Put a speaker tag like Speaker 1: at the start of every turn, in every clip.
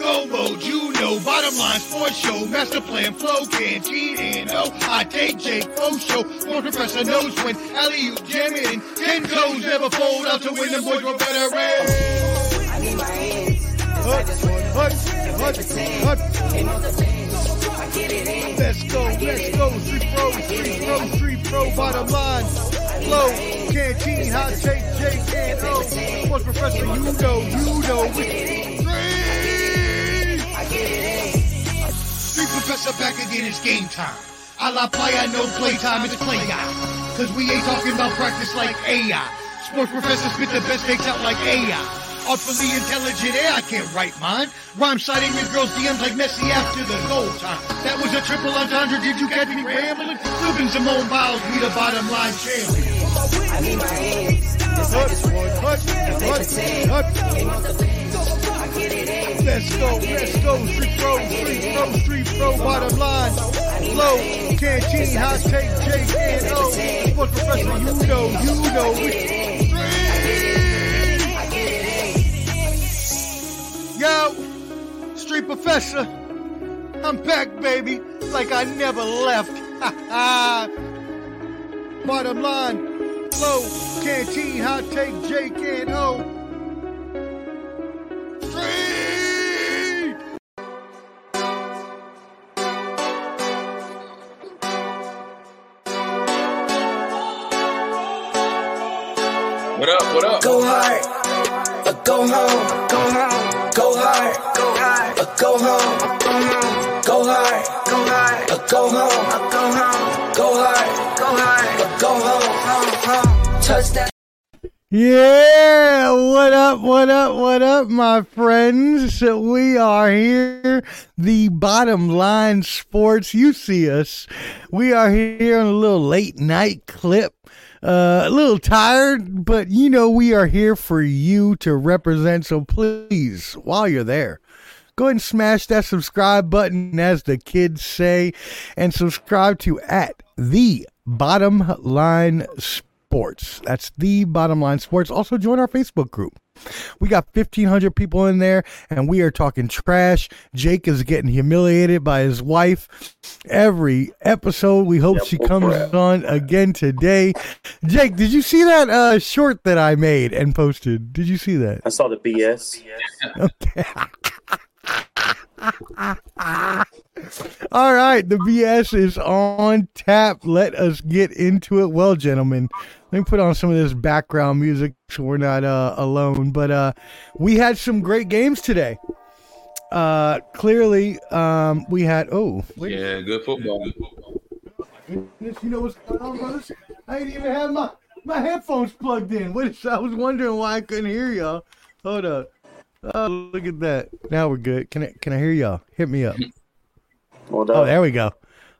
Speaker 1: Elbow, judo, bottom line, sports show, master plan, flow, canteen, and oh, I take Jake Fo show. One professor knows when alley you jam it in. Ten toes never fold out to win the boys were better at.
Speaker 2: I need my hands. I
Speaker 1: Hut,
Speaker 2: just want to
Speaker 1: hut, hut, hut.
Speaker 2: and all the things. I get it in.
Speaker 1: Let's go, let's go, three pro, three pro, three pro, bottom line, flow, canteen, hot take, Jake, and O. Sports professor, you know, you know, we three.
Speaker 2: I get it in.
Speaker 1: Street Professor back again, it's game time. A la playa, no playtime, it's play guy. Cause we ain't talking about practice like AI. Sports Professor spit the best takes out like AI. Artfully intelligent, eh? I can't write mine. Rhyme citing your girl's DMs like Messi after the goal time. That was a triple entendre, did you catch me rambling? Living Simone Biles, we the bottom line champion.
Speaker 2: I need my hands. I just want and all the things. I get it in.
Speaker 1: Let's go, let's go, street pro, street pro, street pro, bottom line. Low, canteen, hot take, J and O. Sports professor, you know, you know. it.
Speaker 2: I get it in.
Speaker 1: Yo, street professor, I'm back, baby, like I never left. bottom line, low, canteen, hot take, J and O. Street.
Speaker 3: What up? What up?
Speaker 4: Go hard, or go home. Go home. Go hard, go hard, or go home. Go home. Go hard, go hard, or go home. Go home. Go hard, go hard, or go home. Home, home. Touchdown.
Speaker 1: Yeah, what up, what up, what up, my friends? We are here, the bottom line sports. You see us. We are here on a little late night clip. Uh, a little tired, but you know, we are here for you to represent. So please, while you're there, go ahead and smash that subscribe button, as the kids say, and subscribe to at the bottom line sports. That's the bottom line sports. Also, join our Facebook group. We got 1,500 people in there, and we are talking trash. Jake is getting humiliated by his wife every episode. We hope she comes on again today. Jake, did you see that uh, short that I made and posted? Did you see that?
Speaker 5: I saw the BS.
Speaker 1: All right, the BS is on tap. Let us get into it. Well, gentlemen, let me put on some of this background music so we're not uh, alone. But uh, we had some great games today. Uh, clearly, um, we had. Oh, wait,
Speaker 3: Yeah, good football.
Speaker 1: goodness, you know what's going on, brothers? I didn't even have my my headphones plugged in. What is? I was wondering why I couldn't hear y'all. Hold up. Oh, look at that. Now we're good. Can I can I hear y'all? Hit me up.
Speaker 5: Well
Speaker 1: Oh,
Speaker 5: done.
Speaker 1: there we go.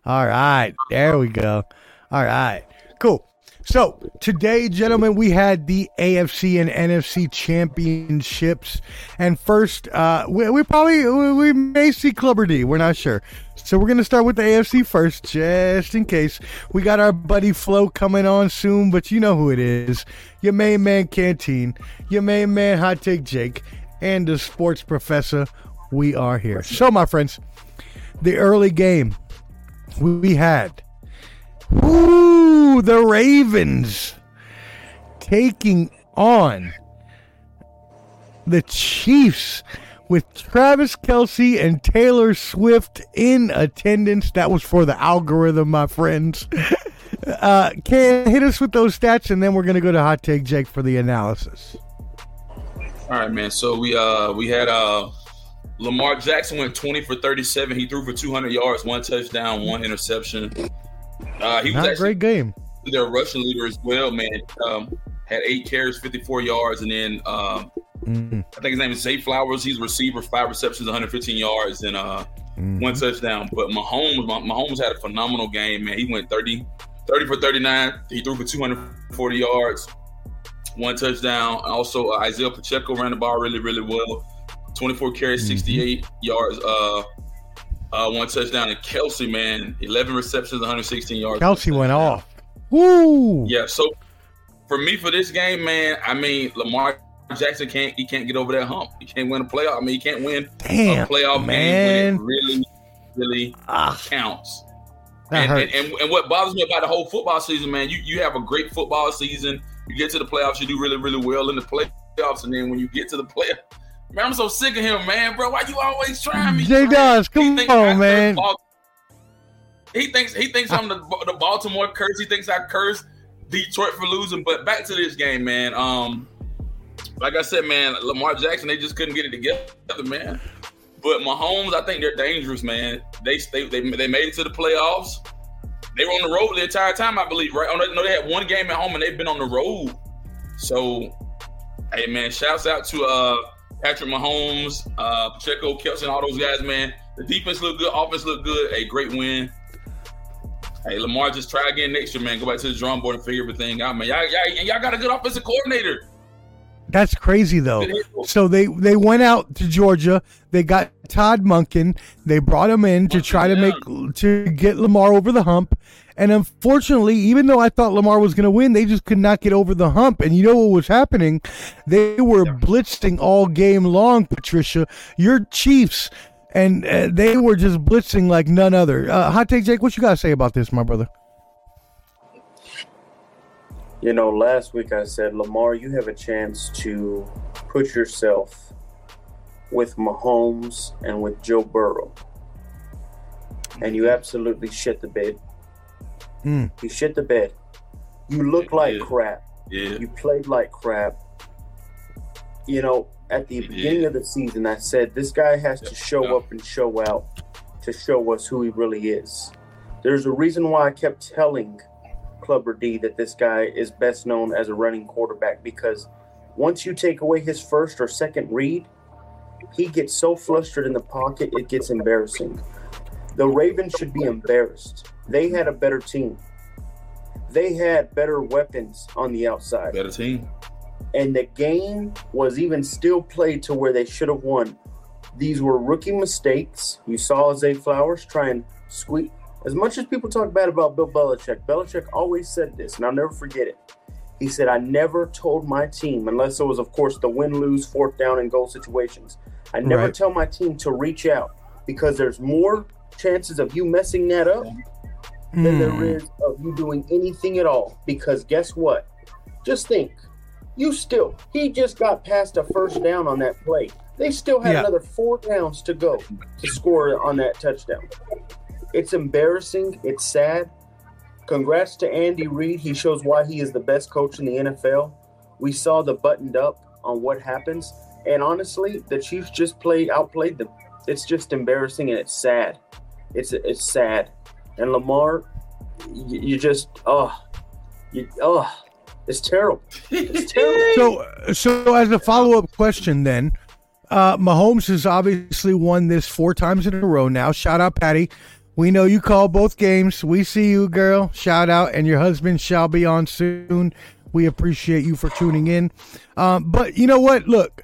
Speaker 1: All right. There we go. All right. Cool. So, today, gentlemen, we had the AFC and NFC championships. And first, uh, we, we probably, we, we may see Clubber D. We're not sure. So, we're going to start with the AFC first, just in case. We got our buddy Flo coming on soon, but you know who it is. Your main man, Canteen. Your main man, Hot Take Jake. And the sports professor. We are here. So, my friends, the early game we- we had. Ooh, the Ravens taking on the Chiefs with Travis Kelsey and Taylor Swift in attendance. That was for the algorithm, my friends. Uh, can hit us with those stats, and then we're gonna go to Hot Take Jake for the analysis.
Speaker 3: All right, man. So we uh we had uh Lamar Jackson went twenty for thirty seven. He threw for two hundred yards, one touchdown, one interception. Uh, he was
Speaker 1: Not a
Speaker 3: actually
Speaker 1: great game.
Speaker 3: their rushing leader as well, man. Um, had eight carries, fifty four yards, and then um,
Speaker 1: Mm,
Speaker 3: I think his name is Zay Flowers. He's a receiver, five receptions, one hundred fifteen yards, and uh
Speaker 1: mm.
Speaker 3: one touchdown. But Mahomes, Mah- Mahomes had a phenomenal game, man. He went 30, 30 for 39. He threw for 240 yards, one touchdown. Also, uh, Isaiah Pacheco ran the ball really, really well. 24 carries,
Speaker 1: Mhm.
Speaker 3: 68 yards, uh, uh, one touchdown. And Kelsey, man, 11 receptions, 116 yards.
Speaker 1: Kelsey went off. Woo!
Speaker 3: Yeah, so for me, for this game, man, I mean, Lamar Jackson can't he can't get over that hump. He can't win a playoff. I mean, he can't win
Speaker 1: Damn,
Speaker 3: a playoff game when
Speaker 1: man.
Speaker 3: it really, really
Speaker 1: Ah,
Speaker 3: counts.
Speaker 1: that
Speaker 3: and,
Speaker 1: hurts.
Speaker 3: And, and, and what bothers me about the whole football season, man, you, you have a great football season. You get to the playoffs, you do really, really well in the playoffs. And then when you get to the playoff, man, I'm so sick of him, man, bro. Why you always trying me?
Speaker 1: J. Dawes,
Speaker 3: He
Speaker 1: come
Speaker 3: thinks I
Speaker 1: on,
Speaker 3: curse
Speaker 1: man.
Speaker 3: Bal- He thinks he thinks I'm the the Baltimore curse. He thinks I curse Detroit for losing. But back to this game, man. Um, like I said, man, Lamar Jackson, they just couldn't get it together, man. But Mahomes, I think they're dangerous, man. They they they, they made it to the playoffs. They were on the road the entire time, I believe, right? Oh, no, no, they had one game at home and they've been on the road. So, hey, man, shouts out to uh, Patrick Mahomes, uh, Pacheco, Kelson, all those guys, man. The defense looked good, offense looked good. A great win. Hey, Lamar, just try again next year, man. Go back to the drawing board and figure everything out, man. Y'all, y'all, y'all got a good offensive coordinator.
Speaker 1: That's crazy though.
Speaker 3: Good hit.
Speaker 1: So they they went out to Georgia. They got Todd Munkin. They brought him in to try to
Speaker 3: Munkin,
Speaker 1: make to get Lamar over the hump. And unfortunately, even though I thought Lamar was going to win, they just could not get over the hump. And you know what was happening? They were blitzing all game long, Patricia. Your Chiefs and uh, they were just blitzing like none other. Uh, Hot take, Jake. What you got to say about this, my brother?
Speaker 5: You know, last week I said, Lamar, you have a chance to put yourself with Mahomes and with Joe Burrow. And you absolutely shit the bed.
Speaker 1: Hmm.
Speaker 5: You shit the bed. You look
Speaker 3: Yeah.
Speaker 5: like crap.
Speaker 3: Yeah,
Speaker 5: You played like crap. You know, at the
Speaker 3: did.
Speaker 5: beginning of the season, I said this guy has to show
Speaker 3: Yeah.
Speaker 5: up and show out to show us who he really is. There's a reason why I kept telling Clubber D that this guy is best known as a running quarterback because once you take away his first or second read, he gets so flustered in the pocket, it gets embarrassing. The Ravens should be embarrassed. They had a better team. They had better weapons on the outside
Speaker 3: better team.
Speaker 5: and the game was even still played to where they should have won. These were rookie mistakes. You saw Zay Flowers try and squeak. As much as people talk bad about Bill Belichick, Belichick always said this, and I'll never forget it. He said, I never told my team, unless it was, of course, the win lose, fourth down, and goal situations, I never
Speaker 1: Right.
Speaker 5: tell my team to reach out because there's more chances of you messing that up than there
Speaker 1: Hmm.
Speaker 5: is of you doing anything at all. Because guess what? Just think, you still he just got past a first down on that play. They still had
Speaker 1: Yeah.
Speaker 5: another four downs to go to score on that touchdown. It's embarrassing. It's sad. Congrats to Andy Reid. He shows why he is the best coach in the NFL. We saw the buttoned up on what happens, and honestly, the Chiefs just played outplayed them. It's just embarrassing and it's sad. It's it's sad. And Lamar, you, you just oh, you oh, it's terrible. It's terrible.
Speaker 1: So, so as a follow up question, then, uh, Mahomes has obviously won this four times in a row now. Shout out, Patty. We know you call both games. We see you, girl. Shout out, and your husband shall be on soon. We appreciate you for tuning in. Um, but you know what? Look,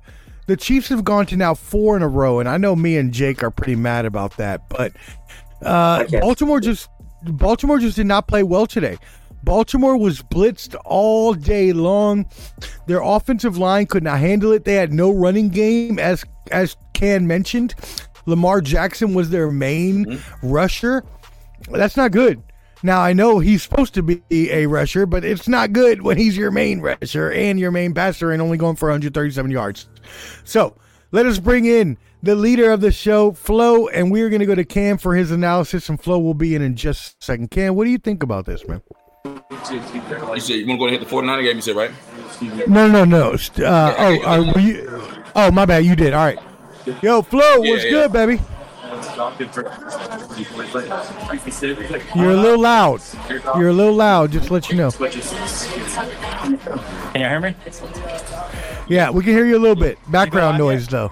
Speaker 1: the Chiefs have gone to now four in a row, and I know me and Jake are pretty mad about that. But uh,
Speaker 5: can't-
Speaker 1: Baltimore just Baltimore just did not play well today. Baltimore was blitzed all day long. Their offensive line could not handle it. They had no running game, as as Can mentioned. Lamar Jackson was their main rusher. That's not good. Now I know he's supposed to be a rusher, but it's not good when he's your main rusher and your main passer and only going for 137 yards. So let us bring in the leader of the show, Flo, and we're going to go to Cam for his analysis, and Flo will be in in just a second. Cam, what do you think about this, man?
Speaker 3: You said you want to go ahead and hit the 49er game, you said, right?
Speaker 1: No, no, no. St- Uh, oh, uh, were you, oh, my bad. You did. All right. Yo, Flo, what's
Speaker 3: Yeah, yeah.
Speaker 1: good, baby? You're a little loud. You're a little loud. Just to let you know.
Speaker 6: Can you hear me?
Speaker 1: Yeah, we can hear you a little bit. Background
Speaker 6: live
Speaker 1: noise, though.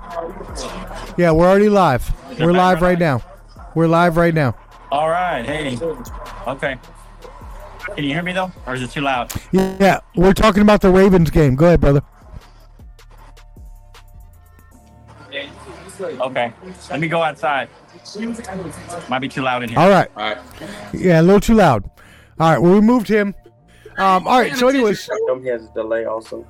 Speaker 1: Yeah, we're already live. We're live
Speaker 6: background
Speaker 1: right now. We're live right now.
Speaker 6: All right. Hey. Okay. Can you hear me though, or is it too loud?
Speaker 1: Yeah, we're talking about the Ravens game. Go ahead, brother.
Speaker 6: Okay. Let me go outside. Might be too loud in here.
Speaker 1: All right.
Speaker 3: All right.
Speaker 1: Yeah, a little too loud. All right, we removed him. Um, all right, so anyways,
Speaker 5: He has a delay also.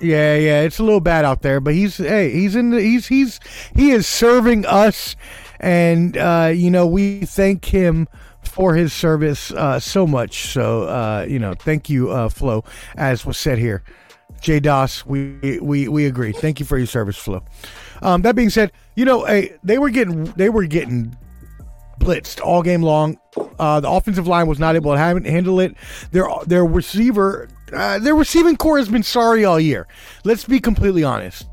Speaker 1: Yeah, yeah, it's a little bad out there, but he's hey, he's in the, he's he's he is serving us, and uh, you know we thank him for his service uh, so much. So uh, you know, thank you, uh, Flo, as was said here. J Doss, we we we agree. Thank you for your service, Flo. Um, that being said, you know, hey, they were getting they were getting blitzed all game long. Uh, the offensive line was not able to ha- handle it. Their their receiver uh, their receiving core has been sorry all year. Let's be completely honest.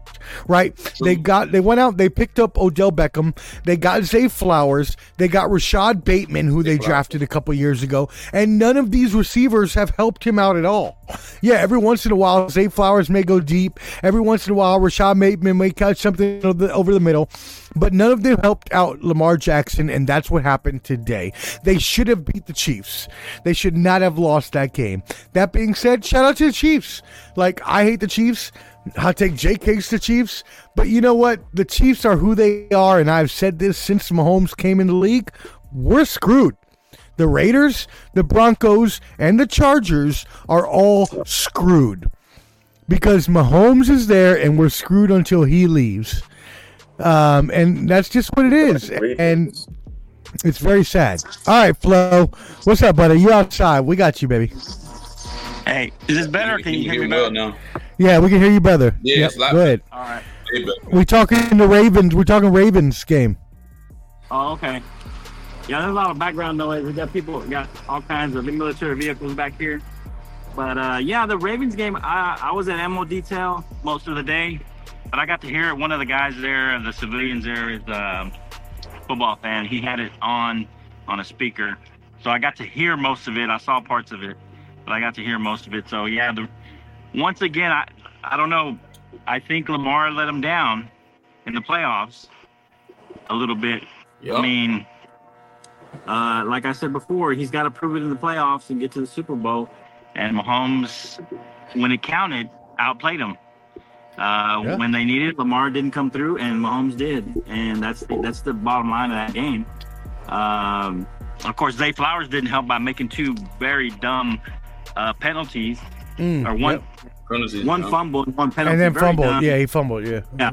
Speaker 1: Right, they got they went out. They picked up Odell Beckham. They got Zay Flowers. They got Rashad Bateman, who they drafted a couple years ago, and none of these receivers have helped him out at all. Yeah, every once in a while, Zay Flowers may go deep. Every once in a while, Rashad Bateman may catch something over the- over the middle, but none of them helped out Lamar Jackson, and that's what happened today. They should have beat the Chiefs. They should not have lost that game. That being said, shout out to the Chiefs. Like I hate the Chiefs. I take Jake hates the Chiefs, but you know what? The Chiefs are who they are, and I've said this since Mahomes came in the league. We're screwed. The Raiders, the Broncos, and the Chargers are all screwed because Mahomes is there, and we're screwed until he leaves. Um, and that's just what it is, and it's very sad. All right, Flo, what's up, buddy? You outside? We got you, baby.
Speaker 6: Hey, is this better? Can Oh. you hear me
Speaker 3: well
Speaker 6: better?
Speaker 3: now?
Speaker 1: Yeah, we can hear you, brother.
Speaker 3: Yeah,
Speaker 1: Yep,
Speaker 3: it's loud.
Speaker 1: good.
Speaker 6: All right.
Speaker 3: Way better.
Speaker 1: We're talking the Ravens. We're talking Ravens game.
Speaker 6: Oh, okay. Yeah, there's a lot of background noise. We got people, we got all kinds of military vehicles back here. But uh, yeah, the Ravens game, I, I was at ammo detail most of the day, but I got to hear it. One of the guys there, the civilians there, is a football fan. He had it on on a speaker, so I got to hear most of it. I saw parts of it, but I got to hear most of it. So yeah, the, once again, I I don't know. I think Lamar let him down in the playoffs a little bit.
Speaker 3: Yup.
Speaker 6: I mean, uh, like I said before, he's got to prove it in the playoffs and get to the Super Bowl. And Mahomes, when it counted, outplayed him. Uh,
Speaker 1: Yeah.
Speaker 6: When they needed, Lamar didn't come through, and Mahomes did, and that's the, that's the bottom line of that game. Um, of course, Zay Flowers didn't help by making two very dumb uh, penalties,
Speaker 1: Mm,
Speaker 6: or one
Speaker 1: yep.
Speaker 3: Penalties,
Speaker 6: one
Speaker 3: huh?
Speaker 6: fumble and one penalty.
Speaker 1: and then
Speaker 6: very
Speaker 1: fumbled.
Speaker 6: dumb.
Speaker 1: Yeah, he fumbled. Yeah.
Speaker 6: Yeah.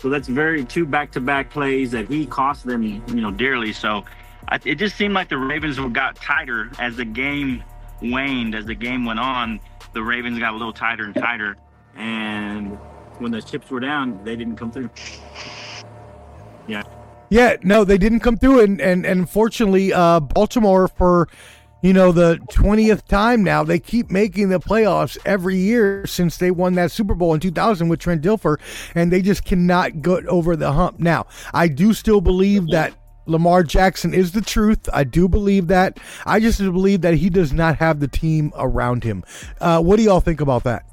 Speaker 6: So that's very two back-to-back plays that he cost them, you know, dearly. So I, it just seemed like the Ravens were- got tighter as the game waned, as the game went on. The Ravens got a little tighter and tighter, and when the chips were down, they didn't come through.
Speaker 1: Yeah, no, they didn't come through, and and and unfortunately, uh, Baltimore for you know the twentieth time now they keep making the playoffs every year since they won that Super Bowl in two thousand with Trent Dilfer, and they just cannot get over the hump. Now, I do still believe that. Lamar Jackson is the truth. I do believe that. I just believe that he does not have the team around him. Uh, what do y'all think about that?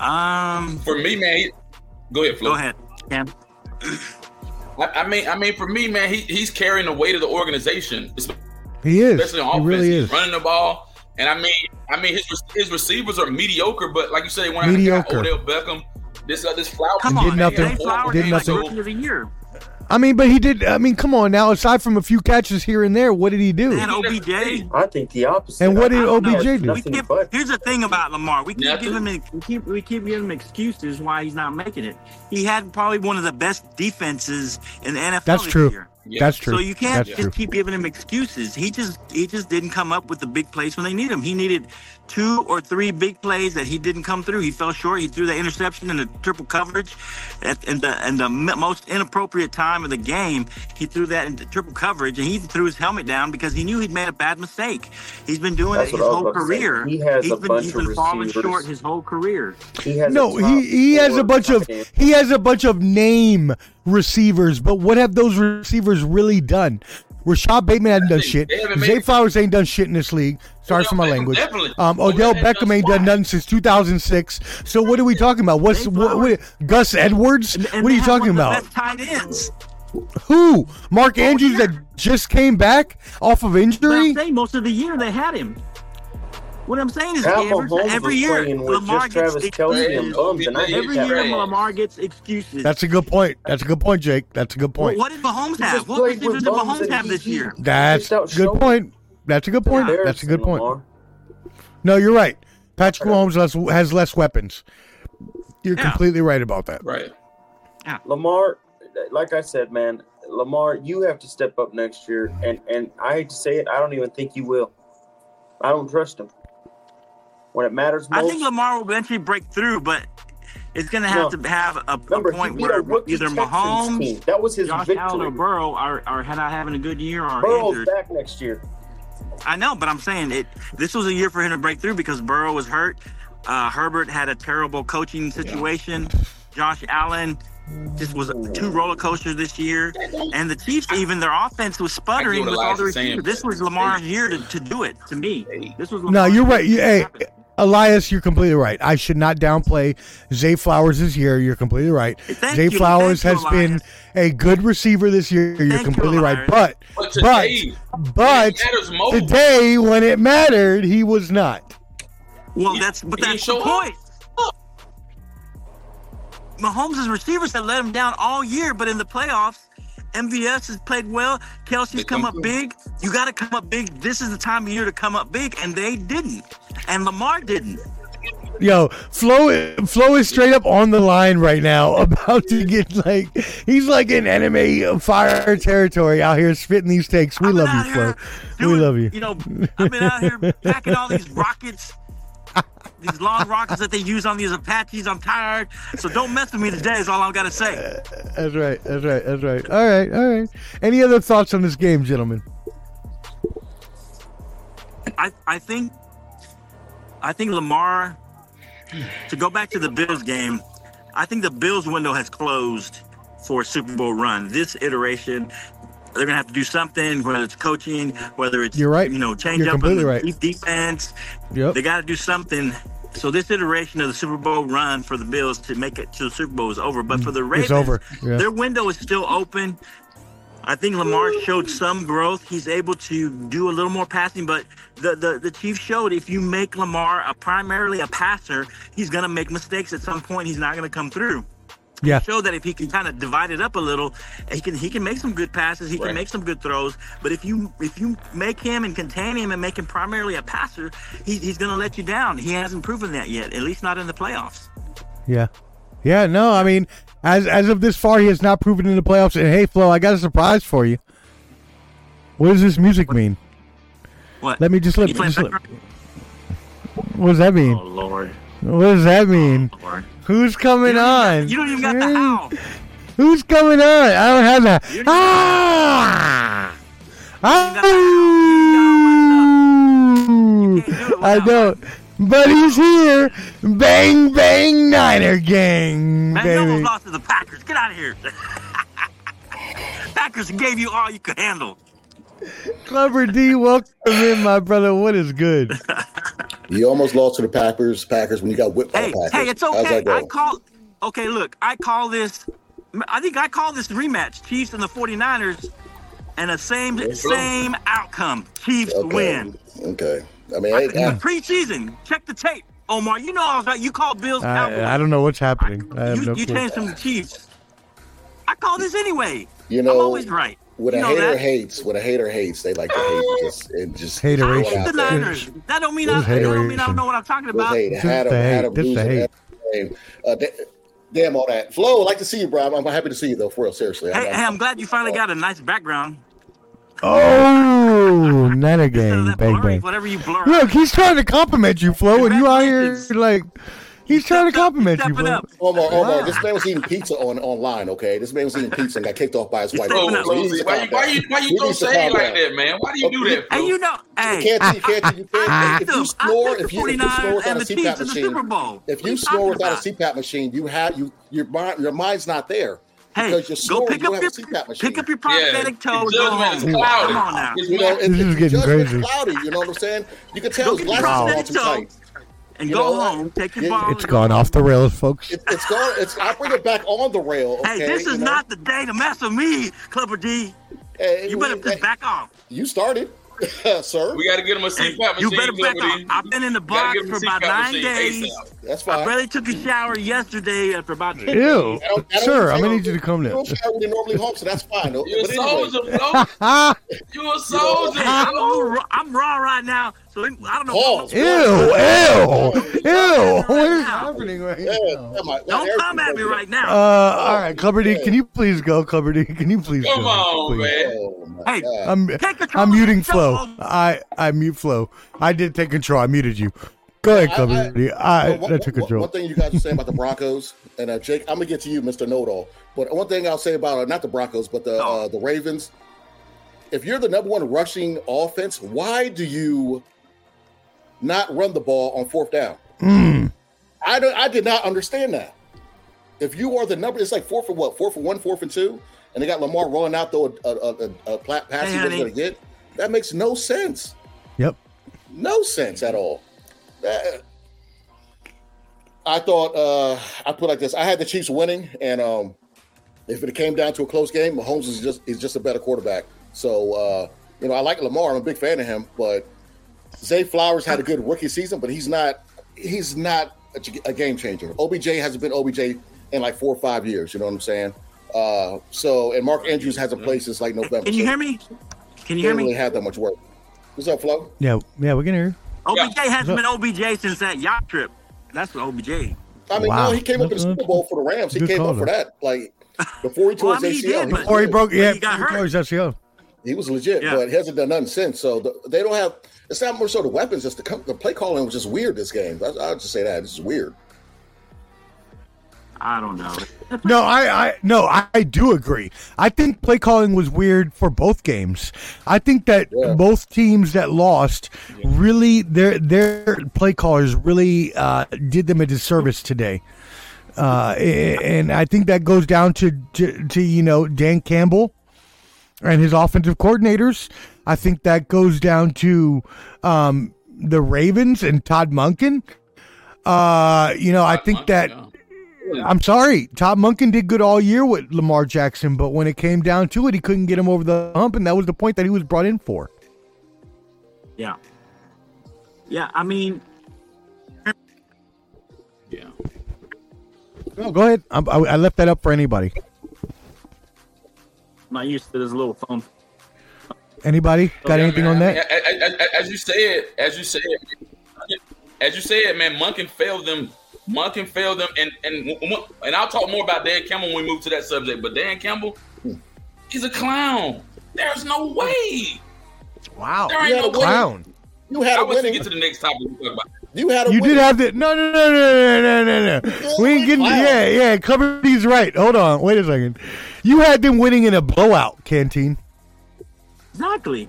Speaker 6: Um,
Speaker 3: For me, man. He, go ahead, Flo.
Speaker 6: go ahead, Cam.
Speaker 3: I, I mean, I mean, for me, man, he, he's carrying the weight of the organization, especially
Speaker 1: He is.
Speaker 3: on offense.
Speaker 1: He really
Speaker 3: he's
Speaker 1: is.
Speaker 3: running the ball, and I mean, I mean, his rec- his receivers are mediocre, but like you said, when
Speaker 1: Mediocre.
Speaker 3: I got Odell Beckham, this uh, this flower,
Speaker 6: Come
Speaker 1: Did
Speaker 6: on, man.
Speaker 1: nothing.
Speaker 6: Zay Flowers
Speaker 1: Did
Speaker 6: is like
Speaker 1: nothing.
Speaker 6: rookie of the year.
Speaker 1: I mean, but he did. I mean, come on now. Aside from a few catches here and there, what did he do?
Speaker 6: And OBJ.
Speaker 5: I think the opposite.
Speaker 1: And what
Speaker 5: I
Speaker 1: did
Speaker 5: don't know.
Speaker 1: OBJ
Speaker 5: It's
Speaker 1: do?
Speaker 6: We
Speaker 5: Nothing
Speaker 6: keep,
Speaker 5: but.
Speaker 6: here's the thing about Lamar. We keep
Speaker 3: Nothing.
Speaker 6: giving him we keep we keep giving him excuses why he's not making it. He had probably one of the best defenses in the NFL.
Speaker 1: That's
Speaker 6: this
Speaker 1: true.
Speaker 6: Year.
Speaker 3: Yeah.
Speaker 1: That's true.
Speaker 6: So you can't
Speaker 1: That's
Speaker 6: just
Speaker 1: true.
Speaker 6: keep giving him excuses. He just he just didn't come up with the big plays when they need him. He needed two or three big plays that he didn't come through. He fell short. He threw the interception and the triple coverage, at, and the and the m- most inappropriate time of the game. He threw that into triple coverage, and he threw his helmet down because he knew he'd made a bad mistake. He's been doing
Speaker 5: That's
Speaker 6: it his
Speaker 5: what I was
Speaker 6: whole
Speaker 5: about to say.
Speaker 6: career.
Speaker 5: He has
Speaker 6: He's
Speaker 5: a
Speaker 6: been,
Speaker 5: bunch
Speaker 6: he's
Speaker 5: of
Speaker 6: been falling
Speaker 5: receivers.
Speaker 6: short his whole career.
Speaker 5: He has a
Speaker 1: No,
Speaker 5: top
Speaker 1: he he has a
Speaker 5: four
Speaker 1: bunch of
Speaker 5: fucking-
Speaker 1: he has a bunch of name receivers, but what have those receivers really done? Rashad Bateman hadn't done
Speaker 3: Nothing.
Speaker 1: shit.
Speaker 3: They haven't made-
Speaker 1: Zay Flowers ain't done shit in this league. Sorry
Speaker 3: Odell
Speaker 1: for my
Speaker 3: Beckham,
Speaker 1: language.
Speaker 3: definitely.
Speaker 1: Um,
Speaker 3: Odell
Speaker 1: Odell
Speaker 3: ain't done
Speaker 1: Beckham ain't
Speaker 3: squat.
Speaker 1: done nothing since 2006. So what are we talking about? What's
Speaker 6: Zay
Speaker 1: what,
Speaker 6: Flowers.
Speaker 1: what, Gus Edwards?
Speaker 6: And- and
Speaker 1: what are
Speaker 6: they
Speaker 1: you
Speaker 6: have one
Speaker 1: talking
Speaker 6: of the
Speaker 1: about?
Speaker 6: Best tight ends.
Speaker 1: Who? Mark Andrews
Speaker 6: yeah.
Speaker 1: that just came back off of
Speaker 6: But
Speaker 1: injury?
Speaker 6: I'm saying most of the year they had him. What I'm saying is
Speaker 5: Kyle
Speaker 6: the average,
Speaker 5: Mahomes was
Speaker 6: every year
Speaker 5: playing with
Speaker 6: Lamar
Speaker 5: just
Speaker 6: gets
Speaker 5: Travis Kelsey
Speaker 6: excuses.
Speaker 5: and bums, and I hate
Speaker 6: Every
Speaker 5: that.
Speaker 6: year
Speaker 3: Right.
Speaker 6: Lamar gets excuses.
Speaker 1: That's a good point. That's a good point, Jake. That's a good point.
Speaker 6: what did Mahomes
Speaker 5: just
Speaker 6: have? What
Speaker 5: played
Speaker 6: receivers
Speaker 5: with
Speaker 6: did
Speaker 5: bums
Speaker 6: Mahomes
Speaker 5: and
Speaker 6: have this
Speaker 5: he-
Speaker 6: year?
Speaker 1: That's
Speaker 5: Just out
Speaker 1: good
Speaker 5: showing.
Speaker 1: point. That's a good point. That's a good
Speaker 5: Embarrassing,
Speaker 1: point.
Speaker 5: Lamar.
Speaker 1: No, you're right. Patrick Mahomes has, has less weapons. You're
Speaker 6: Yeah.
Speaker 1: completely right about that.
Speaker 3: Right.
Speaker 5: Lamar, like I said, man, Lamar, you have to step up next year, and and I hate to say it, I don't even think you will. I don't trust him. When it matters most,
Speaker 6: I think Lamar will eventually break through, but it's going to have
Speaker 5: No.
Speaker 6: to have a, a
Speaker 5: remember
Speaker 6: point
Speaker 5: he beat a
Speaker 6: where
Speaker 5: rookie
Speaker 6: either
Speaker 5: Texans
Speaker 6: Mahomes,
Speaker 5: team. That was his
Speaker 6: Josh Allen, or
Speaker 5: victory.
Speaker 6: Burrow are, are not having a good year or
Speaker 5: Burrow's
Speaker 6: injured.
Speaker 5: back next year.
Speaker 6: I know, but I'm saying it. This was a year for him to break through because Burrow was hurt. Uh, Herbert had a terrible coaching situation. Josh Allen just was two roller coasters this year, and the Chiefs even their offense was
Speaker 3: I
Speaker 6: sputtering
Speaker 3: get what
Speaker 6: with all the
Speaker 3: Elias is saying,
Speaker 6: receivers. This
Speaker 3: but-
Speaker 6: was Lamar's year to, to do it. To me, this was
Speaker 1: No,
Speaker 6: Lamar's
Speaker 1: you're right. You-
Speaker 6: year to
Speaker 1: hey,
Speaker 6: have it.
Speaker 1: Elias, you're completely right. I should not downplay Zay Flowers this year. You're completely right.
Speaker 6: Thank
Speaker 1: Zay
Speaker 6: you.
Speaker 1: Flowers
Speaker 6: Thank
Speaker 1: has
Speaker 6: you,
Speaker 1: been a
Speaker 6: Elias.
Speaker 1: good receiver this year. You're
Speaker 6: Thank you,
Speaker 1: completely right.
Speaker 6: Elias.
Speaker 1: But
Speaker 3: But
Speaker 1: but
Speaker 3: today,
Speaker 1: but
Speaker 3: it matters most.
Speaker 1: today when it mattered, he was not.
Speaker 6: Well,
Speaker 3: He-
Speaker 6: that's but
Speaker 3: he
Speaker 6: that's the
Speaker 3: showed
Speaker 6: point. Mahomes' receivers have let him down all year, but in the playoffs, MVS has played well. Kelsey's
Speaker 3: They
Speaker 6: come
Speaker 3: come
Speaker 6: up big. You got to come up big. This is the time of year to come up big, and they didn't, and Lamar didn't.
Speaker 1: Yo, Flo, Flo is straight up on the line right now, about to get like he's like in enemy fire territory out here spitting these takes. We
Speaker 6: I've been
Speaker 1: love
Speaker 6: out
Speaker 1: you, Flo.
Speaker 6: here
Speaker 1: we
Speaker 6: doing-
Speaker 1: love you.
Speaker 6: You know, I've been out here packing all these rockets, these long rockets that they use on these Apaches. I'm tired, so don't mess with me today. Is all I've got to say.
Speaker 1: That's right. That's right. That's right. All right. All right. Any other thoughts on this game, gentlemen?
Speaker 6: I, I think I think Lamar to go back to the Bills game, I think the Bills window has closed for a Super Bowl run. This iteration, they're gonna have to do something, whether it's coaching, whether it's
Speaker 1: You're right.
Speaker 6: you know, change
Speaker 1: You're
Speaker 6: up on
Speaker 1: completely
Speaker 6: the
Speaker 1: right.
Speaker 6: de- defense.
Speaker 1: Yep.
Speaker 6: They gotta do something. So this iteration of the Super Bowl run for the Bills to make it to the Super Bowl is over.
Speaker 1: Mm.
Speaker 6: But for the Ravens,
Speaker 1: over. Yeah.
Speaker 6: their window is still open. I think Lamar showed some growth. He's able to do a little more passing, but the, the, the Chiefs showed if you make Lamar a primarily a passer, he's going to make mistakes at some point. He's not going to come through.
Speaker 1: Yeah.
Speaker 6: Show that if he can kind of divide it up a little, he can he can make some good passes. He
Speaker 3: Right.
Speaker 6: can make some good throws. But if you if you make him and contain him and make him primarily a passer, he, he's going to let you down. He hasn't proven that yet, at least not in the playoffs.
Speaker 1: Yeah. Yeah. No, I mean, as as of this far, he has not proven in the playoffs. And hey, Flo, I got a surprise for you. What does this music mean?
Speaker 6: What?
Speaker 1: Let me just let,
Speaker 6: You playing
Speaker 1: just let-
Speaker 6: background?
Speaker 1: What does that mean?
Speaker 6: Oh Lord,
Speaker 1: What does that mean?
Speaker 6: Lord.
Speaker 1: Who's coming on?
Speaker 6: You don't even got the how.
Speaker 1: Who's coming on? I don't have that.
Speaker 6: You don't
Speaker 1: Ah!
Speaker 6: even- got the-
Speaker 1: Ooh!
Speaker 6: You can't do it
Speaker 1: I
Speaker 6: without
Speaker 1: don't. But he's here. Bang, bang, Niner gang,
Speaker 6: Man, you almost
Speaker 1: baby.
Speaker 6: lost to the Packers. Get out of here. Packers gave you all you could handle.
Speaker 1: Clever D, welcome in, my brother. What is good?
Speaker 7: You almost lost to the Packers. Packers when you got whipped
Speaker 6: Hey,
Speaker 7: by the Packers.
Speaker 6: hey, it's
Speaker 7: How's
Speaker 6: okay.
Speaker 7: that
Speaker 6: I
Speaker 7: go?
Speaker 6: call. Okay, look, I call this. I think I call this rematch: Chiefs and the 49ers, and the same same outcome. Chiefs
Speaker 7: okay.
Speaker 6: win.
Speaker 7: Okay. I mean, hey,
Speaker 6: The
Speaker 7: yeah.
Speaker 6: preseason, check the tape, Omar. You know I was right. You called Bills. Cowboys.
Speaker 1: I, I don't know what's happening. I have
Speaker 6: you
Speaker 1: no
Speaker 6: you
Speaker 1: clue.
Speaker 6: changed from the Chiefs. I call this anyway.
Speaker 7: You
Speaker 6: I'm
Speaker 7: know,
Speaker 6: always right.
Speaker 7: when
Speaker 6: you
Speaker 7: a
Speaker 6: know
Speaker 7: hater
Speaker 6: that.
Speaker 7: hates, when a hater hates, they like to hate just and just
Speaker 6: I
Speaker 1: Hateration.
Speaker 7: throw it
Speaker 6: hate the
Speaker 7: out there.
Speaker 6: Niners. That don't mean I,
Speaker 1: This is
Speaker 6: that don't mean I
Speaker 1: hateration.
Speaker 6: don't know what I'm talking
Speaker 7: Just
Speaker 6: about.
Speaker 7: hate.
Speaker 1: Just
Speaker 7: Had
Speaker 1: the
Speaker 7: 'em- had
Speaker 1: hate.
Speaker 7: 'em
Speaker 1: Just the
Speaker 7: losing
Speaker 1: hate.
Speaker 7: every game. Uh, da- damn all that. Flo, like to see you, bro. I'm, I'm happy to see you though. For real, seriously.
Speaker 6: Hey, hey, I'm glad you finally got a nice background.
Speaker 1: Oh, Niner
Speaker 6: Instead of
Speaker 1: gang,
Speaker 6: that
Speaker 1: bang,
Speaker 6: blurry,
Speaker 1: bang.
Speaker 6: whatever you blur.
Speaker 1: Look, he's trying to compliment you, Flo, and you out here
Speaker 6: Congratulations.
Speaker 1: like he's trying to compliment you,
Speaker 6: stepping
Speaker 1: Flo.
Speaker 6: up.
Speaker 7: Omar, Omar,
Speaker 6: Wow.
Speaker 7: this man was eating pizza on online. Okay, this man was eating pizza and got kicked off by his wife.
Speaker 3: Bro,
Speaker 6: stepping
Speaker 7: So
Speaker 6: up.
Speaker 7: he
Speaker 3: bro,
Speaker 7: needs to
Speaker 3: why,
Speaker 7: calm
Speaker 3: you, why
Speaker 7: down.
Speaker 3: you why
Speaker 7: He
Speaker 3: you throw
Speaker 7: needs to
Speaker 3: shade
Speaker 7: calm
Speaker 3: like
Speaker 7: down.
Speaker 3: that, man? Why do you do that?
Speaker 6: And
Speaker 3: Bro?
Speaker 6: you know,
Speaker 7: You
Speaker 6: hey,
Speaker 7: can't, you can't,
Speaker 6: I
Speaker 7: you can't.
Speaker 6: picked
Speaker 7: If you
Speaker 6: them.
Speaker 7: snore,
Speaker 6: I picked
Speaker 7: if
Speaker 6: the
Speaker 7: you, if you snore
Speaker 6: 49ers
Speaker 7: without
Speaker 6: and
Speaker 7: a
Speaker 6: the Chiefs
Speaker 7: CPAP
Speaker 6: in the Super
Speaker 7: machine,
Speaker 6: Bowl.
Speaker 7: if
Speaker 6: What are
Speaker 7: you snore
Speaker 6: talking
Speaker 7: without a
Speaker 6: about?
Speaker 7: CPAP machine, you have you your mind, your mind's not there
Speaker 6: Hey,
Speaker 7: because you're
Speaker 6: go
Speaker 7: snoring.
Speaker 6: pick
Speaker 7: You don't
Speaker 6: up
Speaker 7: have a
Speaker 6: your
Speaker 7: CPAP machine.
Speaker 6: pick up your
Speaker 3: yeah,
Speaker 6: prosthetic toe
Speaker 3: the
Speaker 6: and go
Speaker 3: judgment
Speaker 6: home.
Speaker 3: is clouded.
Speaker 6: Come on now.
Speaker 3: It's
Speaker 7: You know,
Speaker 3: not-
Speaker 7: it,
Speaker 1: This is
Speaker 7: it,
Speaker 1: getting
Speaker 7: getting cloudy.
Speaker 1: crazy.
Speaker 7: You know what I'm saying? You can tell
Speaker 6: Go
Speaker 7: his
Speaker 6: get your
Speaker 7: glasses are all
Speaker 6: prosthetic
Speaker 7: too
Speaker 6: toe
Speaker 7: tight.
Speaker 6: and
Speaker 7: You
Speaker 6: go
Speaker 7: know,
Speaker 6: home. Take your
Speaker 7: it-
Speaker 6: ball.
Speaker 1: It's
Speaker 6: and
Speaker 1: gone
Speaker 6: go
Speaker 1: off the rails, folks.
Speaker 7: It, it's gone. It's. I bring it back on the rail.
Speaker 6: home.
Speaker 7: Okay?
Speaker 6: Hey, this
Speaker 7: you
Speaker 6: is
Speaker 7: know?
Speaker 6: not the day to mess with me, Clubber D.
Speaker 7: Hey,
Speaker 6: You better
Speaker 7: hey,
Speaker 6: just back off.
Speaker 7: You started, sir.
Speaker 3: we got to get him a
Speaker 6: Hey,
Speaker 3: CPAP machine.
Speaker 6: you better back
Speaker 3: Clever
Speaker 6: off.
Speaker 3: D.
Speaker 6: I've been in the
Speaker 3: You gotta
Speaker 6: box
Speaker 3: get him
Speaker 6: for
Speaker 3: a
Speaker 6: about
Speaker 3: CPAP
Speaker 6: nine
Speaker 3: machine
Speaker 6: days.
Speaker 3: ASAP.
Speaker 7: That's
Speaker 6: I
Speaker 7: fine.
Speaker 6: barely took a shower yesterday after about two
Speaker 1: Ew,
Speaker 7: I don't- I don't
Speaker 1: sir, I'm
Speaker 7: say-
Speaker 1: gonna need you to come
Speaker 7: You
Speaker 1: now.
Speaker 7: don't shower when you normally home, so that's fine. But
Speaker 3: You a
Speaker 7: anyway,
Speaker 3: soldier, bro.
Speaker 1: Ah,
Speaker 3: You a soldier.
Speaker 6: I'm, a
Speaker 3: bro.
Speaker 6: little raw, I'm raw right now, so So let me- I don't know.
Speaker 7: Oh.
Speaker 6: what's
Speaker 1: Ew, ew,
Speaker 6: going on.
Speaker 1: ew. What is happening right
Speaker 7: Yeah,
Speaker 1: now?
Speaker 7: come on.
Speaker 6: Don't
Speaker 7: Eric
Speaker 6: come
Speaker 7: is
Speaker 6: at me
Speaker 7: over
Speaker 6: right
Speaker 1: Uh,
Speaker 6: now.
Speaker 1: all right, Cupboardy, can you please go? Cupboardy, can you please
Speaker 3: Come
Speaker 1: go?
Speaker 3: on,
Speaker 1: Please.
Speaker 7: there.
Speaker 3: man.
Speaker 7: Oh, my
Speaker 6: Hey.
Speaker 7: God.
Speaker 1: I'm
Speaker 6: Take control
Speaker 1: I'm
Speaker 6: of
Speaker 1: muting
Speaker 6: the show.
Speaker 1: Flo. I I mute Flo. I did take control. I muted you. Go ahead,
Speaker 7: I-
Speaker 1: Cupboardy. I,
Speaker 7: So
Speaker 1: I, took
Speaker 7: one- one-
Speaker 1: control.
Speaker 7: One thing you guys are saying about the Broncos, and uh, Jake, I'm gonna get to you, Mister Know-It-All. But one thing I'll say about uh, not the Broncos, but the uh, the Ravens. If you're the number one rushing offense, why do you not run the ball on fourth down?
Speaker 1: Mm.
Speaker 7: I don't. I did not understand that. If you are the number, it's like four for what? Four for one, four for two, and they got Lamar rolling out though a, a, a, a plat- pass
Speaker 6: Hey,
Speaker 7: he wasn't
Speaker 6: honey.
Speaker 7: going to get. That makes no sense.
Speaker 1: Yep.
Speaker 7: No sense at all. That- I thought uh I put it like this. I had the Chiefs winning, and um if it came down to a close game, Mahomes is just is just a better quarterback. So uh, you know, I like Lamar. I'm a big fan of him, but Zay Flowers had a good rookie season, but he's not he's not a, ch- a game changer. OBJ hasn't been OBJ in like four or five years. You know what I'm saying? Uh, so and Mark Andrews hasn't played since like November.
Speaker 6: Can you
Speaker 7: so
Speaker 6: hear me? Can
Speaker 7: He
Speaker 6: you hear
Speaker 7: didn't really
Speaker 6: me?
Speaker 7: have that much work. What's up, Flo?
Speaker 1: Yeah, yeah, we're gonna hear.
Speaker 6: OBJ hasn't been OBJ since that yacht trip. That's the OBJ.
Speaker 7: I mean,
Speaker 1: Wow. Mm-hmm.
Speaker 7: no, he came up in the Super Bowl for the Rams. He
Speaker 1: Good
Speaker 7: came
Speaker 1: call,
Speaker 7: up for
Speaker 1: though.
Speaker 7: that. Like before he tore
Speaker 6: Well, I mean,
Speaker 7: his
Speaker 6: he
Speaker 7: ACL,
Speaker 6: did,
Speaker 7: he
Speaker 6: but-
Speaker 7: was
Speaker 1: Or he
Speaker 7: good.
Speaker 1: broke.
Speaker 6: he
Speaker 1: Yeah,
Speaker 6: got
Speaker 1: he
Speaker 6: hurt.
Speaker 1: tore his SEO.
Speaker 7: He was legit,
Speaker 6: Yeah.
Speaker 7: but he hasn't done nothing since. So the, they don't have. It's not more so the weapons. It's the co- the play calling was just weird this game. I, I'll just say that it's weird.
Speaker 6: I don't know.
Speaker 1: No, I, I no, I, I do agree. I think play calling was weird for both games. I think that
Speaker 7: Yeah.
Speaker 1: both teams that lost really their their play callers really uh, did them a disservice today. Uh, a- and I think that goes down to, to to you know Dan Campbell and his offensive coordinators. I think that goes down to um, the Ravens and Todd Munkin. Uh, you know, I think that I'm sorry. Todd Munkin did good all year with Lamar Jackson, but when it came down to it, he couldn't get him over the hump, and that was the point that he was brought in for.
Speaker 6: Yeah. Yeah, I mean,
Speaker 3: Yeah.
Speaker 1: No, go ahead. I'm, I, I left that up for anybody.
Speaker 6: I'm not used to this little phone.
Speaker 1: Anybody got
Speaker 3: Yeah,
Speaker 1: anything
Speaker 3: man.
Speaker 1: on
Speaker 3: I
Speaker 1: that?
Speaker 3: mean, a- a- a- as you said, as you said, as you said, man, Munkin failed them. Munkin failed them, and and and I'll talk more about Dan Campbell when we move to that subject. But Dan Campbell, he's a clown. There's no way.
Speaker 1: Wow,
Speaker 3: There ain't no way.
Speaker 1: clown!
Speaker 7: You had
Speaker 3: I
Speaker 7: a
Speaker 3: wish we
Speaker 7: winning.
Speaker 3: get to the next topic. We talk about.
Speaker 7: you had a
Speaker 1: You
Speaker 7: winning.
Speaker 1: did have the no, no, no, no, no, no, no, no. We ain't getting.
Speaker 7: Clown.
Speaker 1: Yeah, yeah. Cupboardy's right. Hold on. Wait a second. You had them winning in a blowout, Canteen.
Speaker 6: Exactly.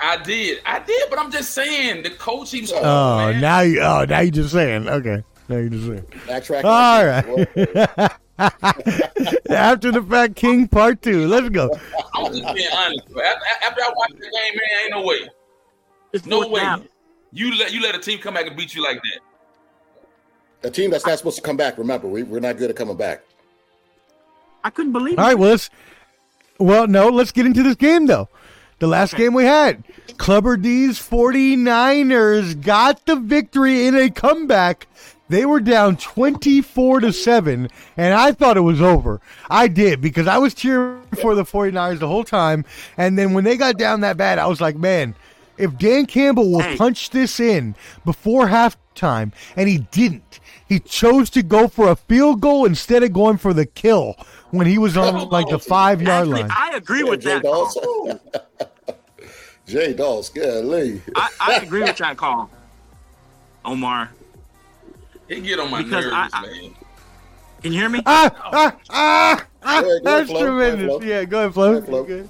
Speaker 3: I did, I did, but I'm just saying the coach. He was
Speaker 7: Oh,
Speaker 1: Oh,
Speaker 3: man.
Speaker 1: now you. Oh, now you just saying. Okay, now you just saying.
Speaker 7: backtrack.
Speaker 1: All right. After the fact, King Part Two. Let's go.
Speaker 3: I'm just being honest. bro. After, after I watched the game, man, ain't no way,
Speaker 6: It's
Speaker 3: no
Speaker 6: fourth
Speaker 3: way.
Speaker 6: down.
Speaker 3: You let you let a team come back and beat you like that.
Speaker 7: a team that's not supposed to come back. Remember, we, we're not good at coming back.
Speaker 6: I couldn't believe
Speaker 1: All
Speaker 6: it.
Speaker 1: right, well, let's. Well, no, let's get into this game though. The last game we had, Clubber D's 49ers got the victory in a comeback. They were down 24 to 7, and I thought it was over. I did because I was cheering for the 49ers the whole time. And then when they got down that bad, I was like, man, if Dan Campbell will
Speaker 6: Hey.
Speaker 1: punch this in before halftime, and he didn't, he chose to go for a field goal instead of going for the kill when he was on like the five yard
Speaker 6: Actually,
Speaker 1: line.
Speaker 6: I agree with
Speaker 7: Jay
Speaker 6: that. call.
Speaker 7: Dawes. Jay Dawes, good Lee.
Speaker 6: I, I agree with that call, Omar.
Speaker 3: It get on my
Speaker 6: Because
Speaker 3: nerves,
Speaker 6: I- I-
Speaker 3: man.
Speaker 6: Can you hear me?
Speaker 1: ah, ah, ah, ah,
Speaker 7: Go ahead, go ahead,
Speaker 1: that's
Speaker 7: Flo. Go ahead,
Speaker 1: tremendous.
Speaker 7: Flo.
Speaker 1: Yeah, go ahead, Flo.
Speaker 7: Go ahead, Flo.
Speaker 1: Good.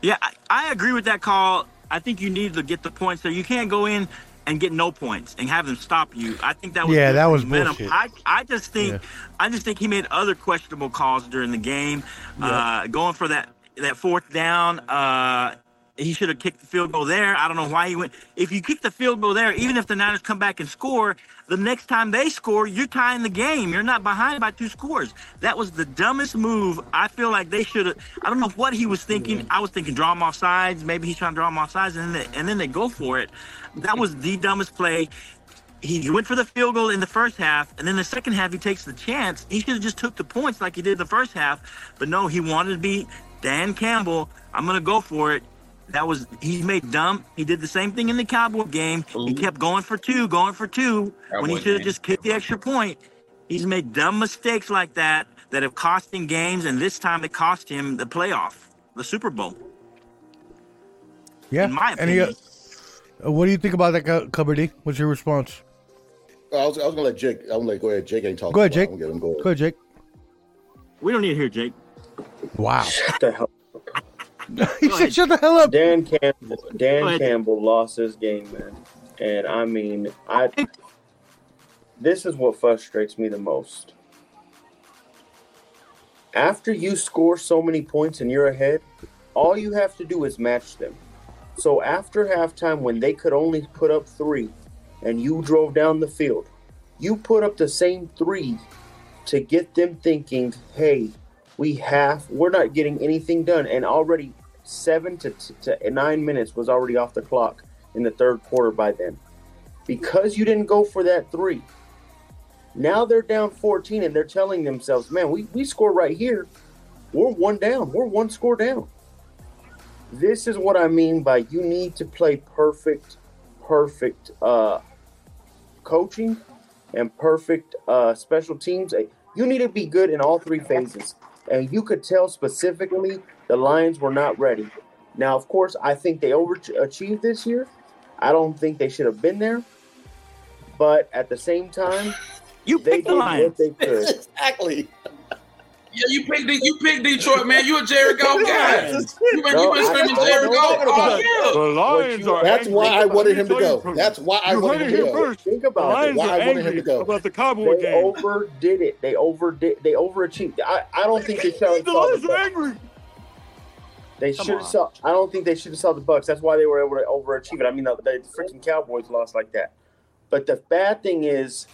Speaker 6: Yeah, I, I agree with that call. I think you need to get the points. So you can't go in and get no points and have them stop you. I think that was
Speaker 1: Yeah,
Speaker 6: good
Speaker 1: that
Speaker 6: for
Speaker 1: was
Speaker 6: momentum.
Speaker 1: bullshit.
Speaker 6: I, I just think
Speaker 1: Yeah.
Speaker 6: I just think he made other questionable calls during the game. Uh, going for that that fourth down. Uh, he should have kicked the field goal there. I don't know why he went. If you kick the field goal there, even if the Niners come back and score, the next time they score, you're tying the game. You're not behind by two scores. That was the dumbest move. I feel like they should have. I don't know what he was thinking. I was thinking draw him off sides. Maybe he's trying to draw him off sides, and then they, and then they go for it. That was the dumbest play. He went for the field goal in the first half, and then the second half he takes the chance. He should have just took the points like he did the first half, but no, he wanted to be Dan Campbell. I'm gonna go for it That was he made dumb. He did the same thing in the Cowboy game. He kept going for two, going for two when he
Speaker 3: Cowboy
Speaker 6: should have
Speaker 3: game.
Speaker 6: just kicked the extra point. He's made dumb mistakes like that that have cost him games, and this time it cost him the playoff, the Super Bowl.
Speaker 1: Yeah.
Speaker 6: In my
Speaker 1: And he-
Speaker 6: opinion,
Speaker 1: uh, what do you think about that, Cu- Cubber D? What's your response?
Speaker 7: Oh, I was, I was gonna let Jake. I'm gonna go ahead. Jake ain't talking.
Speaker 1: Go ahead,
Speaker 7: so I
Speaker 1: Jake.
Speaker 7: don't give him- go ahead.
Speaker 1: Go ahead, Jake.
Speaker 6: we don't need to hear Jake.
Speaker 1: Wow.
Speaker 5: What the hell?
Speaker 1: he
Speaker 6: Go
Speaker 1: said,
Speaker 6: ahead.
Speaker 1: "Shut the hell up."
Speaker 5: Dan Campbell.
Speaker 6: Go
Speaker 5: Dan
Speaker 6: ahead.
Speaker 5: Campbell lost his game, man. And I mean, I. This is what frustrates me the most. After you score so many points and you're ahead, all you have to do is match them. So after halftime, when they could only put up three, and you drove down the field, you put up the same three to get them thinking, "Hey, we have we're not getting anything done," and already seven to, to, to nine minutes was already off the clock in the third quarter by then. Because you didn't go for that three, now they're down 14 and they're telling themselves, man, we, we score right here. We're one down. We're one score down. This is what I mean by you need to play perfect, perfect uh, coaching and perfect uh, special teams. You need to be good in all three phases. And you could tell specifically the Lions were not ready. Now, of course, I think they overachieved this year. I don't think they should have been there. But at the same time,
Speaker 6: You
Speaker 5: they
Speaker 6: pick
Speaker 5: did
Speaker 6: the Lions.
Speaker 5: what they could.
Speaker 7: exactly.
Speaker 3: Yeah, you picked De- you picked Detroit, man. You a Jared Goff guy. You been, you
Speaker 5: No,
Speaker 3: been
Speaker 5: I-
Speaker 3: screaming
Speaker 5: I-
Speaker 3: Jared
Speaker 5: I-
Speaker 3: Goff
Speaker 5: I-
Speaker 3: all
Speaker 5: I-
Speaker 3: year.
Speaker 8: Lions
Speaker 5: you-
Speaker 8: are.
Speaker 7: That's
Speaker 8: angry.
Speaker 7: why I wanted him to
Speaker 8: Let me
Speaker 7: go.
Speaker 8: tell you
Speaker 7: That's why I
Speaker 8: You heard
Speaker 7: wanted
Speaker 8: it
Speaker 7: him to
Speaker 8: here
Speaker 7: go.
Speaker 8: first.
Speaker 5: Think
Speaker 8: The
Speaker 5: about it.
Speaker 8: Lions
Speaker 7: Why I
Speaker 8: are
Speaker 7: wanted him
Speaker 8: angry
Speaker 7: to go.
Speaker 8: about the
Speaker 5: They
Speaker 8: Cowboy game.
Speaker 5: overdid it. They overdid. They overachieved. I, I don't think they should have
Speaker 8: The
Speaker 5: saw
Speaker 8: Lions
Speaker 5: the
Speaker 8: are
Speaker 5: Bucks.
Speaker 8: angry.
Speaker 5: They
Speaker 6: Come
Speaker 5: should have
Speaker 6: on.
Speaker 5: saw. I don't think they should have saw the Bucks. That's why they were able to overachieve it. I mean, the, the freaking Cowboys lost like that. But the bad thing is,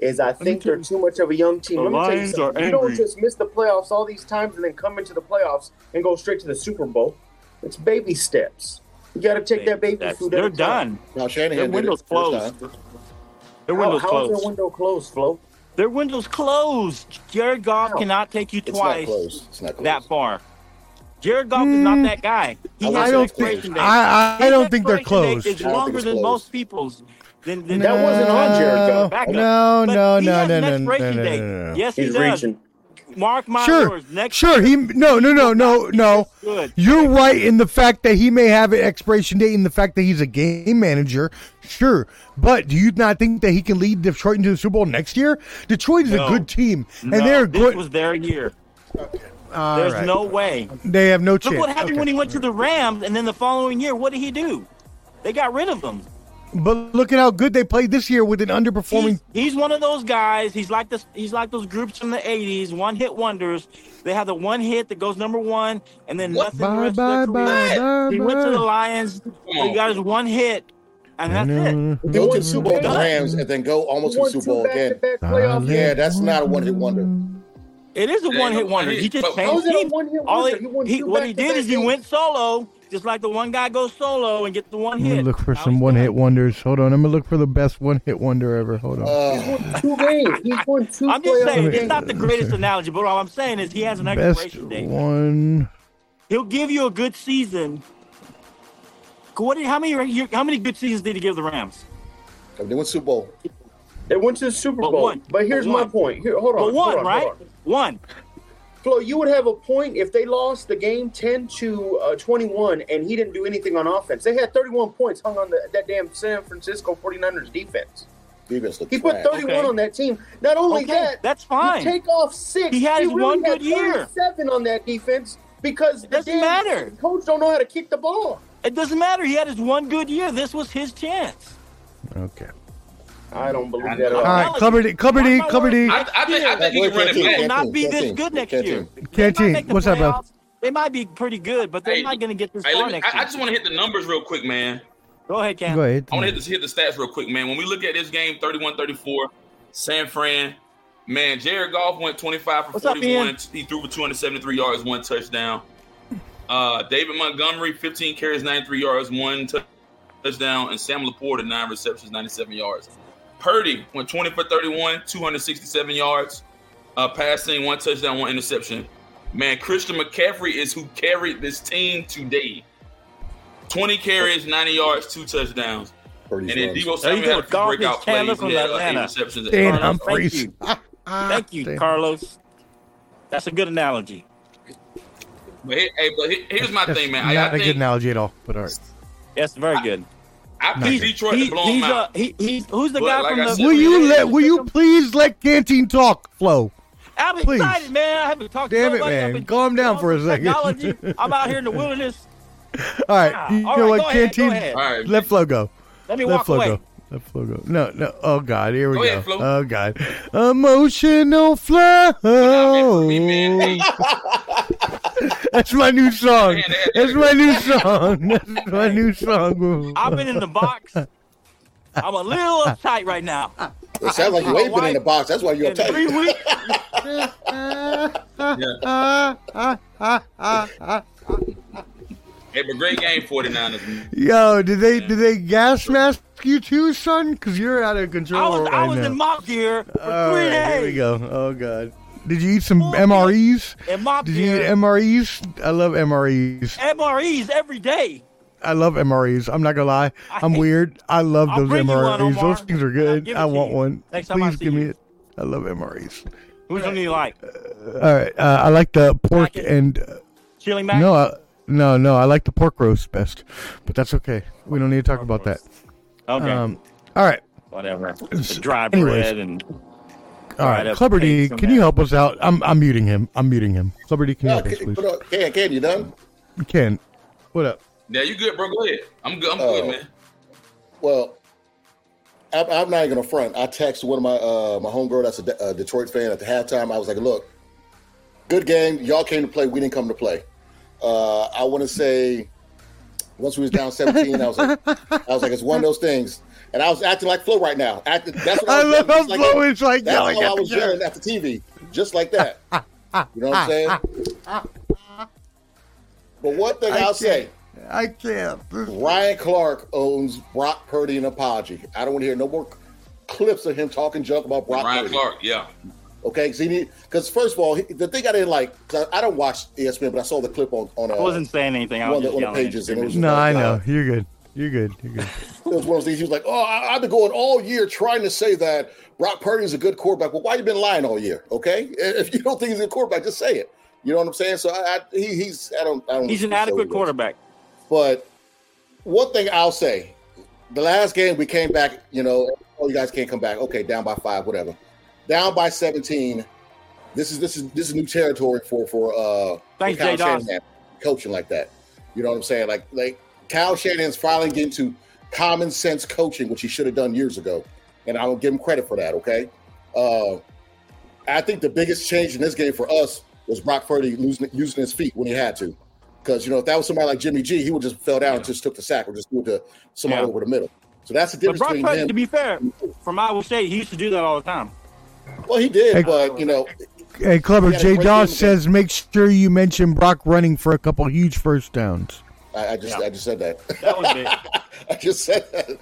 Speaker 5: is I think they're too much of a young team.
Speaker 8: The
Speaker 5: Let me tell you
Speaker 8: Lions
Speaker 5: something.
Speaker 8: are
Speaker 5: You don't
Speaker 8: angry.
Speaker 5: just miss the playoffs all these times and then come into the playoffs and go straight to the Super Bowl. It's baby steps. You got to take that baby
Speaker 6: That's-
Speaker 5: food. at
Speaker 6: they're
Speaker 5: a time.
Speaker 6: done.
Speaker 7: Now
Speaker 6: Their
Speaker 7: Shanahan did
Speaker 6: window's
Speaker 7: it first
Speaker 6: closed.
Speaker 7: time.
Speaker 6: Their
Speaker 5: Oh, How,
Speaker 6: window's
Speaker 5: how is
Speaker 6: closed.
Speaker 5: their window closed, Flo?
Speaker 6: Their window's closed. Jared Goff
Speaker 5: How?
Speaker 6: cannot take you
Speaker 7: It's not
Speaker 6: twice
Speaker 7: close. It's not close.
Speaker 6: that far. Jared Goff is not that guy. He
Speaker 7: I
Speaker 6: has
Speaker 7: don't
Speaker 6: an
Speaker 7: think-
Speaker 6: expiration date.
Speaker 1: Mm. I, I, I
Speaker 6: His
Speaker 1: don't think they're
Speaker 6: expiration
Speaker 1: closed.
Speaker 6: date Is
Speaker 7: I don't think
Speaker 6: longer
Speaker 7: it's
Speaker 6: than
Speaker 7: closed.
Speaker 6: most people's. Than, than
Speaker 5: That wasn't on Jared Goff.
Speaker 6: Back up.
Speaker 1: No,
Speaker 6: But
Speaker 1: no,
Speaker 6: he
Speaker 1: no,
Speaker 6: has
Speaker 1: no,
Speaker 6: an
Speaker 1: no, no, no,
Speaker 6: expiration
Speaker 1: no,
Speaker 6: date.
Speaker 1: no, no.
Speaker 6: Yes, he
Speaker 5: He's
Speaker 6: does.
Speaker 5: reaching.
Speaker 6: Mark my
Speaker 1: Sure,
Speaker 6: words. Next
Speaker 1: sure. He no, no, no, no, no.
Speaker 6: Good.
Speaker 1: You're right in the fact that he may have an expiration date, and the fact that he's a game manager. Sure, but do you not think that he can lead Detroit into the Super Bowl next year? Detroit is
Speaker 6: No.
Speaker 1: a good team, and
Speaker 6: no,
Speaker 1: they're
Speaker 6: this
Speaker 1: good.
Speaker 6: was their year.
Speaker 1: All
Speaker 6: There's
Speaker 1: right.
Speaker 6: no way.
Speaker 1: They have no chance.
Speaker 6: Look what happened
Speaker 1: Okay.
Speaker 6: when he went to the Rams, and then the following year, what did he do? They got rid of him.
Speaker 1: But look at how good they played this year with an underperforming.
Speaker 6: He's, he's one of those guys. He's like this. He's like those groups from the '80s, one hit wonders. They have the one hit that goes number one, and then nothing. the
Speaker 1: Bye,
Speaker 6: rest
Speaker 1: bye,
Speaker 6: of their career.
Speaker 1: bye, bye,
Speaker 6: he went to
Speaker 1: bye.
Speaker 6: the Lions. He got his one hit, and that's it.
Speaker 7: Go to the Super Bowl with the
Speaker 6: Done.
Speaker 7: Rams and then go almost to the
Speaker 5: Won
Speaker 7: Super
Speaker 5: two
Speaker 7: Bowl again.
Speaker 5: back-to-back playoff
Speaker 7: Yeah, that's not a one-hit wonder.
Speaker 6: It is a
Speaker 3: Yeah,
Speaker 6: one hit
Speaker 3: no,
Speaker 6: wonder.
Speaker 3: I-
Speaker 6: He
Speaker 3: but-
Speaker 6: just
Speaker 5: How is
Speaker 6: changed
Speaker 5: it a
Speaker 6: teams.
Speaker 5: one-hit
Speaker 6: All
Speaker 5: wonder?
Speaker 6: he,
Speaker 5: He won
Speaker 6: he-
Speaker 5: two
Speaker 6: what he did
Speaker 5: back-to-back
Speaker 6: is he
Speaker 5: games.
Speaker 6: went solo, just like the one guy goes solo and gets the one
Speaker 1: I'm gonna
Speaker 6: hit.
Speaker 1: look for
Speaker 6: Now
Speaker 1: some
Speaker 6: he's
Speaker 1: one
Speaker 6: done.
Speaker 1: hit wonders. Hold on, I'm gonna look for the best one hit wonder ever. Hold on.
Speaker 7: Uh,
Speaker 5: two games. He's won two
Speaker 6: I'm just
Speaker 5: playoff
Speaker 6: saying it's
Speaker 5: games.
Speaker 6: not the greatest analogy, but all I'm saying is he has an
Speaker 1: best
Speaker 6: expiration date.
Speaker 1: one.
Speaker 6: He'll give you a good season. What? did- How many? you- How many good seasons did he give the Rams?
Speaker 7: they went Super Bowl.
Speaker 5: They went to the Super
Speaker 6: But
Speaker 5: Bowl.
Speaker 6: one.
Speaker 5: But here's
Speaker 6: But
Speaker 5: my
Speaker 6: one.
Speaker 5: point. Here, hold on.
Speaker 6: But one,
Speaker 5: hold on,
Speaker 6: right?
Speaker 5: hold on.
Speaker 6: One.
Speaker 5: Flo, you would have a point if they lost the game 10 to uh, 21 and he didn't do anything on offense. They had 31 points hung on the, that damn San Francisco 49ers defense.
Speaker 7: Defense looked
Speaker 5: He put
Speaker 7: trash.
Speaker 5: 31
Speaker 6: Okay.
Speaker 5: on that team. Not only
Speaker 6: Okay,
Speaker 5: that,
Speaker 6: that's fine.
Speaker 5: You take off six.
Speaker 6: He had his
Speaker 5: really
Speaker 6: one
Speaker 5: had
Speaker 6: good year.
Speaker 5: Seven on that defense because the
Speaker 6: doesn't
Speaker 5: damn
Speaker 6: matter.
Speaker 5: Coach don't know how to kick the ball.
Speaker 6: It doesn't matter. He had his one good year. This was his chance.
Speaker 1: Okay.
Speaker 5: I don't believe that at
Speaker 1: All
Speaker 5: all.
Speaker 1: right, Cubberdy, Cubberdy,
Speaker 6: Mark my
Speaker 1: Cubberdy.
Speaker 3: I, I think I think he can run it back.
Speaker 6: Will not be
Speaker 7: Canteen,
Speaker 6: this good next
Speaker 7: canteen.
Speaker 6: year. They might
Speaker 1: Canteen,
Speaker 6: make the
Speaker 1: what's up, bro?
Speaker 6: playoffs. They might be pretty good, but they're
Speaker 3: Hey,
Speaker 6: not going to get this
Speaker 3: Hey,
Speaker 6: far
Speaker 3: let me,
Speaker 6: next
Speaker 3: I, I
Speaker 6: year.
Speaker 3: just want to hit the numbers real quick, man.
Speaker 6: Go ahead, Cam.
Speaker 1: Go ahead.
Speaker 3: I want to hit, the- hit the stats real quick, man. When we look at this game, 31-34, San Fran, man, Jared Goff went 25 for
Speaker 6: What's up,
Speaker 3: 41.
Speaker 6: Ian?
Speaker 3: he threw for 273 yards, one touchdown. Uh, David Montgomery, 15 carries, 93 yards, one tou- touchdown. And Sam Laporta, nine receptions, 97 yards. Purdy went 20 for 31, 267 yards, uh, passing, one touchdown, one interception. Man, Christian McCaffrey is who carried this team today. 20 carries, 90 yards, two touchdowns.
Speaker 7: Purdy's
Speaker 3: And then
Speaker 7: runs.
Speaker 3: Debo
Speaker 8: There Oh, you
Speaker 3: Samuel had
Speaker 8: go,
Speaker 3: a few
Speaker 8: garbage
Speaker 3: breakout
Speaker 8: Taylor
Speaker 3: plays.
Speaker 8: from
Speaker 3: and He had uh, eight
Speaker 8: Atlanta.
Speaker 3: receptions.
Speaker 1: Dan
Speaker 3: Carlos,
Speaker 1: Humphries.
Speaker 8: Thank you.
Speaker 1: Ah,
Speaker 8: Thank you,
Speaker 1: damn.
Speaker 8: Carlos. That's a good analogy.
Speaker 3: But, he- hey, but he- here's my
Speaker 1: That's
Speaker 3: thing, man. I,
Speaker 1: Not
Speaker 3: I
Speaker 1: a good
Speaker 3: think
Speaker 1: analogy at all. But all right.
Speaker 8: That's very good.
Speaker 3: I
Speaker 1: Not
Speaker 3: picked
Speaker 1: good.
Speaker 3: Detroit
Speaker 8: He-
Speaker 3: to blow him
Speaker 8: he's,
Speaker 3: out.
Speaker 8: uh, he- he's- who's the
Speaker 3: But
Speaker 8: guy
Speaker 3: like
Speaker 8: from
Speaker 3: I
Speaker 8: the?
Speaker 3: said-
Speaker 1: Will you let? Will you please let Canteen talk flow?
Speaker 8: I'm
Speaker 1: please.
Speaker 8: excited, man. I haven't talked. to
Speaker 1: Damn it,
Speaker 8: nobody. I've
Speaker 1: man.
Speaker 8: been
Speaker 1: Calm down
Speaker 8: on
Speaker 1: for a second.
Speaker 8: Technology. I'm out here in the wilderness.
Speaker 1: All right.
Speaker 8: Ah,
Speaker 1: you
Speaker 8: all
Speaker 1: know
Speaker 8: right,
Speaker 1: what?
Speaker 8: go ahead,
Speaker 1: Canteen.
Speaker 8: go ahead.
Speaker 3: All right.
Speaker 1: Let flow go.
Speaker 8: Let me
Speaker 1: Let
Speaker 8: walk
Speaker 1: flow
Speaker 8: away.
Speaker 1: go. Let flow go. No, no. Oh God, here we
Speaker 3: Go
Speaker 1: go.
Speaker 3: ahead, Flo.
Speaker 1: Oh God, emotional flow.
Speaker 3: man, me, man, hey.
Speaker 1: That's my new song.
Speaker 3: Man, that-
Speaker 1: That's my new song. That's my new song.
Speaker 8: I've been in the box. I'm a little uptight right now.
Speaker 7: It sounds like you
Speaker 8: My
Speaker 7: ain't been in the
Speaker 8: wife-
Speaker 7: box. That's why you're
Speaker 8: In three
Speaker 7: tight.
Speaker 8: weeks,
Speaker 3: Hey, but great game, 49ers. man.
Speaker 1: Yo, did they did they gas mask you too, son? Because you're out of control
Speaker 8: I was
Speaker 1: right
Speaker 8: I was
Speaker 1: now.
Speaker 8: in mop gear for
Speaker 1: All
Speaker 8: three
Speaker 1: right, here we
Speaker 8: days.
Speaker 1: go. Oh God, did you eat some
Speaker 8: Oh,
Speaker 1: MREs?
Speaker 8: In mop
Speaker 1: Did you eat
Speaker 8: gear,
Speaker 1: MREs? I love MREs.
Speaker 8: MREs every day.
Speaker 1: I love MREs. I'm not gonna lie.
Speaker 8: I
Speaker 1: I'm
Speaker 8: hate-
Speaker 1: weird. I love
Speaker 8: I'll
Speaker 1: those
Speaker 8: bring you one,
Speaker 1: MREs.
Speaker 8: Omar,
Speaker 1: Those things are
Speaker 8: and I'll
Speaker 1: good.
Speaker 8: give it
Speaker 1: I
Speaker 8: to
Speaker 1: want
Speaker 8: you
Speaker 1: one.
Speaker 8: next time I
Speaker 1: Please
Speaker 8: see
Speaker 1: give me
Speaker 8: you.
Speaker 1: it. I love MREs.
Speaker 8: Which one do you like?
Speaker 1: All right, uh, I like the pork
Speaker 8: Mac-
Speaker 1: and uh,
Speaker 8: Chili Mac?
Speaker 1: no, I, no, no. I like the pork roast best, but that's okay. We don't need to talk about that.
Speaker 8: Okay.
Speaker 1: Um, all right.
Speaker 8: Whatever. Dry
Speaker 1: anyways.
Speaker 8: bread and
Speaker 1: All right,
Speaker 8: Alright,
Speaker 1: Clubber D,
Speaker 8: okay, so
Speaker 1: can
Speaker 8: now-
Speaker 1: you help us out? I'm I'm muting him. I'm muting him. Clubber D, can you
Speaker 7: No,
Speaker 1: help us,
Speaker 7: can,
Speaker 1: please?
Speaker 7: put on- can, can you done?
Speaker 1: You can. What up?
Speaker 3: Yeah, you good, bro? Go ahead. I'm good. I'm
Speaker 5: Uh,
Speaker 7: Oh.
Speaker 3: good, man.
Speaker 7: Well, I'm, I'm not even gonna front. I texted one of my uh, my homegirl that's a, De- a Detroit fan at the halftime. I was like, "Look, good game. Y'all came to play. We didn't come to play." Uh, I want to say once we was down 17, I was like, I was like, it's one of those things. And I was acting like Flo right now. Acting, that's what I,
Speaker 1: I
Speaker 7: was
Speaker 1: love
Speaker 7: doing,
Speaker 1: how
Speaker 7: just
Speaker 1: Flo is like
Speaker 7: That's
Speaker 1: yelling
Speaker 7: how I
Speaker 1: at
Speaker 7: was
Speaker 1: the
Speaker 7: yelling at the TV, just like that. You know what I'm saying? But one thing
Speaker 1: I
Speaker 7: I'll
Speaker 1: can't.
Speaker 7: say.
Speaker 1: I can't.
Speaker 7: Ryan Clark owns Brock Purdy an apology. I don't want to hear no more clips of him talking junk about Brock
Speaker 3: Ryan
Speaker 7: Purdy.
Speaker 3: Clark, yeah.
Speaker 7: Okay, because first of all, he, the thing I didn't like, 'cause I don't watch E ESPN, but I saw the clip on on uh,
Speaker 8: I wasn't saying anything. I
Speaker 7: one
Speaker 8: was
Speaker 7: of the-
Speaker 8: just
Speaker 7: one of
Speaker 8: yelling.
Speaker 7: the pages, and it was
Speaker 1: No, I know.
Speaker 7: Uh,
Speaker 1: You're good. You're good. You're good.
Speaker 7: it was one of those things. He was like, "Oh, I, I've been going all year trying to say that Brock Purdy is a good quarterback. Well, why you been lying all year? Okay, if you don't think he's a good quarterback, just say it. You know what I'm saying? So I, I he, he's I don't I don't
Speaker 8: He's an
Speaker 7: so
Speaker 8: adequate
Speaker 7: he was.
Speaker 8: quarterback.
Speaker 7: But one thing I'll say, the last game we came back, you know, oh, you guys can't come back. Okay, down by five, whatever. Down by seventeen. This is this is this is new territory for for uh
Speaker 8: Thanks,
Speaker 7: for Kyle
Speaker 8: Jay Dawson.
Speaker 7: Shanahan coaching like that. You know what I'm saying? Like like Kyle Shanahan's finally getting to common sense coaching, which he should have done years ago, and I will give him credit for that. Okay, uh, I think the biggest change in this game for us was Brock Purdy losing using his feet when he had to. Because you know if that was somebody like Jimmy G, he would just fell down and just took the sack or just threw it to somebody
Speaker 8: Yeah.
Speaker 7: over the middle. So that's the
Speaker 8: But
Speaker 7: difference
Speaker 8: Brock
Speaker 7: between
Speaker 8: Purdy,
Speaker 7: him.
Speaker 8: to be fair, from Iowa State, he used to do that all the time.
Speaker 7: well, he did,
Speaker 1: Hey.
Speaker 7: but you know,
Speaker 1: Hey, Clubber,
Speaker 7: We got a
Speaker 1: J.
Speaker 7: great
Speaker 1: Doss
Speaker 7: game.
Speaker 1: says make sure you mention Brock running for a couple huge first downs.
Speaker 7: I, I just I just said that.
Speaker 8: That was big.
Speaker 7: I just said that.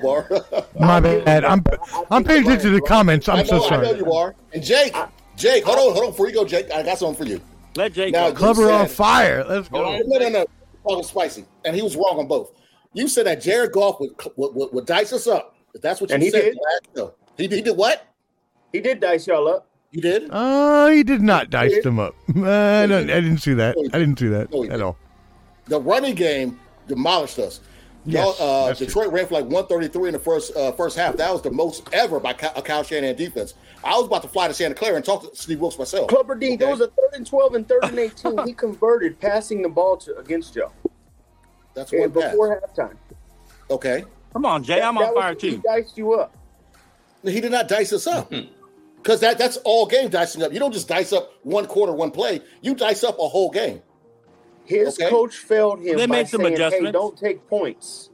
Speaker 7: Hobar.
Speaker 1: My bad. I'm I'm paying attention to the comments.
Speaker 7: I
Speaker 1: I'm
Speaker 7: know,
Speaker 1: so
Speaker 7: I know
Speaker 1: sorry.
Speaker 7: you are. And Jake, Jake, hold on, hold on. Before you go, Jake, I got something for you.
Speaker 8: Let Jake
Speaker 7: Now,
Speaker 8: go.
Speaker 1: Clubber on
Speaker 7: said-
Speaker 1: fire. Let's
Speaker 3: Hold
Speaker 1: go.
Speaker 3: on.
Speaker 7: No, no, no. Wrong and spicy, and he was wrong on both. You said that Jared Goff would would, would, would dice us up. If that's what you
Speaker 5: And he
Speaker 7: said,
Speaker 5: did.
Speaker 7: last show. He, he did what?
Speaker 5: He did dice y'all up.
Speaker 7: You did?
Speaker 1: Oh, he did not dice them up. I don't. I didn't see that. I didn't see that
Speaker 7: No, he
Speaker 1: at all.
Speaker 7: The running game demolished us.
Speaker 1: Yes,
Speaker 7: Y'all, uh,
Speaker 1: that's true.
Speaker 7: Detroit ran for like 133 in the first uh, first half. That was the most ever by Ky- a Kyle Shanahan defense. I was about to fly to Santa Clara and talk to Steve Wilkes myself.
Speaker 5: Clubber D,
Speaker 7: Okay.
Speaker 5: there was a third and twelve and third and eighteen. he converted passing the ball to against y'all.
Speaker 7: That's one
Speaker 5: And
Speaker 7: pass.
Speaker 5: before halftime.
Speaker 7: okay.
Speaker 8: Come on, Jay. I'm
Speaker 5: That
Speaker 8: on
Speaker 5: was-
Speaker 8: fire
Speaker 5: He
Speaker 8: too.
Speaker 5: diced you up.
Speaker 7: He did not dice us up.
Speaker 5: Hmm.
Speaker 7: Because that, that's all game dicing up. You don't just dice up one quarter, one play. You dice up a whole game.
Speaker 5: His
Speaker 7: Okay.
Speaker 5: coach failed him
Speaker 8: They
Speaker 5: by
Speaker 8: made some
Speaker 5: saying, "Hey,
Speaker 8: adjustments.
Speaker 5: don't take points."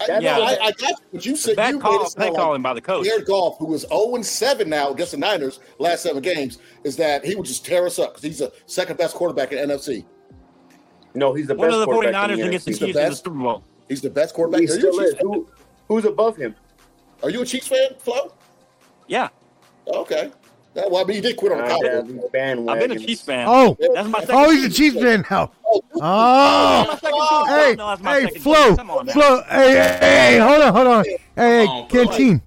Speaker 7: I,
Speaker 5: That's
Speaker 7: yeah,
Speaker 8: what-
Speaker 7: I, I got you, but you said you
Speaker 8: Bad
Speaker 7: made
Speaker 8: call,
Speaker 7: it sound
Speaker 8: play calling by the coach.
Speaker 7: Jared Goff, who is 0 7 now against the Niners last seven games, is that he would just tear us up because he's the second best quarterback in NFC.
Speaker 5: No, he's the
Speaker 8: One
Speaker 5: best
Speaker 8: of the
Speaker 5: quarterback
Speaker 8: 49ers
Speaker 5: in the
Speaker 8: against the
Speaker 5: NFC.
Speaker 7: He's the
Speaker 8: Chiefs in the
Speaker 7: best.
Speaker 8: Super Bowl.
Speaker 7: He's the best quarterback.
Speaker 5: He
Speaker 7: Are you,
Speaker 5: still
Speaker 7: a
Speaker 5: is.
Speaker 7: Chiefs,
Speaker 5: Who, who's above him?
Speaker 7: are you a Chiefs fan, Flo?
Speaker 8: Yeah.
Speaker 7: Okay. That- well, I mean, you did quit on the
Speaker 5: Uh,
Speaker 7: Cowboys.
Speaker 5: bandwagon.
Speaker 8: I've been a Chiefs fan.
Speaker 1: Oh,
Speaker 8: That's my second
Speaker 1: oh, he's a
Speaker 8: team.
Speaker 1: Chiefs fan now. Oh,
Speaker 6: Oh,
Speaker 1: hey,
Speaker 6: no, that's my
Speaker 1: hey,
Speaker 6: second
Speaker 1: Flo,
Speaker 6: choice. Come on, man.
Speaker 1: Flo, hey, hey, hey, hey, hold on, hold on, hey, hey,
Speaker 3: on, Flo.
Speaker 1: canteen,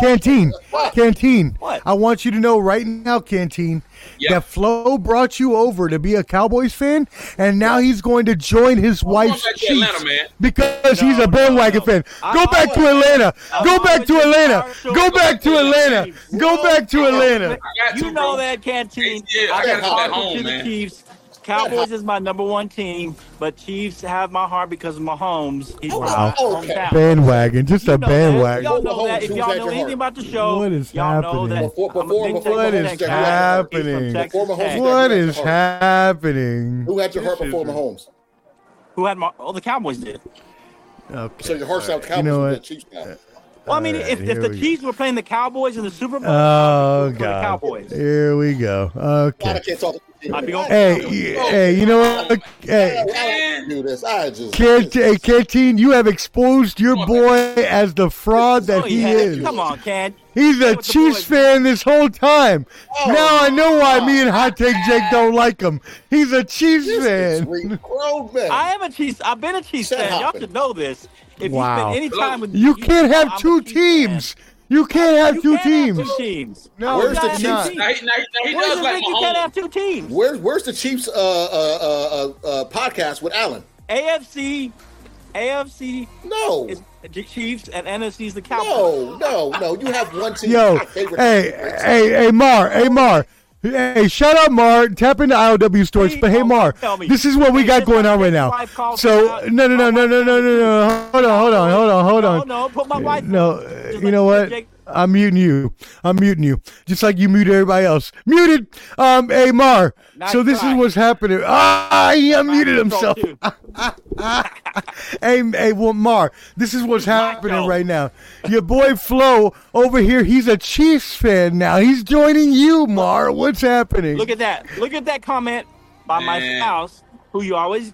Speaker 1: canteen, canteen.
Speaker 6: What?
Speaker 1: I want you to know right now, canteen,
Speaker 3: Yeah.
Speaker 1: that Flo brought you over to be a Cowboys fan, and now he's going to join his
Speaker 3: going
Speaker 1: wife's
Speaker 3: back to
Speaker 1: Chiefs
Speaker 3: Atlanta, man.
Speaker 1: because he's
Speaker 6: No,
Speaker 1: a
Speaker 6: no,
Speaker 1: bandwagon
Speaker 6: no.
Speaker 1: fan.
Speaker 6: I-
Speaker 1: Go
Speaker 6: I
Speaker 1: back to
Speaker 6: was-
Speaker 1: Atlanta.
Speaker 6: I
Speaker 1: Go
Speaker 6: was
Speaker 1: back to
Speaker 6: just
Speaker 1: Atlanta.
Speaker 6: partial
Speaker 1: Go
Speaker 6: to
Speaker 1: back to
Speaker 6: the
Speaker 1: Atlanta.
Speaker 6: Chiefs.
Speaker 1: Go back to Atlanta.
Speaker 3: I got
Speaker 6: you
Speaker 3: to,
Speaker 6: know
Speaker 3: bro.
Speaker 6: that canteen.
Speaker 3: Yeah, I
Speaker 6: got
Speaker 7: gotta come
Speaker 6: heart
Speaker 3: home,
Speaker 6: to the
Speaker 3: man.
Speaker 6: Chiefs. Cowboys is my number one team, but Chiefs have my heart because of Mahomes. He's
Speaker 1: Wow.
Speaker 6: my
Speaker 7: Okay.
Speaker 6: hometown.
Speaker 1: Bandwagon, just
Speaker 6: You
Speaker 1: a
Speaker 6: know that.
Speaker 1: bandwagon.
Speaker 6: Y'all know that. If
Speaker 7: Mahomes,
Speaker 6: y'all know
Speaker 7: who's at your
Speaker 6: anything
Speaker 7: heart?
Speaker 6: about the show,
Speaker 1: What is
Speaker 6: y'all know
Speaker 1: happening?
Speaker 6: that.
Speaker 7: Before-
Speaker 6: I'm a
Speaker 7: before-
Speaker 6: big
Speaker 7: before
Speaker 6: Texas
Speaker 1: Mahomes got
Speaker 6: fan. He's from
Speaker 1: hurt.
Speaker 6: Texas
Speaker 7: Before Mahomes
Speaker 6: Tech.
Speaker 7: got
Speaker 1: What is happening?
Speaker 7: Who had your heart
Speaker 1: This is
Speaker 7: before Mahomes?
Speaker 6: Who had my? Oh, the Cowboys did.
Speaker 1: Okay.
Speaker 7: So your heart's out the
Speaker 1: You
Speaker 7: Cowboys
Speaker 1: know
Speaker 7: with the
Speaker 1: what?
Speaker 7: Chiefs now.
Speaker 6: Well, I mean,
Speaker 1: All right,
Speaker 6: if, if
Speaker 1: Uh, here
Speaker 6: the
Speaker 1: we go.
Speaker 6: Chiefs were playing the Cowboys in the Super Bowl,
Speaker 1: Oh
Speaker 6: for the
Speaker 1: god.
Speaker 6: Cowboys.
Speaker 1: Here we go.
Speaker 7: God, I
Speaker 1: Okay.
Speaker 7: can't talk to
Speaker 6: I'd be
Speaker 7: you.
Speaker 6: going.
Speaker 1: Hey, y- hey, you know what? Hey,
Speaker 7: I don't do this. I just
Speaker 1: Cant- hey, Canteen, you have exposed your boy as the fraud that
Speaker 6: Oh,
Speaker 1: he
Speaker 6: yeah.
Speaker 1: is.
Speaker 6: Come on, Ken.
Speaker 1: He's
Speaker 6: Play
Speaker 1: a
Speaker 6: with the
Speaker 1: Chiefs
Speaker 6: boys. Oh,
Speaker 1: fan this whole time. Now I know why me and Hot Take Jake don't like him. He's a Chiefs
Speaker 7: this is
Speaker 1: fan.
Speaker 7: re- grown man.
Speaker 6: I am a Chiefs. I've been a Chiefs
Speaker 7: Shut
Speaker 6: fan.
Speaker 7: up.
Speaker 6: Y'all should know this. If
Speaker 1: Wow.
Speaker 6: you spend any time with
Speaker 1: You can't
Speaker 6: I'm
Speaker 1: have
Speaker 6: a
Speaker 1: two
Speaker 6: Chiefs fan.
Speaker 1: teams. You can't have
Speaker 6: You
Speaker 1: two
Speaker 6: can't
Speaker 1: teams.
Speaker 6: Have two teams.
Speaker 1: No,
Speaker 6: I
Speaker 1: Where's
Speaker 6: was
Speaker 1: the
Speaker 6: not a
Speaker 1: Chiefs?
Speaker 6: team.
Speaker 3: Now he, now he, now he
Speaker 6: Where
Speaker 3: does
Speaker 6: does it
Speaker 3: like
Speaker 6: think you can't
Speaker 3: Mahomes.
Speaker 6: have two teams?
Speaker 7: Where's where's the Chiefs uh, uh, uh, uh, podcast with Allen?
Speaker 6: AFC, AFC
Speaker 7: No,
Speaker 6: is the Chiefs and NFC is the Cowboys.
Speaker 7: no, no, no. You have one team.
Speaker 1: Yo,
Speaker 7: My favorite
Speaker 1: hey, hey, hey, Mar, hey, Mar. Hey, shout out Mar. Tap into IOW stores.
Speaker 6: Please
Speaker 1: But hey,
Speaker 6: don't
Speaker 1: Mar,
Speaker 6: tell me.
Speaker 1: this is what we
Speaker 6: Hey,
Speaker 1: got
Speaker 6: this
Speaker 1: going
Speaker 6: is
Speaker 1: on right
Speaker 6: my
Speaker 1: now.
Speaker 6: wife called
Speaker 1: So,
Speaker 6: out.
Speaker 1: no, no, no,
Speaker 6: My
Speaker 1: no,
Speaker 6: wife
Speaker 1: no, no, no, no. Hold on, hold on, hold on, hold
Speaker 6: No,
Speaker 1: on.
Speaker 6: no, put my wife.
Speaker 1: No,
Speaker 6: Just
Speaker 1: uh,
Speaker 6: like
Speaker 1: you know what?
Speaker 6: Jake-
Speaker 1: I'm muting you. I'm muting you. Just like you mute everybody else. Muted. Um, hey, Mar.
Speaker 6: Nice
Speaker 1: so this
Speaker 6: try.
Speaker 1: is what's happening. Ah, he unmuted
Speaker 6: Mind control,
Speaker 1: himself.
Speaker 6: too.
Speaker 1: Hey, hey, well, Mar, this is what's happening
Speaker 6: Michael.
Speaker 1: right now. Your boy Flo over here, he's a Chiefs fan now. He's joining you, Mar. What's happening?
Speaker 6: Look at that. Look at that comment by my
Speaker 3: Man.
Speaker 6: spouse, who you always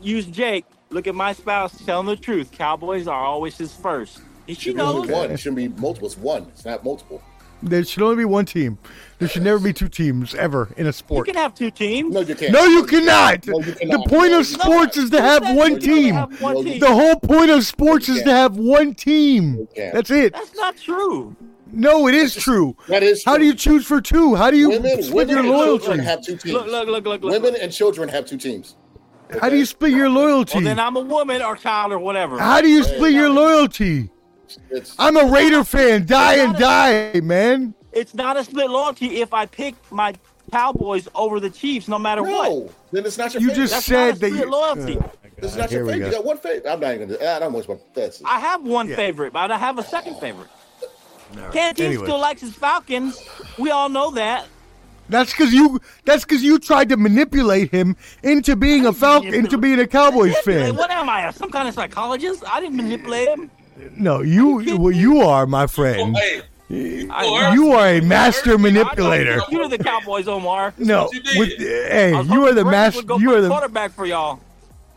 Speaker 6: use Jake. Look at my spouse telling the truth. Cowboys are always his first. And she
Speaker 7: Should be only
Speaker 6: knows.
Speaker 7: one. It shouldn't be multiple. It's one. It's not multiple.
Speaker 1: there should only be one team. There should never be two teams ever in a
Speaker 6: You
Speaker 1: sport.
Speaker 6: can have two teams.
Speaker 7: No, you can't.
Speaker 1: No, you cannot.
Speaker 7: No, you
Speaker 1: The
Speaker 7: cannot.
Speaker 1: point
Speaker 7: No,
Speaker 1: of
Speaker 7: you
Speaker 1: sports
Speaker 7: cannot.
Speaker 1: is to
Speaker 6: Who
Speaker 1: have
Speaker 6: said
Speaker 1: one
Speaker 6: you can
Speaker 1: team.
Speaker 6: have one
Speaker 7: No, you
Speaker 6: team?
Speaker 1: The whole point of sports is to have one team.
Speaker 7: can't.
Speaker 1: That's it.
Speaker 6: That's not true.
Speaker 1: No, it is true.
Speaker 7: That is.
Speaker 1: How do
Speaker 7: true.
Speaker 1: you choose for two? How do you
Speaker 7: women?
Speaker 1: split
Speaker 7: Women
Speaker 1: your
Speaker 7: and children
Speaker 1: loyalty?
Speaker 7: have two teams.
Speaker 6: Look, look, look, look, look.
Speaker 7: Women and children have two teams.
Speaker 1: How do you split your loyalty?
Speaker 6: Well, then I'm a woman or child or whatever.
Speaker 1: How do you split your loyalty?
Speaker 7: It's
Speaker 1: I'm a Raider fan. Die and die, man.
Speaker 6: It's not a split loyalty if I pick my Cowboys over the Chiefs, no matter what.
Speaker 7: no. Then it's not your.
Speaker 1: You
Speaker 7: favorite.
Speaker 1: just
Speaker 6: That's
Speaker 1: said
Speaker 6: not a
Speaker 1: that
Speaker 6: split
Speaker 1: you. uh,
Speaker 6: loyalty.
Speaker 7: This is not
Speaker 1: Here
Speaker 7: your
Speaker 1: we
Speaker 7: favorite.
Speaker 1: go.
Speaker 7: You got one favorite. I'm not even gonna. I don't want to. That's.
Speaker 6: I have one
Speaker 1: Yeah.
Speaker 6: favorite, but I have a second favorite. Canteen
Speaker 1: Anyway.
Speaker 6: still likes his Falcons. We all know that.
Speaker 1: That's because you. That's because you tried to manipulate him into being a Falcon, into being a Cowboys
Speaker 6: Like,
Speaker 1: fan.
Speaker 6: what am I? Some kind of psychologist? I didn't manipulate him.
Speaker 1: No, you. Well, you are my friend.
Speaker 3: Hey,
Speaker 6: I-
Speaker 1: You are a master
Speaker 6: I
Speaker 1: manipulator.
Speaker 6: thought You were the Cowboys, Omar.
Speaker 1: No, with, eh,
Speaker 6: I
Speaker 1: hey,
Speaker 6: was
Speaker 1: you
Speaker 6: hoping
Speaker 1: are the
Speaker 6: Brady
Speaker 1: master.
Speaker 6: would go
Speaker 1: You
Speaker 6: play
Speaker 1: are the.
Speaker 6: quarterback for y'all.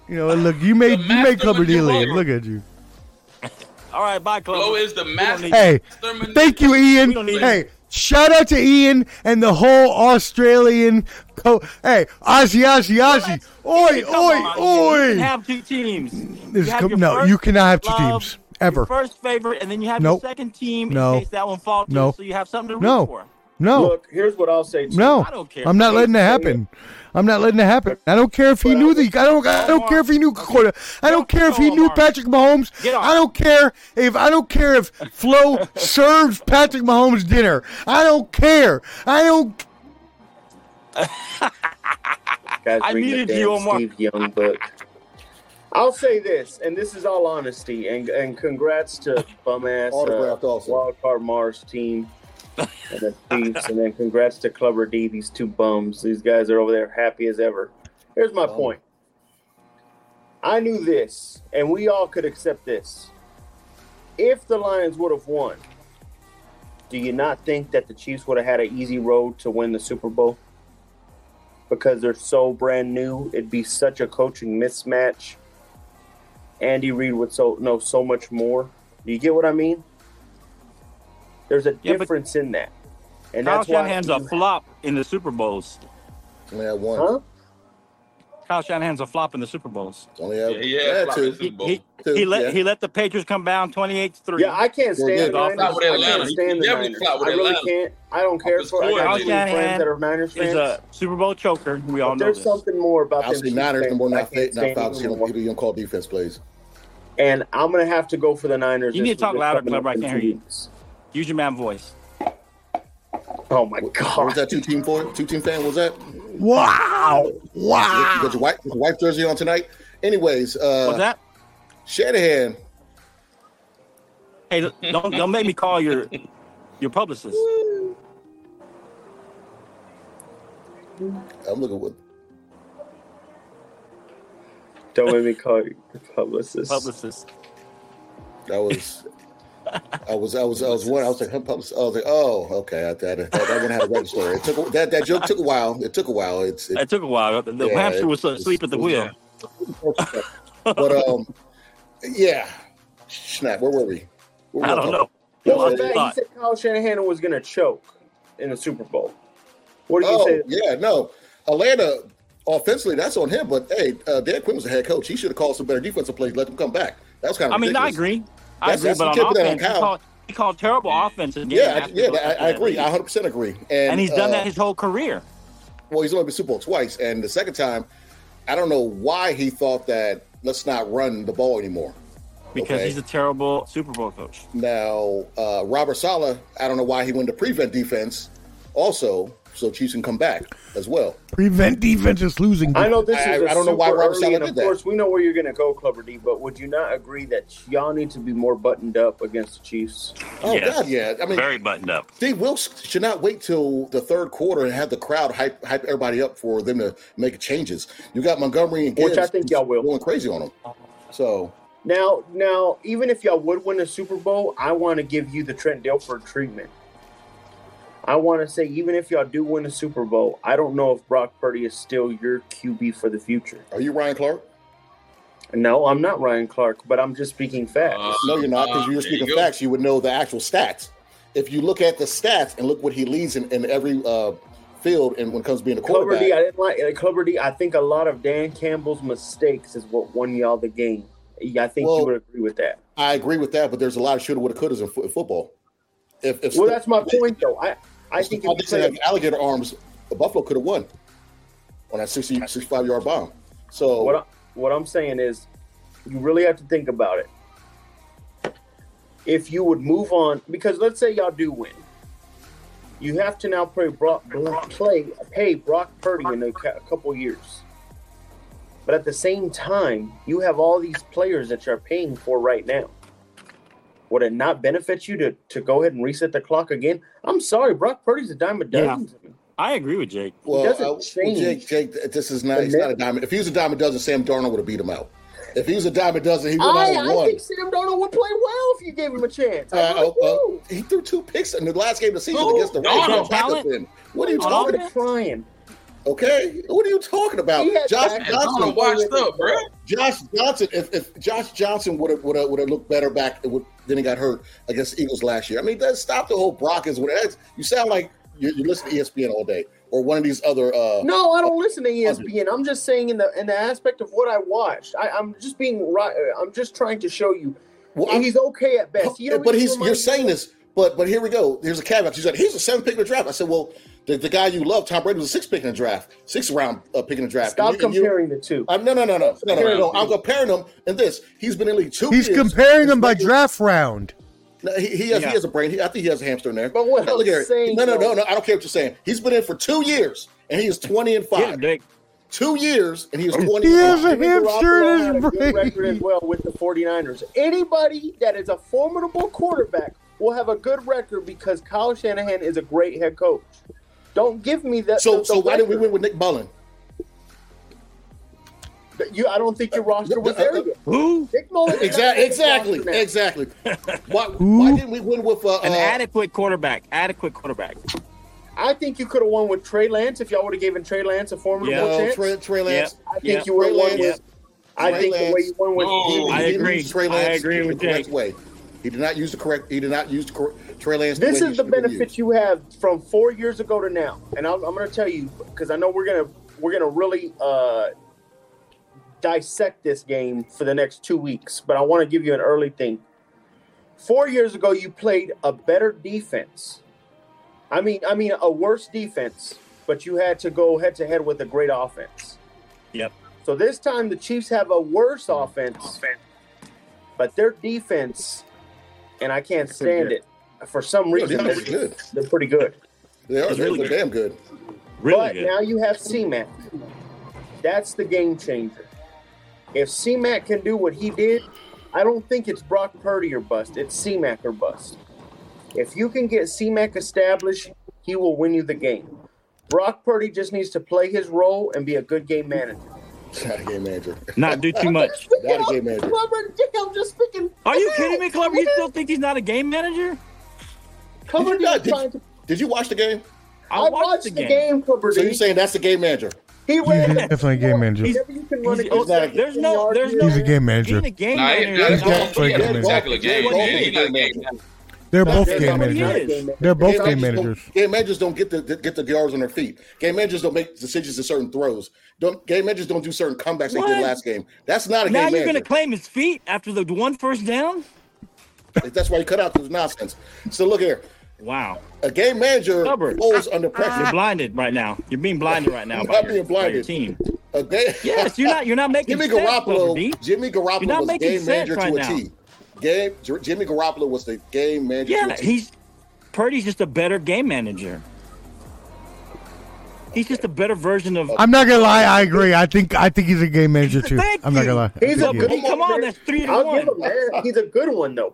Speaker 1: You know, look, you made you made
Speaker 3: master
Speaker 1: Clubber D leave.
Speaker 3: manipulator.
Speaker 1: Look at you.
Speaker 6: All right, bye, Club.
Speaker 3: Flo is the master.
Speaker 6: need-
Speaker 1: Hey,
Speaker 3: master
Speaker 1: Thank you,
Speaker 6: We don't
Speaker 1: Ian.
Speaker 6: need
Speaker 1: Hey, shout out to Ian and the whole Australian. Co- hey, Ozzy, Ozzy, Ozzy. Oi,
Speaker 6: You can
Speaker 1: oi, oi.
Speaker 6: have two teams.
Speaker 1: This
Speaker 6: You
Speaker 1: is
Speaker 6: have
Speaker 1: com-
Speaker 6: your
Speaker 1: no,
Speaker 6: first
Speaker 1: you cannot have two
Speaker 6: love,
Speaker 1: teams
Speaker 6: your
Speaker 1: ever.
Speaker 6: first favorite, and then you have
Speaker 1: Nope.
Speaker 6: your second team
Speaker 1: No.
Speaker 6: in case that one falters,
Speaker 1: No.
Speaker 6: so you have something to root
Speaker 1: No.
Speaker 6: for.
Speaker 1: No,
Speaker 5: Look, here's what I'll say. To
Speaker 1: no.
Speaker 6: I don't care.
Speaker 1: I'm not letting that happen. I'm not letting that happen. I don't care if he knew the. I don't. I don't care if he knew Corda. I don't care if he knew Patrick Mahomes.
Speaker 6: Get off.
Speaker 1: I don't care if I don't care if Flo serves Patrick Mahomes dinner. I don't care. I don't
Speaker 5: Guys,
Speaker 6: I
Speaker 5: reading
Speaker 6: needed
Speaker 5: a damn
Speaker 6: you, Omar.
Speaker 5: Steve Young book. I'll say this, and this is all honesty, and and congrats to bum ass uh,
Speaker 7: Autographed also.
Speaker 5: wild card Mars team and the Chiefs, and then congrats to Clubber D. These two bums. These guys are over there happy as ever. Here's my point. I knew this, and we all could accept this. If the Lions would have won, do you not think that the Chiefs would have had an easy road to win the Super Bowl? Because they're so brand new, it'd be such a coaching mismatch. Andy Reid would so know so much more. Do you get what I mean? There's a
Speaker 6: Yeah, but-
Speaker 5: difference in that, and
Speaker 6: Kyle
Speaker 5: that's why
Speaker 6: Shanahan's a flop in the Super Bowls.
Speaker 7: I mean, I won.
Speaker 5: Huh?
Speaker 8: Kyle Shanahan's a flop in the Super Bowls.
Speaker 7: Only had,
Speaker 3: Yeah, he had
Speaker 7: had
Speaker 3: flop in
Speaker 7: two.
Speaker 3: the Super
Speaker 8: He,
Speaker 3: Bowl.
Speaker 8: he,
Speaker 7: Two,
Speaker 8: he let
Speaker 7: yeah.
Speaker 8: he let the Patriots come down 28 3.
Speaker 5: Yeah, I can't stand
Speaker 7: yeah,
Speaker 5: the
Speaker 7: Goff
Speaker 5: Niners.
Speaker 3: not with
Speaker 5: I
Speaker 3: Atlanta.
Speaker 5: can't
Speaker 3: He
Speaker 5: stand the
Speaker 3: definitely
Speaker 5: Niners.
Speaker 3: not with
Speaker 5: I really
Speaker 3: Atlanta.
Speaker 5: can't. I don't care
Speaker 3: It's
Speaker 5: for it. I
Speaker 3: Kyle
Speaker 5: got too many
Speaker 8: Shanahan
Speaker 5: friends that are Niners
Speaker 8: is
Speaker 5: fans.
Speaker 8: a Super Bowl choker. We all
Speaker 5: but
Speaker 8: know
Speaker 5: there's
Speaker 8: this.
Speaker 5: something more about
Speaker 7: I'll
Speaker 5: them.
Speaker 7: see
Speaker 5: Chiefs
Speaker 7: Niners
Speaker 5: fans
Speaker 7: number
Speaker 5: I
Speaker 7: not
Speaker 5: can't
Speaker 7: not
Speaker 5: stand
Speaker 7: Falcons. You
Speaker 5: anymore.
Speaker 7: don't you don't call defense plays.
Speaker 5: And I'm gonna have to go for the Niners.
Speaker 8: You need
Speaker 5: this
Speaker 8: to talk
Speaker 5: week.
Speaker 8: louder,
Speaker 5: It's coming
Speaker 8: Club,
Speaker 5: up
Speaker 8: I
Speaker 5: in
Speaker 8: can't
Speaker 5: two
Speaker 8: hear you.
Speaker 5: weeks.
Speaker 8: Use your man voice.
Speaker 5: Oh my
Speaker 7: What was
Speaker 5: god!
Speaker 7: that two team for? Two team fan? What Was that?
Speaker 1: Wow.
Speaker 7: You
Speaker 1: Wow.
Speaker 7: got your white, your white jersey on tonight. Anyways, uh,
Speaker 8: What's that?
Speaker 7: Shanahan.
Speaker 8: Hey, don't don't make me call your your publicist.
Speaker 7: I'm looking with
Speaker 5: Don't make me call you publicist.
Speaker 8: Publicist.
Speaker 7: that was. I was I was I was one I was like huh, public I was like oh okay I, that, that, that one had a better story it took that that joke took a while it took a while it's it,
Speaker 8: It took a while. The- The
Speaker 7: Yeah,
Speaker 8: hamster was
Speaker 7: it's-
Speaker 8: asleep at the
Speaker 7: it's-
Speaker 8: wheel.
Speaker 7: but um yeah snap where were we Where were
Speaker 8: I
Speaker 7: we
Speaker 8: don't
Speaker 7: talking?
Speaker 8: know.
Speaker 5: What was
Speaker 7: Yeah.
Speaker 8: Lost his
Speaker 5: that? You
Speaker 8: thought.
Speaker 5: said Kyle Shanahan was gonna choke in the Super Bowl. What do you
Speaker 7: Oh
Speaker 5: say?
Speaker 7: yeah, no, Atlanta offensively that's on him. But hey, uh, Dan Quinn was the head coach. He should have called some better defensive plays. Let them come back. That was kind of.
Speaker 8: I mean, I
Speaker 7: ridiculous.
Speaker 8: agree. I
Speaker 7: That's-
Speaker 8: agree,
Speaker 7: that's the
Speaker 8: but
Speaker 7: tip
Speaker 8: on
Speaker 7: of that on
Speaker 8: offense, he
Speaker 7: Kyle.
Speaker 8: called, he called terrible offense. in the game
Speaker 7: Yeah,
Speaker 8: after
Speaker 7: yeah,
Speaker 8: the-
Speaker 7: I, I agree. I 100 percent agree. And,
Speaker 8: And he's done
Speaker 7: uh,
Speaker 8: that his whole career.
Speaker 7: Well, he's only been Super Bowl twice, and the second time, I don't know why he thought that. Let's not run the ball anymore.
Speaker 8: because
Speaker 7: Okay.
Speaker 8: he's a terrible Super Bowl coach.
Speaker 7: Now, uh, Robert Sala, I don't know why he went to prevent defense, also, so Chiefs can come back as well.
Speaker 1: Prevent defenses losing.
Speaker 5: I know this is.
Speaker 7: I-
Speaker 5: I
Speaker 7: I don't know why Robert
Speaker 5: early,
Speaker 7: Saleh
Speaker 5: and
Speaker 7: did
Speaker 5: Of
Speaker 7: that.
Speaker 5: course, we know where you're gonna go, Clubber D. But would you not agree that y'all need to be more buttoned up against the Chiefs?
Speaker 7: Oh
Speaker 8: Yes.
Speaker 7: God, yeah. I mean,
Speaker 8: Very buttoned up.
Speaker 7: Steve Wilkes should not wait till the third quarter and have the crowd hype, hype everybody up for them to make changes. You got Montgomery and
Speaker 5: Which
Speaker 7: Gibbs
Speaker 5: I think y'all will.
Speaker 7: going crazy on them. So
Speaker 5: Now, now, even if y'all would win the Super Bowl, I want to give you the Trent Dilfer treatment. I want to say, even if y'all do win the Super Bowl, I don't know if Brock Purdy is still your QB for the future.
Speaker 7: are you Ryan Clark?
Speaker 5: No, I'm not Ryan Clark, but I'm just speaking facts.
Speaker 3: Uh,
Speaker 7: No, you're not because
Speaker 3: uh,
Speaker 7: you're
Speaker 3: there you
Speaker 7: speaking
Speaker 3: go.
Speaker 7: facts. You would know the actual stats. If you look at the stats and look what he leads in, in every uh, field and when it comes to being a
Speaker 5: Clubber
Speaker 7: quarterback,
Speaker 5: D, I didn't like uh, Clubber D. I think a lot of Dan Campbell's mistakes is what won y'all the game. Yeah, I think
Speaker 7: Well-
Speaker 5: you would agree with that.
Speaker 7: I agree with that, but there's a lot of shoulda, woulda, couldas in, fo- in football. If, if
Speaker 5: Well, that's my point, though. I, I
Speaker 7: if
Speaker 5: think
Speaker 7: Stephon
Speaker 5: it's
Speaker 7: Dixon had alligator arms, Buffalo could have won on that 60, 65 yard bomb. So
Speaker 5: What I, what I'm saying is, you really have to think about it. If you would move on, because let's say y'all do win, you have to now play Brock, play pay Brock Purdy in a, cou- couple years. But at the same time, you have all these players that you're paying for right now. Would it not benefit you to, to go ahead and reset the clock again? I'm sorry, Brock Purdy's a dime a dozen. to me.
Speaker 8: I agree with Jake.
Speaker 7: Well,
Speaker 5: doesn't
Speaker 7: I- well,
Speaker 5: change.
Speaker 7: Jake, Jake, th- this is not.
Speaker 5: The
Speaker 7: He's
Speaker 5: net-
Speaker 7: not a diamond. If he was a diamond dozen, Sam Darnold would have beat him out. If he was a diamond dozen, he would
Speaker 5: I,
Speaker 7: have
Speaker 5: I
Speaker 7: won.
Speaker 5: think Sam Darnold would play well if you gave him a chance. I
Speaker 7: Uh,
Speaker 5: really
Speaker 7: uh, uh,
Speaker 5: do.
Speaker 7: he threw two picks in the last game of the season
Speaker 3: Who?
Speaker 7: against the
Speaker 3: Darnold.
Speaker 7: Ravens. Backup in. What are you
Speaker 8: Darnold.
Speaker 7: talking?
Speaker 5: I'm trying.
Speaker 7: Okay, what are you talking about?
Speaker 5: He had
Speaker 7: Josh
Speaker 5: back-
Speaker 3: Donald
Speaker 7: Johnson.
Speaker 3: washed up, bro.
Speaker 7: Josh Johnson. If, if Josh Johnson would have would have, would have looked better back would- then he got hurt against the Eagles last year. I mean, that stop the whole Brock is what that's- You sound like you, you listen to E ESPN all day or one of these other. Uh,
Speaker 5: No, I don't listen to E ESPN. I'm just saying in the in the aspect of what I watched. I, I'm just being right. I'm just trying to show you
Speaker 7: well, I'm-
Speaker 5: he's okay at best. You know,
Speaker 7: but he's you're saying this, but but here we go. Here's a caveat. You said he's a seventh pick in the draft. I said, well, the, the guy you love, Tom Brady, was a sixth pick in the draft, sixth round uh, pick in the draft.
Speaker 5: Stop
Speaker 7: And you- and you-
Speaker 5: comparing the two.
Speaker 7: I'm, no, no, no, no, no, no, no, no.
Speaker 3: Comparing.
Speaker 7: I'm comparing him in this. He's been in the league two.
Speaker 1: He's
Speaker 7: years.
Speaker 1: comparing them by
Speaker 7: He's-
Speaker 1: draft round.
Speaker 7: No, he, he has
Speaker 8: Yeah.
Speaker 7: he has a brain. He, I think he has a hamster in there.
Speaker 5: But what
Speaker 7: Now,
Speaker 5: I'm
Speaker 7: it.
Speaker 5: saying,
Speaker 7: no, no, no,
Speaker 5: though-
Speaker 7: no. I don't care what you're saying. He's been in for two years, and he is 20 and
Speaker 8: Get
Speaker 7: five.
Speaker 8: him, Jake.
Speaker 7: Two years, and he is 20.
Speaker 1: He
Speaker 7: and
Speaker 1: has a
Speaker 7: five.
Speaker 5: Jimmy Garoppolo had
Speaker 1: hamster
Speaker 5: a
Speaker 1: in
Speaker 5: good
Speaker 1: his
Speaker 5: record as
Speaker 1: brain.
Speaker 5: well with the 49ers. Anybody that is a formidable quarterback will have a good record because Kyle Shanahan is a great head coach. Don't give me that.
Speaker 7: So,
Speaker 5: the- the
Speaker 7: so why did we
Speaker 5: record.
Speaker 7: win with Nick Mullen?
Speaker 5: You, I don't think your roster was there yet.
Speaker 8: Who?
Speaker 5: Nick Mullins-
Speaker 7: Exactly, exactly,
Speaker 5: Roster now.
Speaker 7: exactly. Why,
Speaker 1: Who?
Speaker 7: why didn't we win with uh,
Speaker 8: An
Speaker 7: uh,
Speaker 8: adequate quarterback. Adequate quarterback.
Speaker 5: I think you could have won with Trey Lance if y'all would have given Trey Lance a formidable
Speaker 8: Yeah.
Speaker 7: Well,
Speaker 5: chance.
Speaker 7: Trey, Trey Lance.
Speaker 5: I think
Speaker 8: Yeah.
Speaker 5: you would have
Speaker 7: Trey
Speaker 5: won with.
Speaker 7: Lance.
Speaker 5: I
Speaker 7: Trey
Speaker 5: think the way
Speaker 7: Lance.
Speaker 5: you won was.
Speaker 3: No.
Speaker 7: He
Speaker 8: I
Speaker 7: didn't
Speaker 8: agree.
Speaker 7: use Trey
Speaker 8: I
Speaker 7: Lance
Speaker 8: agree
Speaker 7: the
Speaker 8: with
Speaker 7: correct
Speaker 8: Jake.
Speaker 7: way. He did not use the correct. He did not use the correct. Trey Lance.
Speaker 5: This
Speaker 7: way he
Speaker 5: is the
Speaker 7: should have been
Speaker 5: benefit
Speaker 7: used.
Speaker 5: you have from four years ago to now, and I'm, I'm going to tell you because I know we're gonna we're gonna really uh, dissect this game for the next two weeks, but I want to give you an early thing. Four years ago, you played a better defense. I mean, I mean a worse defense, but you had to go head to head with a great offense.
Speaker 6: Yep.
Speaker 5: So this time, the Chiefs have a worse offense, but their defense, and I can't stand it for some
Speaker 7: No,
Speaker 5: reason.
Speaker 7: they're
Speaker 5: They're,
Speaker 7: pretty good.
Speaker 5: they're pretty good.
Speaker 7: They are
Speaker 6: It's
Speaker 7: they're
Speaker 6: really good.
Speaker 7: damn good.
Speaker 6: Really
Speaker 5: but
Speaker 6: good.
Speaker 5: now you have CMAC. That's the game changer. If CMAC can do what he did, I don't think it's Brock Purdy or bust. It's CMAC or bust. If you can get CMAC established, he will win you the game. Brock Purdy just needs to play his role and be a good game manager.
Speaker 7: Not a game manager.
Speaker 6: Not do too much.
Speaker 7: Not a game manager.
Speaker 5: Clubber Dick, I'm just speaking.
Speaker 6: Are you kidding me, Clubber? You still think he's not a game manager?
Speaker 7: Did
Speaker 5: Clubber
Speaker 7: you,
Speaker 5: Dick
Speaker 7: not-
Speaker 5: is trying to.
Speaker 7: did, did you watch the game?
Speaker 5: I watched, the game, Clubber
Speaker 7: So
Speaker 5: Dick.
Speaker 7: you're saying that's the game manager?
Speaker 5: he
Speaker 1: He's
Speaker 5: ran.
Speaker 1: definitely a game manager.
Speaker 5: Whenever you can run
Speaker 6: He's-
Speaker 5: a
Speaker 6: oh,
Speaker 5: game,
Speaker 7: not a-
Speaker 6: there's no, there's no.
Speaker 1: He's a game manager.
Speaker 6: Being a game
Speaker 3: Nah, he-
Speaker 6: manager.
Speaker 3: nah,
Speaker 6: is
Speaker 3: that's
Speaker 6: all-
Speaker 1: definitely a game
Speaker 3: that's
Speaker 1: manager.
Speaker 3: exactly a game.
Speaker 7: Golf
Speaker 3: man.
Speaker 7: is
Speaker 3: He's not a game.
Speaker 1: They're both
Speaker 7: That's
Speaker 1: game
Speaker 7: how it
Speaker 1: managers.
Speaker 6: is.
Speaker 1: They're both game
Speaker 7: managers don't-
Speaker 1: managers.
Speaker 7: Game managers don't get the get the yards on their feet. Game managers don't make decisions to certain throws. Don't game managers don't do certain comebacks they
Speaker 6: What?
Speaker 7: did last game. That's not a
Speaker 6: Now
Speaker 7: game
Speaker 6: you're
Speaker 7: manager.
Speaker 6: gonna claim his feet after the one first down?
Speaker 7: That's why you cut out this nonsense. So look here,
Speaker 6: Wow,
Speaker 7: a game manager
Speaker 6: Hubbard.
Speaker 7: holds under
Speaker 6: you're
Speaker 7: pressure.
Speaker 6: blinded right now. You're being blinded right now
Speaker 7: I'm
Speaker 6: by
Speaker 7: not
Speaker 6: your,
Speaker 7: being
Speaker 6: by your
Speaker 7: blinded.
Speaker 6: team.
Speaker 7: A game,
Speaker 6: Yes, you're not. You're not making
Speaker 7: Jimmy
Speaker 6: sense, Clubber
Speaker 7: Garoppolo.
Speaker 6: D.
Speaker 7: Jimmy
Speaker 6: You're
Speaker 7: Garoppolo
Speaker 6: not
Speaker 7: was
Speaker 6: making
Speaker 7: game
Speaker 6: sense
Speaker 7: manager
Speaker 6: right
Speaker 7: to a
Speaker 6: now.
Speaker 7: T. Game Jimmy Garoppolo was the game manager. to a
Speaker 6: Yeah,
Speaker 7: T.
Speaker 6: he's Purdy's just a better game manager. He's just a better version of.
Speaker 1: I'm not gonna lie. I agree. I think I think he's a game manager too.
Speaker 6: Thank
Speaker 1: I'm not gonna lie. I
Speaker 5: He's
Speaker 1: think
Speaker 5: a
Speaker 1: he
Speaker 5: good
Speaker 1: is.
Speaker 6: Hey, come on, that's three to
Speaker 5: I'll
Speaker 6: one.
Speaker 5: give him that. He's a good one though.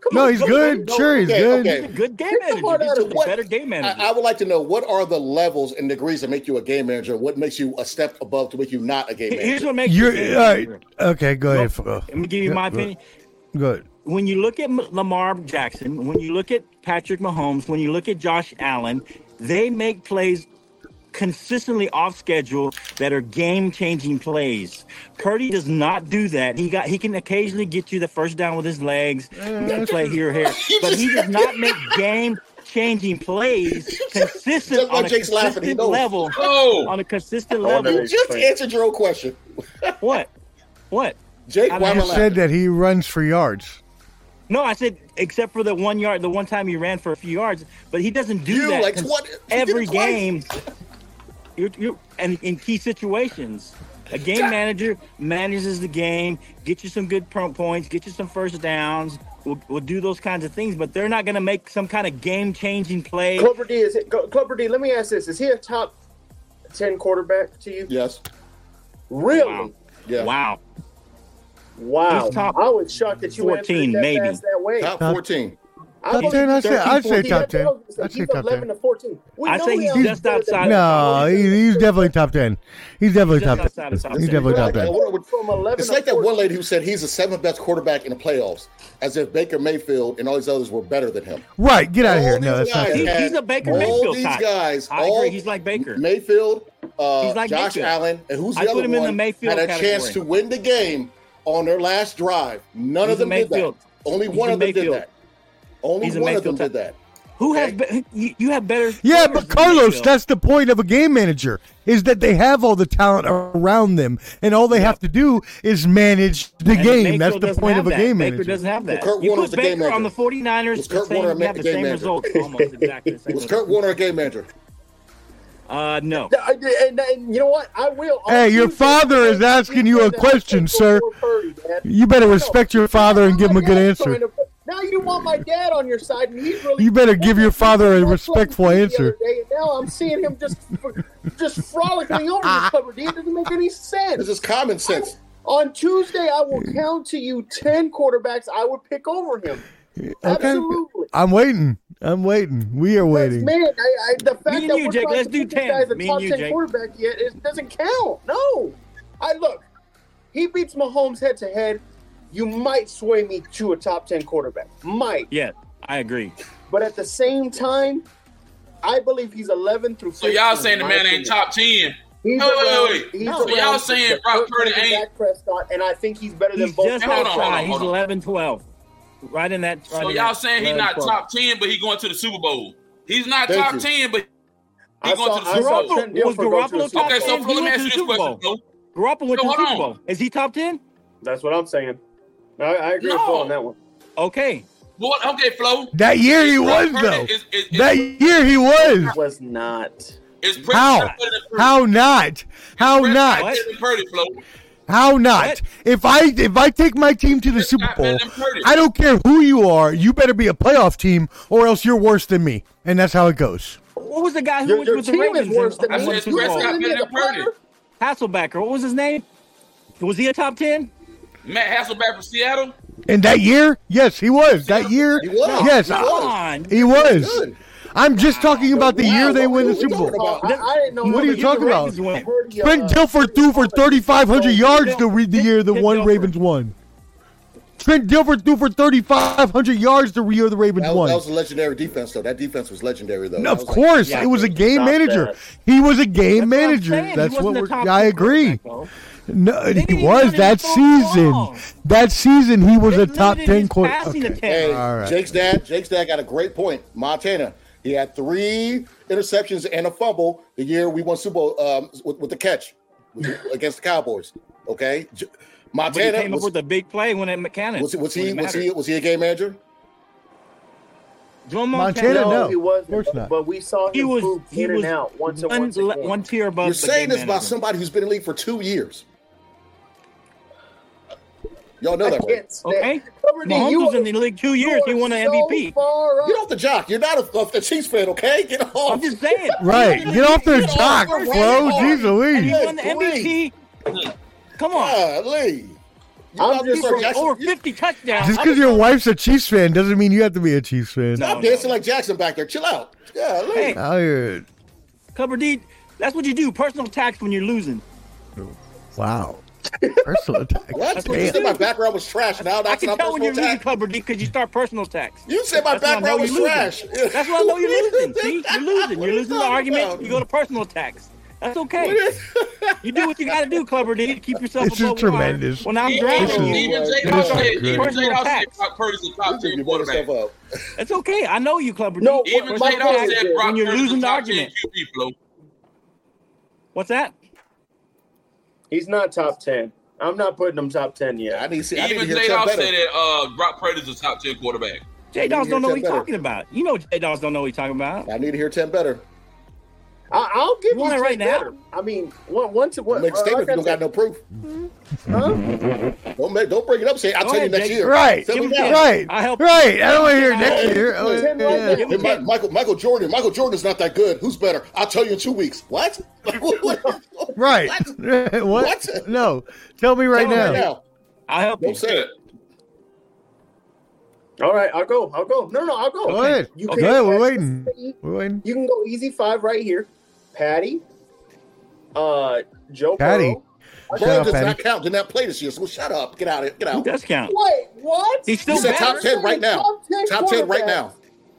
Speaker 5: Come
Speaker 1: No,
Speaker 5: on,
Speaker 1: he's
Speaker 5: come
Speaker 1: good.
Speaker 5: on.
Speaker 1: Sure, he's
Speaker 7: Okay,
Speaker 1: good.
Speaker 7: okay.
Speaker 6: a good game
Speaker 5: Get the
Speaker 6: manager.
Speaker 5: fuck
Speaker 6: He's
Speaker 5: out of
Speaker 6: just a
Speaker 5: here.
Speaker 6: better game manager.
Speaker 7: I, I would like to know what are the levels and degrees that make you a game manager? What makes you a step above to make you not a game
Speaker 6: Here's
Speaker 7: manager?
Speaker 6: what makes you a game
Speaker 1: You're uh,
Speaker 6: manager.
Speaker 1: okay. Go ahead. Go.
Speaker 6: Let me give you
Speaker 1: Yeah,
Speaker 6: my
Speaker 1: go-
Speaker 6: opinion.
Speaker 1: Go ahead.
Speaker 6: when you look at M- Lamar Jackson, when you look at Patrick Mahomes, when you look at Josh Allen, they make plays consistently off schedule that are game-changing plays. Purdy does not do that. He got he can occasionally get you the first down with his legs,
Speaker 1: Uh,
Speaker 6: play here or here, but he does not make game-changing plays consistent
Speaker 7: Just like
Speaker 6: on a
Speaker 7: Jake's laughing, he
Speaker 6: consistent
Speaker 7: knows.
Speaker 6: level.
Speaker 3: Oh,
Speaker 6: On a consistent
Speaker 5: wonder
Speaker 6: level.
Speaker 7: You just answered your own question,
Speaker 6: What? What?
Speaker 7: Jake.
Speaker 6: I
Speaker 7: Why am I
Speaker 1: You said
Speaker 7: laughing?
Speaker 1: that he runs for yards.
Speaker 6: No, I said except for the one yard, the one time he ran for a few yards, but he doesn't do
Speaker 7: You
Speaker 6: that
Speaker 7: like
Speaker 6: cons-
Speaker 7: what? You did it
Speaker 6: every
Speaker 7: twice.
Speaker 6: game. You you and in key situations, a game manager manages the game, get you some good pro- points, get you some first downs. Will will do those kinds of things, but they're not going to make some kind of game changing play.
Speaker 5: Clubber D is it, Clubber D. Let me ask this: Is he a top ten quarterback to you?
Speaker 7: Yes.
Speaker 5: Really?
Speaker 7: Yeah.
Speaker 6: Wow,
Speaker 5: Wow!
Speaker 6: He's top
Speaker 5: I was shocked that you went
Speaker 6: 14
Speaker 5: that
Speaker 6: maybe.
Speaker 5: fast that way.
Speaker 7: Top
Speaker 1: Huh?
Speaker 7: fourteen.
Speaker 5: I
Speaker 1: Top
Speaker 5: was-
Speaker 1: ten. I say. I say
Speaker 5: 14.
Speaker 1: top ten.
Speaker 5: Yeah, I
Speaker 1: I
Speaker 5: was-
Speaker 1: say
Speaker 5: he's
Speaker 1: top ten.
Speaker 5: 11 to 14. We
Speaker 6: I
Speaker 5: know
Speaker 6: say
Speaker 5: he
Speaker 6: he's
Speaker 5: outdoes
Speaker 6: just
Speaker 5: the-
Speaker 6: outside-
Speaker 1: No, he, he's definitely top ten. He's definitely
Speaker 6: Just
Speaker 1: top
Speaker 6: outside
Speaker 1: ten.
Speaker 6: of top
Speaker 1: He's
Speaker 6: 10.
Speaker 1: definitely top
Speaker 7: Like,
Speaker 1: ten.
Speaker 7: what would-
Speaker 5: From 11
Speaker 7: It's
Speaker 5: to
Speaker 7: like that
Speaker 5: 14.
Speaker 7: one lady who said he's the seventh best quarterback in the playoffs, as if Baker Mayfield and all these others were better than him.
Speaker 1: Right. Get out of here.
Speaker 7: All
Speaker 1: No,
Speaker 7: these
Speaker 1: that's not.
Speaker 7: guys
Speaker 1: Fair.
Speaker 6: He-
Speaker 7: had-
Speaker 6: he's a Baker
Speaker 7: all
Speaker 6: Mayfield
Speaker 7: these
Speaker 6: type.
Speaker 7: guys.
Speaker 6: I agree,
Speaker 7: all-
Speaker 6: he's like Baker.
Speaker 7: Mayfield, uh,
Speaker 6: He's like
Speaker 7: Josh
Speaker 6: Baker.
Speaker 7: Allen, and who's the
Speaker 6: I put
Speaker 7: other
Speaker 6: him in
Speaker 7: one?
Speaker 6: the Mayfield
Speaker 7: had a chance
Speaker 6: category.
Speaker 7: to win the game on their last drive. None
Speaker 6: He's
Speaker 7: of them
Speaker 6: a
Speaker 7: did that.
Speaker 6: Mayfield.
Speaker 7: Only
Speaker 6: He's
Speaker 7: one
Speaker 6: a
Speaker 7: of them did
Speaker 6: Mayfield.
Speaker 7: that. Only
Speaker 6: He's a
Speaker 7: one of them
Speaker 6: Mayfield
Speaker 7: did
Speaker 6: type.
Speaker 7: that.
Speaker 6: Who
Speaker 7: Okay.
Speaker 6: has be- you, you have better?
Speaker 1: Yeah,
Speaker 6: players
Speaker 1: but
Speaker 6: than
Speaker 1: Carlos,
Speaker 6: Mayfield.
Speaker 1: that's the point of a game manager is that they have all the talent around them, and all they have to do is manage the
Speaker 6: And
Speaker 1: game.
Speaker 6: Mayfield
Speaker 1: That's the
Speaker 6: doesn't
Speaker 1: point
Speaker 6: have
Speaker 1: of a
Speaker 6: that.
Speaker 1: game
Speaker 6: Baker
Speaker 1: manager.
Speaker 6: doesn't have that.
Speaker 7: Kurt
Speaker 6: you
Speaker 7: Warner
Speaker 6: put
Speaker 7: was the game
Speaker 6: Baker on the
Speaker 7: manager.
Speaker 6: 49ers,
Speaker 7: Was
Speaker 6: the
Speaker 7: Kurt
Speaker 6: same,
Speaker 7: Warner a
Speaker 6: you have the
Speaker 7: game
Speaker 6: same
Speaker 7: manager?
Speaker 6: results. Almost exactly the same
Speaker 7: Was
Speaker 6: result.
Speaker 7: Kurt Warner a game manager?
Speaker 6: Uh, no.
Speaker 5: I- I- And, and you know what? I will. on
Speaker 1: Hey, your
Speaker 5: Tuesday,
Speaker 1: father is asking you a
Speaker 5: Tuesday,
Speaker 1: question,
Speaker 5: I'll say
Speaker 1: sir.
Speaker 5: before Purdy, man.
Speaker 1: You better respect your father and give him a good
Speaker 5: Now you're
Speaker 1: answer.
Speaker 5: trying to put- Now you want my dad on your side, and he's really.
Speaker 1: You better give your father a
Speaker 5: I played
Speaker 1: respectful
Speaker 5: the other
Speaker 1: answer.
Speaker 5: day, and now I'm seeing him just just frolicking over the cover. D. It doesn't make any sense.
Speaker 7: This is common sense.
Speaker 5: On Tuesday, I will count to you ten quarterbacks I would pick over him. Absolutely.
Speaker 1: I'm waiting. I'm waiting. We are waiting.
Speaker 5: Man, I, I, the fact
Speaker 6: and
Speaker 5: that
Speaker 6: you,
Speaker 5: we're
Speaker 6: Jake,
Speaker 5: trying
Speaker 6: let's
Speaker 5: to
Speaker 6: do
Speaker 5: pick this
Speaker 6: 10.
Speaker 5: guy as a
Speaker 6: Me and
Speaker 5: top
Speaker 6: you,
Speaker 5: ten
Speaker 6: Jake.
Speaker 5: quarterback yet, it doesn't count. No, I look. He beats Mahomes head to head. You might sway me to a top ten quarterback, might.
Speaker 6: Yeah, I agree.
Speaker 5: But at the same time, I believe he's eleven through. 15,
Speaker 3: so y'all saying the
Speaker 5: in my
Speaker 3: man ain't
Speaker 5: opinion.
Speaker 3: top ten?
Speaker 5: He's
Speaker 3: Wait, wait,
Speaker 5: around-
Speaker 3: wait, wait.
Speaker 5: he's
Speaker 3: No, so
Speaker 5: around
Speaker 3: y'all saying
Speaker 5: Kirk
Speaker 3: Brock Purdy
Speaker 5: Cousins,
Speaker 3: ain't-
Speaker 5: Dak Prescott, and I think he's better than
Speaker 6: He's
Speaker 5: both.
Speaker 6: just
Speaker 3: Hold on, hold on,
Speaker 6: outside. He's
Speaker 3: hold on.
Speaker 6: 11 12. Right in that.
Speaker 3: So
Speaker 6: right in
Speaker 3: y'all
Speaker 6: that
Speaker 3: saying he's
Speaker 6: 11,
Speaker 3: not
Speaker 6: 12.
Speaker 3: top ten, but he going to the Super Bowl? He's not
Speaker 7: Thank
Speaker 3: top
Speaker 7: you.
Speaker 3: ten, but
Speaker 5: I
Speaker 3: he going
Speaker 5: saw,
Speaker 3: to the
Speaker 5: I
Speaker 3: Super
Speaker 5: saw
Speaker 3: Bowl.
Speaker 5: Trent Dilfer
Speaker 6: Was
Speaker 5: go to the
Speaker 6: Garoppolo
Speaker 5: Super
Speaker 6: top
Speaker 3: Okay,
Speaker 5: Bowl.
Speaker 3: so
Speaker 6: He
Speaker 3: let
Speaker 6: went
Speaker 3: me
Speaker 6: to
Speaker 3: ask you
Speaker 6: the
Speaker 3: this
Speaker 6: Super
Speaker 3: question: though.
Speaker 6: Garoppolo went
Speaker 3: No,
Speaker 6: to the
Speaker 3: hold
Speaker 6: Super
Speaker 3: on.
Speaker 6: Bowl. Is he top ten?
Speaker 5: That's what I'm saying. I, I agree with
Speaker 3: No.
Speaker 5: Paul on that one.
Speaker 6: Okay.
Speaker 3: What? Okay, Flo.
Speaker 1: That year he was
Speaker 3: Brock Purdy
Speaker 1: though.
Speaker 3: Is, is, is,
Speaker 1: That year he was.
Speaker 5: Was not.
Speaker 3: is Preston
Speaker 1: How?
Speaker 3: better than Purdy?
Speaker 1: How not? How
Speaker 3: Preston
Speaker 1: not?
Speaker 3: better than Purdy, Flo.
Speaker 1: How not?
Speaker 6: What?
Speaker 1: If I if I take my team to the Super
Speaker 3: not
Speaker 1: Bowl,
Speaker 3: better than Purdy.
Speaker 1: I don't care who you are, you better be a playoff team or else you're worse than me. And that's how it goes.
Speaker 6: What was the guy who
Speaker 5: Your-
Speaker 6: was
Speaker 5: your
Speaker 6: with the
Speaker 5: team is
Speaker 6: Ravens? and-
Speaker 5: worse than
Speaker 6: and
Speaker 3: me.
Speaker 6: won
Speaker 3: It's
Speaker 6: the Super Bowl?
Speaker 3: Prescott.
Speaker 6: Hasselbacker. What was his name? Was he a top ten?
Speaker 3: Matt Hasselback from Seattle.
Speaker 1: And that year, yes, he was. That year,
Speaker 7: He was.
Speaker 1: yes,
Speaker 7: He
Speaker 1: I-
Speaker 6: Come
Speaker 7: was.
Speaker 6: on.
Speaker 1: he was.
Speaker 7: Good.
Speaker 1: I'm just talking about the
Speaker 7: Wow,
Speaker 1: year they win
Speaker 7: what are
Speaker 1: the
Speaker 7: we
Speaker 1: Super
Speaker 7: talking
Speaker 1: Bowl.
Speaker 5: Paul, I, I didn't know.
Speaker 1: What are you
Speaker 5: that
Speaker 1: talking
Speaker 6: The
Speaker 1: about?
Speaker 6: Ravens went.
Speaker 5: Purdy, uh,
Speaker 1: Ben Dilfer threw for 3,500 yards the, re- the year the
Speaker 6: Trent
Speaker 1: one
Speaker 6: Dilfer.
Speaker 1: Ravens won. Trent Dilfer threw for 3,500 yards the year the Ravens
Speaker 7: That was,
Speaker 1: won.
Speaker 7: that was a legendary defense, though. That defense was legendary, though.
Speaker 1: No,
Speaker 7: That
Speaker 1: of
Speaker 7: was like-
Speaker 1: course,
Speaker 5: yeah,
Speaker 1: it was a game
Speaker 5: stop
Speaker 1: manager.
Speaker 5: that.
Speaker 1: He was a
Speaker 6: That's
Speaker 1: game
Speaker 6: what I'm
Speaker 1: manager.
Speaker 6: saying. He
Speaker 1: That's
Speaker 6: wasn't
Speaker 1: what
Speaker 6: the
Speaker 1: we're.
Speaker 6: top
Speaker 1: I
Speaker 6: two
Speaker 1: agree.
Speaker 6: quarterback, though.
Speaker 1: No,
Speaker 6: didn't
Speaker 1: he
Speaker 6: even
Speaker 1: was
Speaker 6: run it
Speaker 1: that
Speaker 6: so
Speaker 1: season.
Speaker 6: long.
Speaker 1: That season, he was
Speaker 6: They
Speaker 1: a top
Speaker 6: limited
Speaker 1: ten
Speaker 6: his
Speaker 1: quarterback.
Speaker 6: passing attempt.
Speaker 7: Hey,
Speaker 1: All right.
Speaker 7: Jake's dad. Jake's dad got a great point. Montana. He had three interceptions and a fumble the year we won Super Bowl um, with, with the catch against the Cowboys. Okay, J-
Speaker 6: But he
Speaker 7: Montana
Speaker 6: came up
Speaker 7: was,
Speaker 6: with a big play when it McCann.
Speaker 7: was, he- was
Speaker 6: when
Speaker 7: he
Speaker 6: it
Speaker 7: was he
Speaker 6: mattered.
Speaker 7: was he a game manager?
Speaker 6: Joe
Speaker 1: Montana,
Speaker 6: Montana?
Speaker 5: No,
Speaker 1: No,
Speaker 5: he wasn't.
Speaker 1: of course not.
Speaker 5: But we saw him
Speaker 6: He was
Speaker 5: move
Speaker 6: he
Speaker 5: in
Speaker 6: was
Speaker 5: and out once and
Speaker 6: one,
Speaker 5: once
Speaker 6: le-
Speaker 5: again.
Speaker 6: one tier above.
Speaker 7: You're
Speaker 6: the
Speaker 7: saying
Speaker 6: game
Speaker 7: this about
Speaker 6: manager.
Speaker 7: somebody who's been in the league for two years. Y'all know
Speaker 5: I
Speaker 7: that, right?
Speaker 5: can't stand-
Speaker 6: Okay,
Speaker 5: Cover D,
Speaker 6: Mahomes
Speaker 5: you
Speaker 6: was
Speaker 5: are-
Speaker 6: in the league two
Speaker 5: you
Speaker 6: years. He
Speaker 5: are
Speaker 6: won an
Speaker 5: so
Speaker 6: MVP.
Speaker 5: far up.
Speaker 7: Get off the jock. You're not a, a Chiefs fan, okay? Get off.
Speaker 6: I'm just saying.
Speaker 1: Right,
Speaker 6: He won
Speaker 1: get off their
Speaker 6: the
Speaker 1: jock,
Speaker 6: first
Speaker 1: bro.
Speaker 6: round.
Speaker 1: Jeez
Speaker 6: And he
Speaker 1: Louise.
Speaker 6: won the MVP. Come on,
Speaker 7: Golly. You're
Speaker 5: I'm
Speaker 7: not
Speaker 5: just
Speaker 7: Lamar
Speaker 6: for
Speaker 7: Jackson.
Speaker 6: over
Speaker 7: You're-
Speaker 6: 50 touchdowns.
Speaker 1: Just because your wife's a Chiefs fan doesn't mean you have to be a Chiefs fan.
Speaker 6: No.
Speaker 7: I'm dancing like Jackson back there. Chill out. Yeah,
Speaker 6: Hey,
Speaker 1: Out here.
Speaker 6: cover D. That's what you do. Personal tax when you're losing.
Speaker 1: Wow. Personal attack.
Speaker 7: What? You
Speaker 1: Damn.
Speaker 7: said my background was trash. Now
Speaker 6: I
Speaker 7: that's
Speaker 6: can
Speaker 7: not
Speaker 6: tell when you're
Speaker 7: personal
Speaker 6: losing
Speaker 7: tax.
Speaker 6: cover D because you start personal tax.
Speaker 7: You said my
Speaker 6: That's when I know
Speaker 7: background was
Speaker 6: you're losing.
Speaker 7: trash.
Speaker 6: That's why I know you're losing. See, you're losing. You're
Speaker 7: What you
Speaker 6: losing the
Speaker 7: talking
Speaker 6: argument.
Speaker 7: about?
Speaker 6: You go to personal tax. That's okay. You do what you got to do, Clubber D. to Keep yourself
Speaker 1: This is
Speaker 6: above water.
Speaker 1: tremendous.
Speaker 6: When I'm
Speaker 3: Even,
Speaker 6: driving
Speaker 7: is-
Speaker 6: you,
Speaker 3: even
Speaker 7: this
Speaker 3: Jay
Speaker 1: is
Speaker 3: Hawk
Speaker 1: so
Speaker 3: said, even
Speaker 1: good.
Speaker 3: Jay Hawk said
Speaker 6: Personal
Speaker 3: Brock Purdy's a top ten
Speaker 7: You brought
Speaker 3: quarterback.
Speaker 7: yourself up.
Speaker 6: it's okay. I know you, Clubber D.
Speaker 5: No,
Speaker 3: Even
Speaker 5: My
Speaker 3: Jay Hawk
Speaker 5: point
Speaker 3: said
Speaker 5: is,
Speaker 3: Brock
Speaker 6: when you're
Speaker 3: Purdy's
Speaker 6: losing
Speaker 3: a
Speaker 6: the
Speaker 3: top ten
Speaker 6: argument.
Speaker 3: QB, Flo.
Speaker 6: What's that?
Speaker 5: He's not top ten. I'm not putting him top ten yet.
Speaker 7: I need to see. I need to
Speaker 3: Even
Speaker 7: hear
Speaker 3: Jay
Speaker 7: Chuck
Speaker 3: Hawk
Speaker 7: better.
Speaker 3: said that uh, Brock Purdy's a top ten quarterback.
Speaker 6: J Dawes
Speaker 7: You
Speaker 6: don't know what
Speaker 7: get
Speaker 6: he's
Speaker 7: better.
Speaker 6: talking about. You know J Dawes don't know what he's talking about.
Speaker 7: I need to hear ten better.
Speaker 5: I, I'll give
Speaker 6: You
Speaker 5: you,
Speaker 6: want it
Speaker 5: Jay
Speaker 6: right now?
Speaker 5: Better. I mean, one, once what?
Speaker 7: Make a statement if you don't got no proof. Don't make, don't bring it up. Say I'll
Speaker 6: Go
Speaker 7: tell you
Speaker 6: ahead,
Speaker 7: next
Speaker 6: Jake.
Speaker 7: year.
Speaker 1: Right.
Speaker 7: Tell me
Speaker 6: Give him
Speaker 7: now.
Speaker 6: ten.
Speaker 1: Right.
Speaker 6: I help-
Speaker 1: Right. I don't want to hear next
Speaker 6: I-
Speaker 1: year. I don't
Speaker 5: Ten
Speaker 1: wanna hear-
Speaker 5: right
Speaker 1: yeah.
Speaker 5: now.
Speaker 7: Hey, Mi- Michael Michael Jordan. Michael Jordan's not that good. Who's better? I'll tell you in two weeks. What? Like, what- what-
Speaker 1: Right. What?
Speaker 7: What?
Speaker 1: No. Tell me right
Speaker 7: Tell me
Speaker 1: now.
Speaker 7: right now.
Speaker 6: I'll help you.
Speaker 7: Don't say it.
Speaker 5: All right, I'll go. I'll go. No, no, I'll go.
Speaker 1: Go ahead.
Speaker 5: You
Speaker 1: Go
Speaker 5: can-
Speaker 1: ahead. We're waiting. We're waiting.
Speaker 5: You can go easy five right here. Patty, uh, Joe
Speaker 1: Patty.
Speaker 5: Burrow.
Speaker 1: Shut
Speaker 7: Brandon
Speaker 1: up,
Speaker 7: does
Speaker 1: Patty.
Speaker 7: not count. Did not play this year. So shut up. Get out of it. Get out.
Speaker 6: Does count.
Speaker 5: Wait, what?
Speaker 6: He's still
Speaker 7: You said
Speaker 6: better.
Speaker 7: top ten right now.
Speaker 5: Top 10
Speaker 7: Top ten right
Speaker 5: quarterbacks.
Speaker 7: now.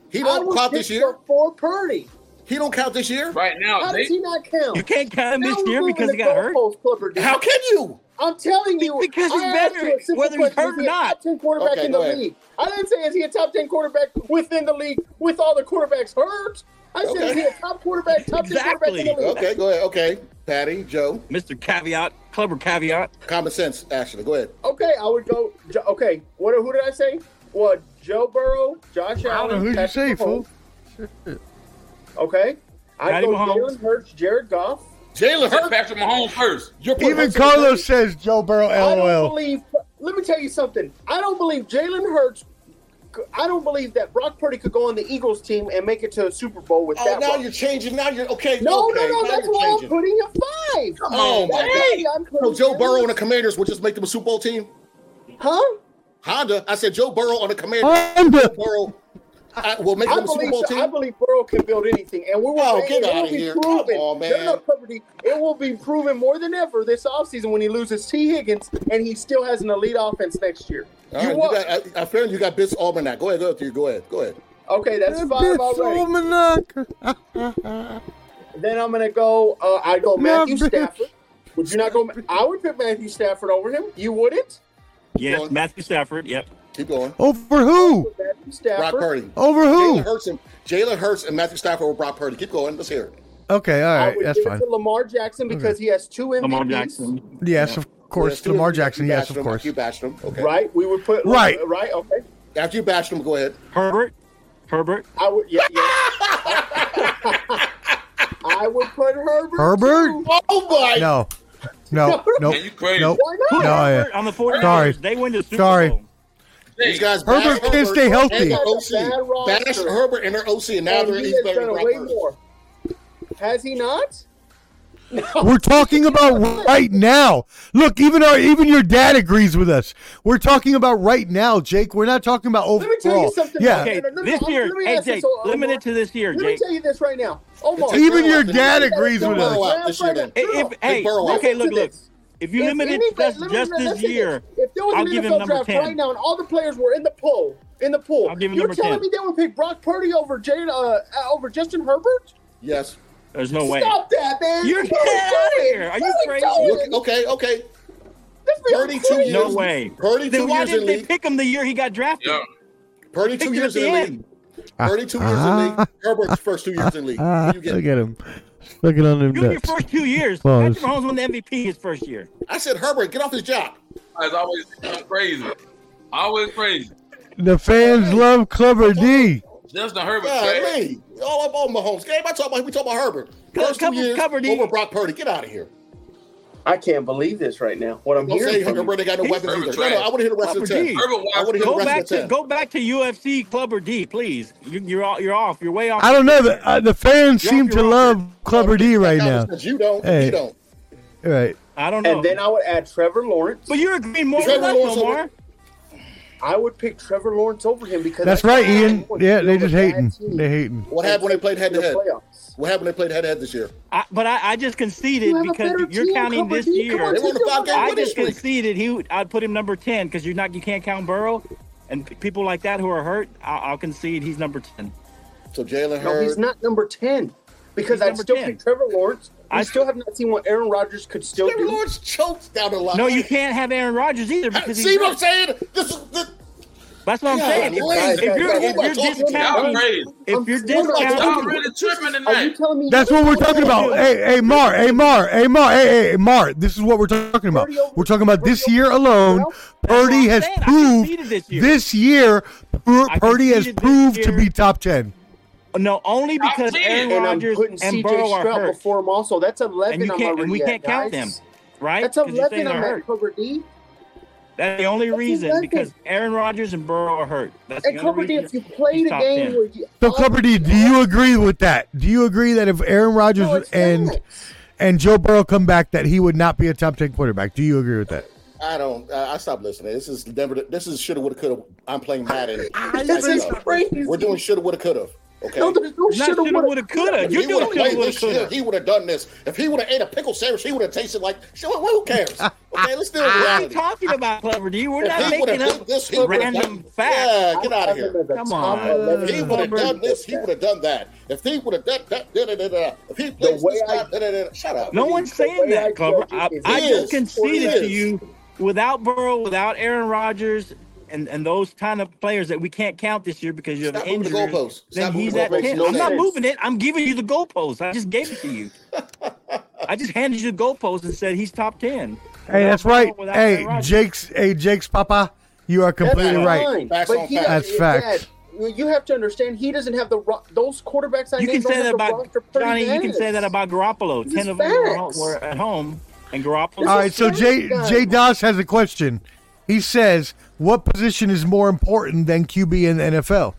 Speaker 7: He
Speaker 5: I
Speaker 7: don't
Speaker 5: was
Speaker 7: count this
Speaker 5: picked
Speaker 7: year.
Speaker 5: Before Purdy,
Speaker 7: He don't count this year.
Speaker 3: Right now,
Speaker 5: how
Speaker 3: Jay,
Speaker 5: does he not count?
Speaker 6: You can't count him
Speaker 5: Now
Speaker 6: this
Speaker 5: we're
Speaker 6: year
Speaker 5: moving
Speaker 6: because
Speaker 5: the
Speaker 6: he got hurt.
Speaker 5: goalpost, Clipper, dude.
Speaker 7: How can you?
Speaker 5: I'm telling you,
Speaker 6: Because he's
Speaker 5: I asked
Speaker 6: better,
Speaker 5: you a simple
Speaker 6: whether he's
Speaker 5: question.
Speaker 6: hurt
Speaker 5: Is
Speaker 6: or
Speaker 5: he a
Speaker 6: not.
Speaker 5: Top ten quarterback
Speaker 7: Okay,
Speaker 5: in the
Speaker 7: go ahead.
Speaker 5: league. I didn't say is he a top ten quarterback within the league with all the quarterbacks hurt. I said
Speaker 7: Okay.
Speaker 5: is he a top quarterback, top ten quarterback in
Speaker 6: Exactly.
Speaker 5: the league.
Speaker 7: Okay, go ahead. Okay, Patty, Joe,
Speaker 6: Mr. Caveat, Clubber Caveat.
Speaker 7: common sense. Actually, go ahead.
Speaker 5: Okay, I would go. Jo- Okay, what? Who did I say? Well, Joe Burrow, Josh
Speaker 1: I don't
Speaker 5: Allen.
Speaker 1: know who you
Speaker 5: Patrick
Speaker 1: say,
Speaker 5: Mahomes.
Speaker 1: fool.
Speaker 5: Okay, I
Speaker 6: Patty
Speaker 5: go
Speaker 6: Mahomes.
Speaker 5: Jalen Hurts, Jared Goff.
Speaker 7: Jalen
Speaker 3: Put
Speaker 7: Hurts.
Speaker 3: Patrick Mahomes first.
Speaker 7: You're putting
Speaker 1: Even
Speaker 7: Hurts in the
Speaker 1: Carlos says Joe Burrow.
Speaker 5: I don't
Speaker 1: LOL.
Speaker 5: believe. Let me tell you something. I don't believe Jalen Hurts. I don't believe that Brock Purdy could go on the Eagles team and make it to a Super Bowl with
Speaker 7: Oh,
Speaker 5: that.
Speaker 7: now
Speaker 5: run.
Speaker 7: you're changing. Now you're okay.
Speaker 5: no, no,
Speaker 7: okay,
Speaker 5: no.
Speaker 7: now
Speaker 5: That's
Speaker 7: you're
Speaker 5: why I'm
Speaker 7: changing.
Speaker 5: putting a five.
Speaker 7: Oh my
Speaker 5: Hey, I'm putting
Speaker 7: So Joe
Speaker 5: Jalen-
Speaker 7: Burrow and the Commanders would just make them a Super Bowl team.
Speaker 5: Huh?
Speaker 7: Honda. I said Joe Burrow on the Commanders.
Speaker 1: Honda.
Speaker 7: Burrow I, will make
Speaker 5: Oh. I
Speaker 7: them a Super
Speaker 5: believe,
Speaker 7: Bowl
Speaker 5: I
Speaker 7: team.
Speaker 5: believe Burrow can build anything, and we will,
Speaker 7: Oh, get
Speaker 5: it will
Speaker 7: outta
Speaker 5: be
Speaker 7: here.
Speaker 5: proven.
Speaker 7: Come on,
Speaker 5: No, no,
Speaker 7: man.
Speaker 5: Cupboardy, it will be proven more than ever this offseason when he loses T. Higgins and he still has an elite offense next year.
Speaker 7: All
Speaker 5: you
Speaker 7: right, you
Speaker 5: want-
Speaker 7: got, I, I feel you got Bits Almanac. Go ahead, go ahead, go ahead, go ahead.
Speaker 5: okay, that's
Speaker 1: Bitch,
Speaker 5: five already.
Speaker 1: almanac.
Speaker 5: Then I'm gonna go. Uh, I go
Speaker 1: No,
Speaker 5: Matthew
Speaker 1: bitch.
Speaker 5: Stafford. Would you not go? I would pick Matthew Stafford over him. You wouldn't?
Speaker 6: Yes,
Speaker 7: going.
Speaker 6: Matthew Stafford. Yep.
Speaker 7: Keep going.
Speaker 1: Over who?
Speaker 5: Matthew
Speaker 7: Brock
Speaker 5: Stafford.
Speaker 7: Purdy.
Speaker 1: Over
Speaker 7: Jalen
Speaker 1: who?
Speaker 7: Hurts and Jalen Hurts and Matthew Stafford with Brock Purdy. Keep going. Let's hear it.
Speaker 1: Okay, all
Speaker 5: I
Speaker 1: right,
Speaker 5: would
Speaker 1: that's
Speaker 5: give it
Speaker 1: fine.
Speaker 5: to Lamar Jackson because he has two MVPs.
Speaker 6: Lamar Jackson.
Speaker 1: Yes, of course.
Speaker 7: Yeah,
Speaker 1: Lamar
Speaker 7: after you
Speaker 1: Jackson, yes,
Speaker 7: bashed
Speaker 1: of
Speaker 7: him,
Speaker 1: course.
Speaker 7: After you bashed him. Okay.
Speaker 5: Right? We would put uh,
Speaker 1: Right.
Speaker 5: Right. Okay.
Speaker 7: After you bashed him, go ahead.
Speaker 6: Herbert. Herbert.
Speaker 5: I would. Yeah. yeah. I would put Herbert.
Speaker 1: Herbert?
Speaker 5: too.
Speaker 7: Oh my!
Speaker 1: No, no, no,
Speaker 3: Man, you crazy.
Speaker 1: no,
Speaker 5: Why
Speaker 1: no.
Speaker 5: not?
Speaker 1: yeah.
Speaker 6: Herbert on the 49ers.
Speaker 1: Sorry.
Speaker 6: They win the Super
Speaker 1: Sorry.
Speaker 5: Uh,
Speaker 6: Bowl.
Speaker 7: These guys
Speaker 1: Herbert
Speaker 7: bashed
Speaker 1: can't stay
Speaker 7: and
Speaker 1: healthy.
Speaker 7: their
Speaker 5: That's a bad
Speaker 7: OC.
Speaker 5: roster.
Speaker 7: Bashed Herbert and their OC, and now
Speaker 5: And
Speaker 7: they're
Speaker 5: he
Speaker 7: he's
Speaker 5: has
Speaker 7: better than
Speaker 5: done
Speaker 7: Brock
Speaker 5: way
Speaker 7: Purdy.
Speaker 5: more. Has he not?
Speaker 1: We're talking about right now. Look, even our even your dad agrees with us. We're talking about right now, Jake. We're not talking about overall.
Speaker 5: Let me tell you something.
Speaker 1: Yeah,
Speaker 5: No,
Speaker 6: Okay,
Speaker 5: no, no, no,
Speaker 6: this
Speaker 5: I'm-
Speaker 6: year,
Speaker 5: let me
Speaker 6: hey
Speaker 5: ask this,
Speaker 6: Jake,
Speaker 5: Omar.
Speaker 6: limited to this year,
Speaker 5: Let me
Speaker 6: Jake.
Speaker 5: tell you this right now. Omar.
Speaker 7: It's a-
Speaker 1: even your
Speaker 7: Burrow,
Speaker 1: dad
Speaker 7: Burrow,
Speaker 1: agrees with
Speaker 7: Burrow
Speaker 1: us.
Speaker 7: out this year, then.
Speaker 5: Hey,
Speaker 6: If, if, hey,
Speaker 7: Burrow.
Speaker 6: okay,
Speaker 5: Listen
Speaker 6: look,
Speaker 5: to
Speaker 6: look.
Speaker 5: this.
Speaker 6: If you
Speaker 5: If
Speaker 6: limit it
Speaker 5: anybody-
Speaker 6: just,
Speaker 5: let me-
Speaker 6: just
Speaker 5: let-
Speaker 6: this
Speaker 5: let's take
Speaker 6: year,
Speaker 5: it. If there was
Speaker 6: I'll
Speaker 5: an
Speaker 6: give him
Speaker 5: NFL
Speaker 6: number
Speaker 5: draft
Speaker 6: 10.
Speaker 5: right now and all the players were in the pool, in the pool,
Speaker 6: I'll give him
Speaker 5: you're
Speaker 6: number
Speaker 5: telling
Speaker 6: 10.
Speaker 5: me they would pick Brock Purdy over Jay, uh, uh, over Justin Herbert?
Speaker 7: Yes.
Speaker 6: there's no way.
Speaker 5: Stop that, man!
Speaker 6: You're-
Speaker 5: What we
Speaker 6: get outta
Speaker 5: doing?
Speaker 6: here. Are
Speaker 5: What
Speaker 6: you
Speaker 5: we
Speaker 6: crazy?
Speaker 5: doing?
Speaker 7: Look, okay, okay.
Speaker 5: This feels
Speaker 7: Purdy two
Speaker 5: crazy.
Speaker 7: years.
Speaker 6: No way.
Speaker 7: Purdy
Speaker 6: Then
Speaker 7: two
Speaker 6: why
Speaker 7: years in
Speaker 6: didn't they
Speaker 7: league.
Speaker 6: pick him the year he got drafted?
Speaker 3: Yeah.
Speaker 7: Purdy
Speaker 6: Picked
Speaker 7: two
Speaker 6: him
Speaker 7: years
Speaker 6: at
Speaker 7: in
Speaker 6: the
Speaker 7: league.
Speaker 6: end.
Speaker 7: Purdy two years in league. Herbert's first two years in league.
Speaker 1: Ah,
Speaker 7: You
Speaker 1: look at
Speaker 7: get-
Speaker 1: him. Look at on him
Speaker 6: You in your
Speaker 1: nuts.
Speaker 6: first two years.
Speaker 1: Close.
Speaker 6: Patrick Mahomes won the MVP his first year.
Speaker 7: I said Herbert, get off his job.
Speaker 3: Guys always I'm crazy. Always crazy.
Speaker 1: The fans love Clever D.
Speaker 3: Justin Herbert.
Speaker 7: Yeah,
Speaker 3: man.
Speaker 7: me. All up on Mahomes. Game I talk about we talk about Herbert. First
Speaker 6: cover-
Speaker 7: two years
Speaker 6: cover the-
Speaker 7: over Brock Purdy. Get out of here.
Speaker 5: I can't believe this right now. What I'm
Speaker 7: Don't say
Speaker 5: hearing from you.
Speaker 7: Herbert ain't got no weapons
Speaker 3: Herbert
Speaker 7: either. No, no, I want to hear the rest of the
Speaker 6: Cover
Speaker 7: ten.
Speaker 6: D.
Speaker 3: Herbert
Speaker 7: I
Speaker 3: Watson.
Speaker 7: want to hear
Speaker 6: Go
Speaker 7: the
Speaker 6: back
Speaker 7: rest
Speaker 6: to
Speaker 7: of the ten.
Speaker 6: go back to UFC Clubber D, please. You, you're all, you're off. You're way off.
Speaker 1: I don't know. The, uh, the fans
Speaker 6: Y'all
Speaker 1: seem
Speaker 6: be
Speaker 1: to
Speaker 6: wrong.
Speaker 1: love Clever D right now.
Speaker 7: But You don't.
Speaker 1: Hey.
Speaker 7: You don't.
Speaker 1: Right.
Speaker 6: I don't know.
Speaker 5: And then I would add Trevor Lawrence.
Speaker 6: but you're agreeing more with
Speaker 7: Trevor
Speaker 6: us,
Speaker 7: Lawrence
Speaker 6: Omar.
Speaker 7: over-
Speaker 5: I would pick Trevor Lawrence over him because
Speaker 1: That's
Speaker 5: I-
Speaker 1: right,
Speaker 5: I
Speaker 1: Ian.
Speaker 5: want
Speaker 1: Yeah,
Speaker 5: to
Speaker 1: they just
Speaker 5: build a bad
Speaker 1: hating.
Speaker 5: team
Speaker 1: They hating.
Speaker 7: What happened when they played head
Speaker 5: in
Speaker 7: to
Speaker 5: the
Speaker 7: head?
Speaker 5: playoffs.
Speaker 7: What happened when they played head to head this year?
Speaker 6: I, but I, I just conceded
Speaker 5: You have a
Speaker 6: because
Speaker 5: better
Speaker 6: you're
Speaker 5: team,
Speaker 6: counting
Speaker 5: Cooper
Speaker 6: this
Speaker 5: D.
Speaker 6: year.
Speaker 5: Come on,
Speaker 7: They won a
Speaker 5: take your
Speaker 7: five-game
Speaker 5: money.
Speaker 6: I
Speaker 7: winning
Speaker 6: just
Speaker 7: streak.
Speaker 6: conceded he. would- I'd put him number ten because you're not. You can't count Burrow, and p- people like that who are hurt. I'll, I'll concede he's number ten.
Speaker 7: So Jalen
Speaker 5: No,
Speaker 7: Hurd.
Speaker 5: he's not number ten because
Speaker 6: He's
Speaker 5: I
Speaker 6: number
Speaker 5: still
Speaker 6: 10.
Speaker 5: pick Trevor Lawrence. I
Speaker 6: I-
Speaker 5: still have not seen what Aaron Rodgers could still
Speaker 7: Trevor
Speaker 5: do.
Speaker 7: Lawrence chokes down the line.
Speaker 6: No, you can't have Aaron Rodgers either because he's
Speaker 7: See what I'm
Speaker 6: hurt.
Speaker 7: saying? This is the
Speaker 6: that's what I'm saying. If,
Speaker 7: Golly,
Speaker 6: if you're,
Speaker 7: guys,
Speaker 6: if
Speaker 7: guys,
Speaker 6: you're
Speaker 7: guys, guys,
Speaker 3: Y'all
Speaker 6: discounting,
Speaker 3: crazy.
Speaker 6: if you're
Speaker 5: I'm not
Speaker 3: Y'all
Speaker 6: discounting,
Speaker 3: really tripping
Speaker 5: Are you
Speaker 3: tonight.
Speaker 5: telling me
Speaker 1: That's what we're talking about. Hey, hey, Mar, hey, Mar, hey, Mar, hey, hey, Mar. This is what we're talking about. We're talking about this year alone. Purdy has
Speaker 6: That's what I'm saying. I
Speaker 1: proved
Speaker 6: conceded this year.
Speaker 1: this year. Pur-
Speaker 6: I
Speaker 1: Purdy has
Speaker 6: conceded this
Speaker 1: proved to
Speaker 6: year.
Speaker 1: be top ten.
Speaker 6: no, only because
Speaker 3: saying.
Speaker 6: Aaron
Speaker 5: And I'm
Speaker 6: Rodgers
Speaker 5: putting
Speaker 6: and
Speaker 5: CJ
Speaker 6: Burrow are
Speaker 5: Stroud
Speaker 6: hurt,
Speaker 5: before him also. That's eleven.
Speaker 6: and you
Speaker 5: I'm
Speaker 6: can't, and
Speaker 5: already
Speaker 6: we
Speaker 5: at,
Speaker 6: can't count them,
Speaker 5: guys.
Speaker 6: right?
Speaker 5: That's
Speaker 6: 'Cause you're saying
Speaker 5: eleven.
Speaker 6: they're
Speaker 5: I'm
Speaker 6: hurt.
Speaker 5: at Cooper D.
Speaker 6: That's the only reason
Speaker 5: nothing.
Speaker 6: because Aaron Rodgers and Burrow are hurt. That's
Speaker 5: And
Speaker 6: the only
Speaker 5: Cooper D,
Speaker 6: reason.
Speaker 5: if you played
Speaker 6: he's
Speaker 5: a
Speaker 6: top
Speaker 5: game
Speaker 6: 10.
Speaker 5: where you Oh,
Speaker 1: So, Clubber D, do you agree with that? Do you agree that if Aaron Rodgers
Speaker 5: No, it's
Speaker 1: and
Speaker 5: not.
Speaker 1: and Joe Burrow come back, that he would not be a top ten quarterback? Do you agree with that?
Speaker 7: I don't. I, I stopped listening. This is never. This is shoulda, woulda, coulda. I'm playing Madden.
Speaker 5: This is crazy.
Speaker 7: We're doing shoulda, woulda, coulda. Okay.
Speaker 5: No, there's no
Speaker 6: Not
Speaker 5: shoulda,
Speaker 6: shoulda,
Speaker 5: woulda,
Speaker 6: woulda, coulda.
Speaker 7: If
Speaker 6: You're
Speaker 7: he would
Speaker 6: doing
Speaker 7: have played
Speaker 6: shoulda, woulda,
Speaker 7: this year,
Speaker 6: coulda.
Speaker 7: he would have done this. If he would have ate a pickle sandwich, he would have tasted like. Sure, who cares? Okay, let's deal with
Speaker 6: What are you
Speaker 7: reality.
Speaker 6: talking about, Clever D? We're
Speaker 7: If
Speaker 6: not
Speaker 7: he would
Speaker 6: making
Speaker 7: have
Speaker 6: up
Speaker 7: done this, he would have
Speaker 6: random
Speaker 7: done.
Speaker 6: facts.
Speaker 7: Yeah, get out of here.
Speaker 6: Come on.
Speaker 7: If he would have done this, he would have done that. If he would have done that, da, da, da, da. if he plays
Speaker 5: way
Speaker 7: this,
Speaker 5: I-
Speaker 7: guy, da, da, da, da. shut up.
Speaker 6: No one's saying that, Clever. I, I
Speaker 7: Is.
Speaker 6: just conceded
Speaker 7: Is.
Speaker 6: to you without Burrow, without Aaron Rodgers, and, and those kind of players that we can't count this year because you have
Speaker 7: Stop moving the
Speaker 6: injuries.
Speaker 7: goalposts.
Speaker 6: Then
Speaker 7: Stop moving
Speaker 6: he's
Speaker 7: the
Speaker 6: at
Speaker 7: goalposts.
Speaker 6: 10.
Speaker 7: No
Speaker 6: I'm not
Speaker 5: sense.
Speaker 6: moving it. I'm giving you the goalpost. I just gave it to you. I just handed you the goalpost and said he's top 10.
Speaker 1: Hey, that's
Speaker 6: Without
Speaker 1: right.
Speaker 6: Burrow, without
Speaker 1: Hey,
Speaker 6: Aaron Rodgers.
Speaker 1: Jake's, hey, Jake's papa, you are completely
Speaker 7: That's
Speaker 1: right.
Speaker 5: fine,
Speaker 7: Facts
Speaker 5: but
Speaker 7: on
Speaker 5: he-
Speaker 7: facts.
Speaker 1: That's
Speaker 5: yeah,
Speaker 1: facts.
Speaker 5: You have to understand he doesn't have the ro- those quarterbacks. I
Speaker 6: You can
Speaker 5: named don't
Speaker 6: say
Speaker 5: have
Speaker 6: that
Speaker 5: the
Speaker 6: about
Speaker 5: roster Purdy
Speaker 6: Johnny. You can
Speaker 5: has.
Speaker 6: say that about Garoppolo.
Speaker 5: This is
Speaker 6: Ten of them were,
Speaker 5: facts.
Speaker 6: were at home, and Garoppolo.
Speaker 1: All right, so Jay Jay Doss has a question. He says, "What position is more important than QB in the NFL?"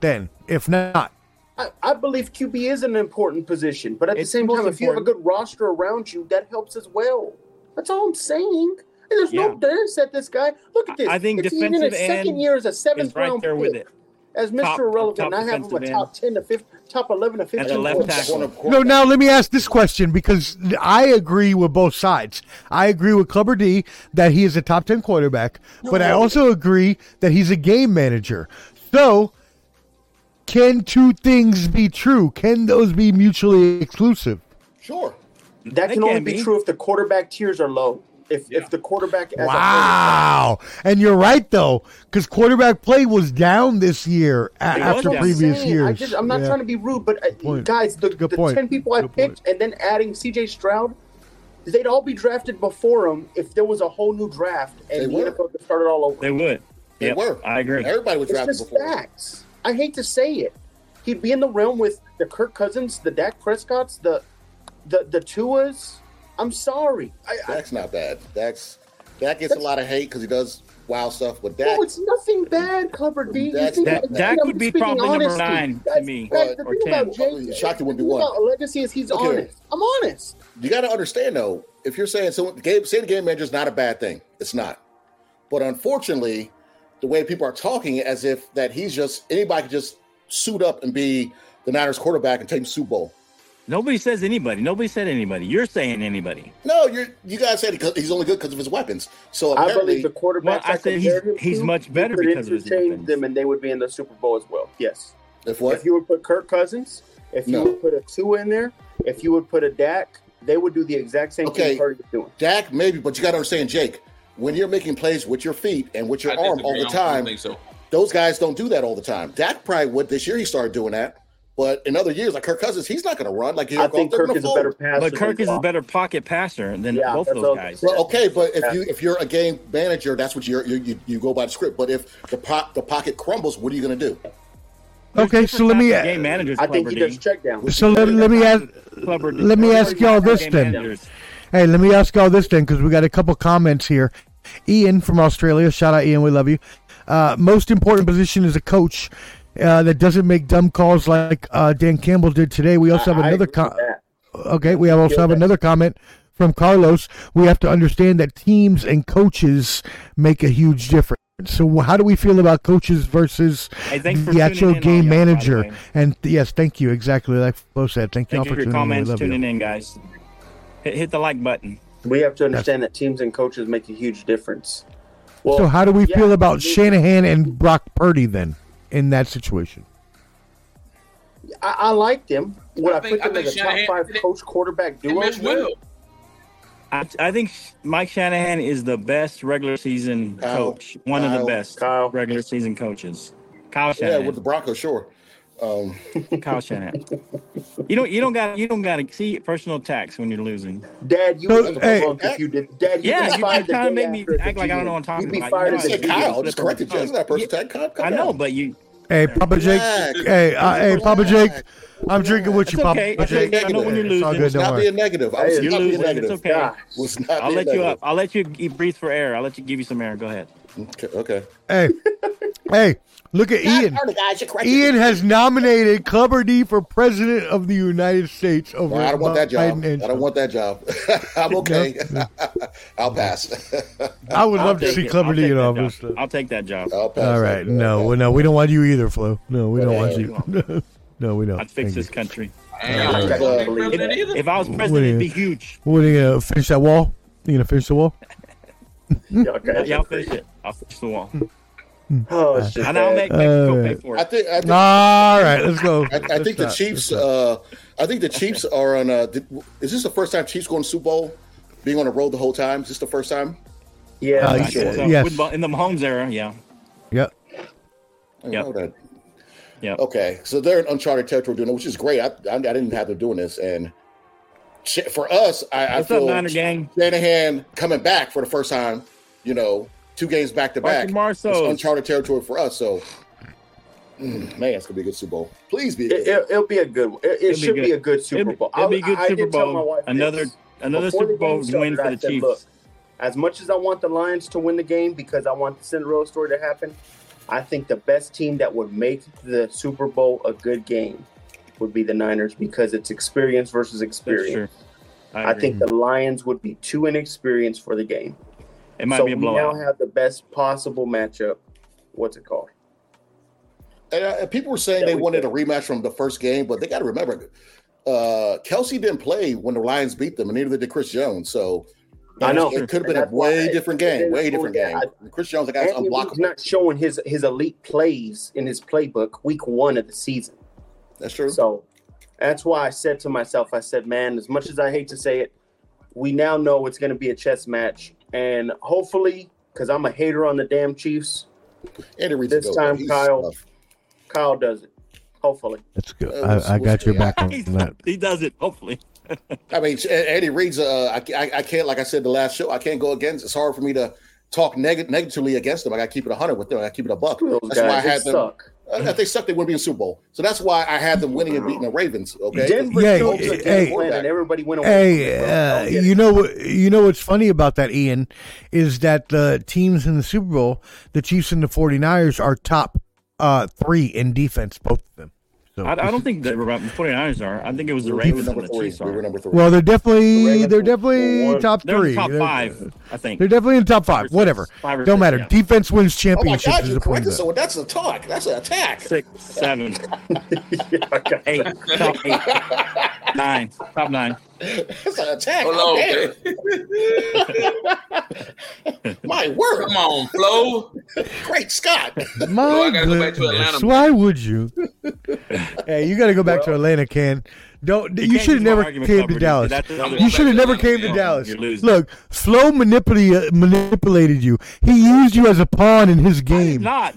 Speaker 1: Then, if not,
Speaker 5: I, I believe QB is an important position, but at
Speaker 6: It's
Speaker 5: the same
Speaker 6: most
Speaker 5: time, if you have a
Speaker 6: important.
Speaker 5: good roster around you, that helps as well. That's all I'm saying. And there's no
Speaker 6: Yeah.
Speaker 5: diss at this guy. Look at this.
Speaker 6: I think
Speaker 5: it's even in his
Speaker 6: defensive
Speaker 5: second
Speaker 6: end
Speaker 5: year as a seventh
Speaker 6: is right
Speaker 5: round
Speaker 6: there
Speaker 5: pick.
Speaker 6: with it.
Speaker 5: As Mr.
Speaker 6: Top-
Speaker 5: Irrelevant,
Speaker 6: top
Speaker 5: I have him a
Speaker 6: defensive
Speaker 5: top ten to fifth, top eleven to fifteen.
Speaker 6: the left
Speaker 5: quarterback.
Speaker 6: tackle.
Speaker 7: Corner- corner-
Speaker 1: no. Now, let me ask this question because I agree with both sides. I agree with Clubber D that he is a top ten quarterback, but I also agree that he's a game manager. So, can two things be true? Can those be mutually exclusive?
Speaker 7: Sure.
Speaker 5: That
Speaker 6: They
Speaker 5: can only
Speaker 6: can
Speaker 5: be
Speaker 6: be.
Speaker 5: true if the quarterback tiers are low. If if the quarterback as
Speaker 1: Wow. And you're right though, because quarterback play was down this year a-
Speaker 5: a whole,
Speaker 1: after
Speaker 5: I'm just
Speaker 1: previous
Speaker 5: saying, I
Speaker 1: years.
Speaker 5: just, I'm not
Speaker 1: Yeah.
Speaker 5: trying to be rude, but I,
Speaker 1: point.
Speaker 5: guys, the,
Speaker 1: Good
Speaker 5: the
Speaker 1: point.
Speaker 5: ten people I
Speaker 1: Good point.
Speaker 5: picked, and then adding C.J. Stroud, they'd all be drafted before him if there was a whole new draft
Speaker 7: They
Speaker 5: and the
Speaker 7: would.
Speaker 5: NFL could start it all over.
Speaker 6: They would.
Speaker 7: They
Speaker 6: Yep,
Speaker 7: were.
Speaker 6: I agree.
Speaker 7: Everybody was
Speaker 5: It's
Speaker 7: drafted
Speaker 5: just
Speaker 7: before.
Speaker 5: facts. I hate to say it. He'd be in the realm with the Kirk Cousins, the Dak Prescotts, the the the Tuas. I'm sorry. I, I,
Speaker 7: That's not bad. That's that gets a lot of hate because he does wild stuff, but that
Speaker 5: no, Oh, it's nothing bad, Cover D. You
Speaker 7: That's-
Speaker 5: think-
Speaker 7: that-
Speaker 5: I'm
Speaker 7: that
Speaker 5: speaking
Speaker 6: would be probably number
Speaker 5: honesty.
Speaker 6: nine to
Speaker 5: Guys,
Speaker 6: me,
Speaker 5: guys, the
Speaker 7: or
Speaker 5: thing
Speaker 6: 10.
Speaker 5: about Jake,
Speaker 7: Shocked it wouldn't be
Speaker 5: the thing
Speaker 7: one.
Speaker 5: about legacy is he's
Speaker 7: Okay.
Speaker 5: honest. I'm honest.
Speaker 7: you got to understand though. If you're saying so, game saying the game manager is not a bad thing. It's not, but unfortunately, the way people are talking as if that he's just anybody could just suit up and be the Niners quarterback and take the Super Bowl.
Speaker 6: Nobody says anybody. Nobody said anybody. You're saying anybody.
Speaker 7: No, you you guys said he- 'cause he's only good because of his weapons. So
Speaker 5: I believe
Speaker 7: apparently,
Speaker 5: the quarterback.
Speaker 6: Well, I said he's- he's much better
Speaker 5: could
Speaker 6: because of his
Speaker 5: interchange
Speaker 6: weapons.
Speaker 5: them, and they would be in the Super Bowl as well. Yes.
Speaker 7: if what
Speaker 5: If you would put Kirk Cousins, if
Speaker 7: No.
Speaker 5: you would put a two in there, if you would put a Dak, they would do the exact same
Speaker 7: Okay.
Speaker 5: thing Purdy was doing.
Speaker 7: Dak maybe, but you got to understand, Jake. When you're making plays with your feet and with your
Speaker 3: I
Speaker 7: arm
Speaker 3: disagree.
Speaker 7: all
Speaker 3: I
Speaker 7: the
Speaker 3: don't
Speaker 7: time,
Speaker 3: think so.
Speaker 7: those guys don't do that all the time. Dak probably would this year. He started doing that, but in other years, like Kirk Cousins, he's not going to run. Like he's
Speaker 5: I think Kirk is a better passer.
Speaker 6: But Kirk
Speaker 5: than
Speaker 6: is a
Speaker 5: Goff.
Speaker 6: better pocket passer than
Speaker 5: Yeah,
Speaker 6: both
Speaker 5: that's
Speaker 6: of
Speaker 5: all-
Speaker 6: those guys.
Speaker 7: Well, okay, but if you if you're a game manager, that's what you're you you, you go by the script. But if the pop the pocket crumbles, what are you going to do?
Speaker 1: okay, so let me
Speaker 6: game managers.
Speaker 5: I think he
Speaker 6: Clever D.
Speaker 5: does check down.
Speaker 1: so let, let me ask
Speaker 6: Clever D.
Speaker 1: let me
Speaker 6: Everybody
Speaker 1: ask y'all
Speaker 6: does
Speaker 1: this
Speaker 6: game
Speaker 1: then.
Speaker 6: managers.
Speaker 1: Hey, let me ask y'all this then, because we got a couple comments here. Ian from Australia, shout out Ian, we love you. Uh, most important position is a coach uh, that doesn't make dumb calls like uh, Dan Campbell did today. We also have
Speaker 5: I
Speaker 1: another
Speaker 5: agree
Speaker 1: com-
Speaker 5: with that.
Speaker 1: okay. We also have another comment from Carlos. We have to understand that teams and coaches make a huge difference. So, how do we feel about coaches versus
Speaker 6: Hey, thanks for
Speaker 1: the
Speaker 6: tuning
Speaker 1: actual
Speaker 6: in, all y'all,
Speaker 1: game
Speaker 6: by the
Speaker 1: manager?
Speaker 6: way.
Speaker 1: And yes, thank you. Exactly like Flo said. Thank,
Speaker 6: Thank
Speaker 1: you
Speaker 6: you for your
Speaker 1: tuning in. We
Speaker 6: comments.
Speaker 1: love you.
Speaker 6: Tuning in, guys. Hit, hit the like button.
Speaker 5: We have to understand that teams and coaches make a huge difference. Well,
Speaker 1: So how do we
Speaker 5: yeah,
Speaker 1: feel
Speaker 5: I
Speaker 1: about
Speaker 5: mean,
Speaker 1: Shanahan and Brock Purdy then in that situation?
Speaker 5: I, I liked him. Would
Speaker 3: I
Speaker 5: I,
Speaker 3: think-
Speaker 5: put him
Speaker 3: I
Speaker 5: as a
Speaker 3: think
Speaker 5: top
Speaker 3: Shanahan-
Speaker 5: five coach quarterback
Speaker 3: He
Speaker 5: duo?
Speaker 3: missed well.
Speaker 6: I, I think Mike Shanahan is the best regular season
Speaker 7: Kyle.
Speaker 6: coach. One of
Speaker 7: Kyle.
Speaker 6: the best
Speaker 5: Kyle.
Speaker 6: regular season coaches. Kyle
Speaker 7: Yeah,
Speaker 6: Shanahan.
Speaker 7: with the Broncos, sure. Um,
Speaker 6: Kyle Shanahan. You don't. You don't got. You don't got to see personal attacks when you're losing.
Speaker 5: Dad, you
Speaker 1: So,
Speaker 5: would be
Speaker 1: hey.
Speaker 5: drunk if you did. Dad, you
Speaker 6: Yeah,
Speaker 5: would
Speaker 6: you
Speaker 5: be fired
Speaker 6: keep
Speaker 5: the
Speaker 6: trying to
Speaker 5: day
Speaker 6: make me
Speaker 5: after as a
Speaker 6: act like I don't know
Speaker 5: GM.
Speaker 6: what I'm talking
Speaker 5: You'd be
Speaker 6: about.
Speaker 5: fired
Speaker 7: I
Speaker 6: You
Speaker 5: as a
Speaker 7: said
Speaker 6: know,
Speaker 5: GM.
Speaker 7: Kyle, just corrected you. That's not a person. Tag. Calm, calm
Speaker 6: I know,
Speaker 7: down.
Speaker 6: but you.
Speaker 1: Hey, Papa Jake.
Speaker 7: Relax.
Speaker 1: Hey, uh, hey, Papa Jake. I'm drinking with you,
Speaker 6: It's
Speaker 1: Papa
Speaker 6: okay. It's
Speaker 1: Jake.
Speaker 6: okay. I know when you're
Speaker 1: It's all
Speaker 6: losing.
Speaker 1: good. Don't
Speaker 7: not be a
Speaker 1: worry.
Speaker 7: negative. I was
Speaker 5: Hey,
Speaker 6: You're
Speaker 7: not being
Speaker 6: losing.
Speaker 7: negative.
Speaker 6: It's okay.
Speaker 5: God.
Speaker 7: Was not
Speaker 6: I'll
Speaker 7: being
Speaker 6: let you up.
Speaker 7: negative.
Speaker 6: I'll let you eat, breathe for air. I'll let you give you some air. Go ahead.
Speaker 7: Okay. okay.
Speaker 1: Hey, hey, look at Ian. Ian has nominated Clubber D for president of the United States over.
Speaker 7: No, I don't want that job.
Speaker 1: Biden and
Speaker 7: I don't want that job. I'm okay. I'll pass.
Speaker 1: Trump. I would
Speaker 6: I'll
Speaker 1: love to
Speaker 6: take
Speaker 1: see
Speaker 6: it.
Speaker 1: Clubber
Speaker 6: I'll
Speaker 1: D
Speaker 6: take
Speaker 1: in
Speaker 6: that
Speaker 1: office.
Speaker 6: job.
Speaker 1: though.
Speaker 6: I'll take that job.
Speaker 7: I'll pass.
Speaker 1: All right, no, well, no, we don't want you either, Flo. No, we don't want you. no, we don't.
Speaker 6: I'd fix
Speaker 1: Thank you.
Speaker 6: this country.
Speaker 3: And I
Speaker 7: Yeah.
Speaker 3: don't think
Speaker 5: Yeah.
Speaker 3: president either.
Speaker 6: If I was
Speaker 1: What
Speaker 6: president,
Speaker 1: do you-
Speaker 6: it'd be huge.
Speaker 1: What are you gonna finish that wall? You gonna finish the wall?
Speaker 5: Okay.
Speaker 6: Yeah, I'll finish it. I'll finish the wall.
Speaker 5: Oh, it's just
Speaker 6: And I'll
Speaker 5: bad.
Speaker 6: make Mexico
Speaker 1: Uh,
Speaker 6: pay for
Speaker 7: I
Speaker 6: it.
Speaker 7: think. I think
Speaker 1: All right, let's go.
Speaker 7: I, I think the Chiefs. Uh, I think the Chiefs are on. A, did, is this the first time Chiefs going to Super Bowl? Being on the road the whole time. Is this the first time?
Speaker 5: Yeah.
Speaker 1: Uh,
Speaker 6: I think so.
Speaker 1: yes.
Speaker 6: With Bo- in the Mahomes era, yeah.
Speaker 1: Yep.
Speaker 7: I didn't
Speaker 6: Yep.
Speaker 7: know that.
Speaker 6: Yep.
Speaker 7: Okay, so they're in uncharted territory doing it, which is great. I, I, I didn't have them doing this, and sh- for us, I, I
Speaker 6: What's up,
Speaker 7: feel
Speaker 6: Niner gang?
Speaker 7: Shanahan coming back for the first time. You know, two games back to back.
Speaker 6: Marky Marsos.
Speaker 7: It's uncharted territory for us. So, mm, man, it's gonna be a good Super Bowl. Please be. a good
Speaker 5: It, it, it'll be a good. one. It, it
Speaker 6: be
Speaker 5: should be,
Speaker 6: good.
Speaker 5: a good
Speaker 6: It'd
Speaker 5: Super
Speaker 6: be-
Speaker 5: Bowl.
Speaker 6: it'd be a
Speaker 5: I-
Speaker 6: good
Speaker 5: I
Speaker 6: Super
Speaker 5: did tell
Speaker 6: Bowl.
Speaker 5: my wife this.
Speaker 6: Another- another
Speaker 5: Before
Speaker 6: Super
Speaker 5: the
Speaker 6: Bowl
Speaker 5: game started,
Speaker 6: win for
Speaker 5: I
Speaker 6: the
Speaker 5: said,
Speaker 6: Chiefs.
Speaker 5: "Look, As much as I want the Lions to win the game because I want the Cinderella story to happen, I think the best team that would make the Super Bowl a good game would be the Niners because it's experience versus
Speaker 6: That's
Speaker 5: experience.
Speaker 6: true.
Speaker 5: I,
Speaker 6: agree.
Speaker 5: think the Lions would be too inexperienced for the game.
Speaker 6: it might
Speaker 5: so
Speaker 6: be a
Speaker 5: we now
Speaker 6: blowout.
Speaker 5: have the best possible matchup. What's it called?
Speaker 7: And, uh, people were saying
Speaker 5: Yeah,
Speaker 7: they
Speaker 5: we
Speaker 7: wanted a rematch from the first game, but they got to remember, uh, Kelsey didn't play when the Lions beat them, and neither did Chris Jones. So
Speaker 5: I know.
Speaker 7: it could have
Speaker 5: And
Speaker 7: been a
Speaker 5: that's why
Speaker 7: way
Speaker 5: I-
Speaker 7: different
Speaker 5: it
Speaker 7: game,
Speaker 5: is
Speaker 7: way
Speaker 5: cool
Speaker 7: different
Speaker 5: that
Speaker 7: game. Chris Jones, like,
Speaker 5: Andy
Speaker 7: guy's
Speaker 5: Reid's
Speaker 7: unblockable.
Speaker 5: not showing his his elite plays in his playbook week one of the season.
Speaker 7: That's true.
Speaker 5: So that's why I said to myself, I said, man, as much as I hate to say it, we now know it's going to be a chess match. And hopefully, because I'm a hater on the damn Chiefs,
Speaker 7: Andy Reid's
Speaker 5: This
Speaker 7: a goat,
Speaker 5: time,
Speaker 7: man. He's
Speaker 5: Kyle.
Speaker 7: tough.
Speaker 5: Kyle does it. Hopefully.
Speaker 1: That's good.
Speaker 7: Uh, we'll-
Speaker 1: I, I got your
Speaker 7: we'll
Speaker 1: back on
Speaker 6: He's-
Speaker 1: that.
Speaker 6: he does it, hopefully.
Speaker 7: I mean, A- Andy Reid's. Uh, I, I, I can't, like I said the last show, I can't go against. It's hard for me to talk neg- negatively against them. I got to keep it hundred with them. I got to keep it a buck.
Speaker 5: Those
Speaker 7: That's
Speaker 5: guys
Speaker 7: why I
Speaker 5: they
Speaker 7: had them.
Speaker 5: suck.
Speaker 7: Uh, if they sucked, they wouldn't be in the Super Bowl. So that's why I had them winning and beating the Ravens. Okay.
Speaker 5: Denver
Speaker 1: Yeah,
Speaker 5: killed
Speaker 1: hey,
Speaker 5: the
Speaker 1: hey.
Speaker 5: game plan and everybody went away.
Speaker 1: Hey,
Speaker 5: from it, bro. I
Speaker 1: uh,
Speaker 5: don't get it.
Speaker 1: you know what? You know what's funny about that, Ian, is that the teams in the Super Bowl, the Chiefs and the 49ers, are top uh, three in defense, both of them. So
Speaker 6: I, I don't think the 49ers are. I think it was the
Speaker 7: we were
Speaker 6: Ravens and
Speaker 7: number
Speaker 6: the
Speaker 7: three.
Speaker 6: Chiefs
Speaker 7: We were
Speaker 6: are.
Speaker 7: number three.
Speaker 1: Well, they're definitely
Speaker 5: Ravens
Speaker 1: they're
Speaker 5: were
Speaker 1: definitely
Speaker 5: one.
Speaker 1: top
Speaker 6: They're in
Speaker 1: three.
Speaker 6: the top
Speaker 1: They're-
Speaker 6: five, I think.
Speaker 1: They're definitely in the top five.
Speaker 6: six.
Speaker 1: Whatever.
Speaker 6: Five or
Speaker 1: Don't
Speaker 6: six,
Speaker 1: matter.
Speaker 6: yeah.
Speaker 1: Defense wins
Speaker 7: oh my
Speaker 1: championships.
Speaker 7: God,
Speaker 1: is
Speaker 7: you
Speaker 1: the point
Speaker 7: corrected
Speaker 1: of that.
Speaker 7: someone. That's an attack. That's an attack.
Speaker 6: Six, seven, eight, top eight, nine, top nine.
Speaker 7: That's an attack.
Speaker 3: Hello.
Speaker 7: God damn it. My word.
Speaker 3: Come on, Flo.
Speaker 7: Great Scott.
Speaker 1: My
Speaker 3: Well, Oh, I gotta go back to
Speaker 1: goodness,
Speaker 3: Atlanta.
Speaker 1: Why would you? hey, you got to go back to Atlanta, Ken. Don't you,
Speaker 6: can't
Speaker 1: should have
Speaker 6: use my
Speaker 1: never
Speaker 6: argument
Speaker 1: came
Speaker 6: cover,
Speaker 1: to
Speaker 6: dude.
Speaker 1: Dallas.
Speaker 6: That's another-
Speaker 1: You should have never
Speaker 3: Atlanta,
Speaker 1: came to
Speaker 3: yeah.
Speaker 1: Dallas.
Speaker 6: You're losing.
Speaker 1: Look, Flo manipulated manipulated you. He used you as a pawn in his
Speaker 6: He's
Speaker 1: game. Uh,
Speaker 6: not.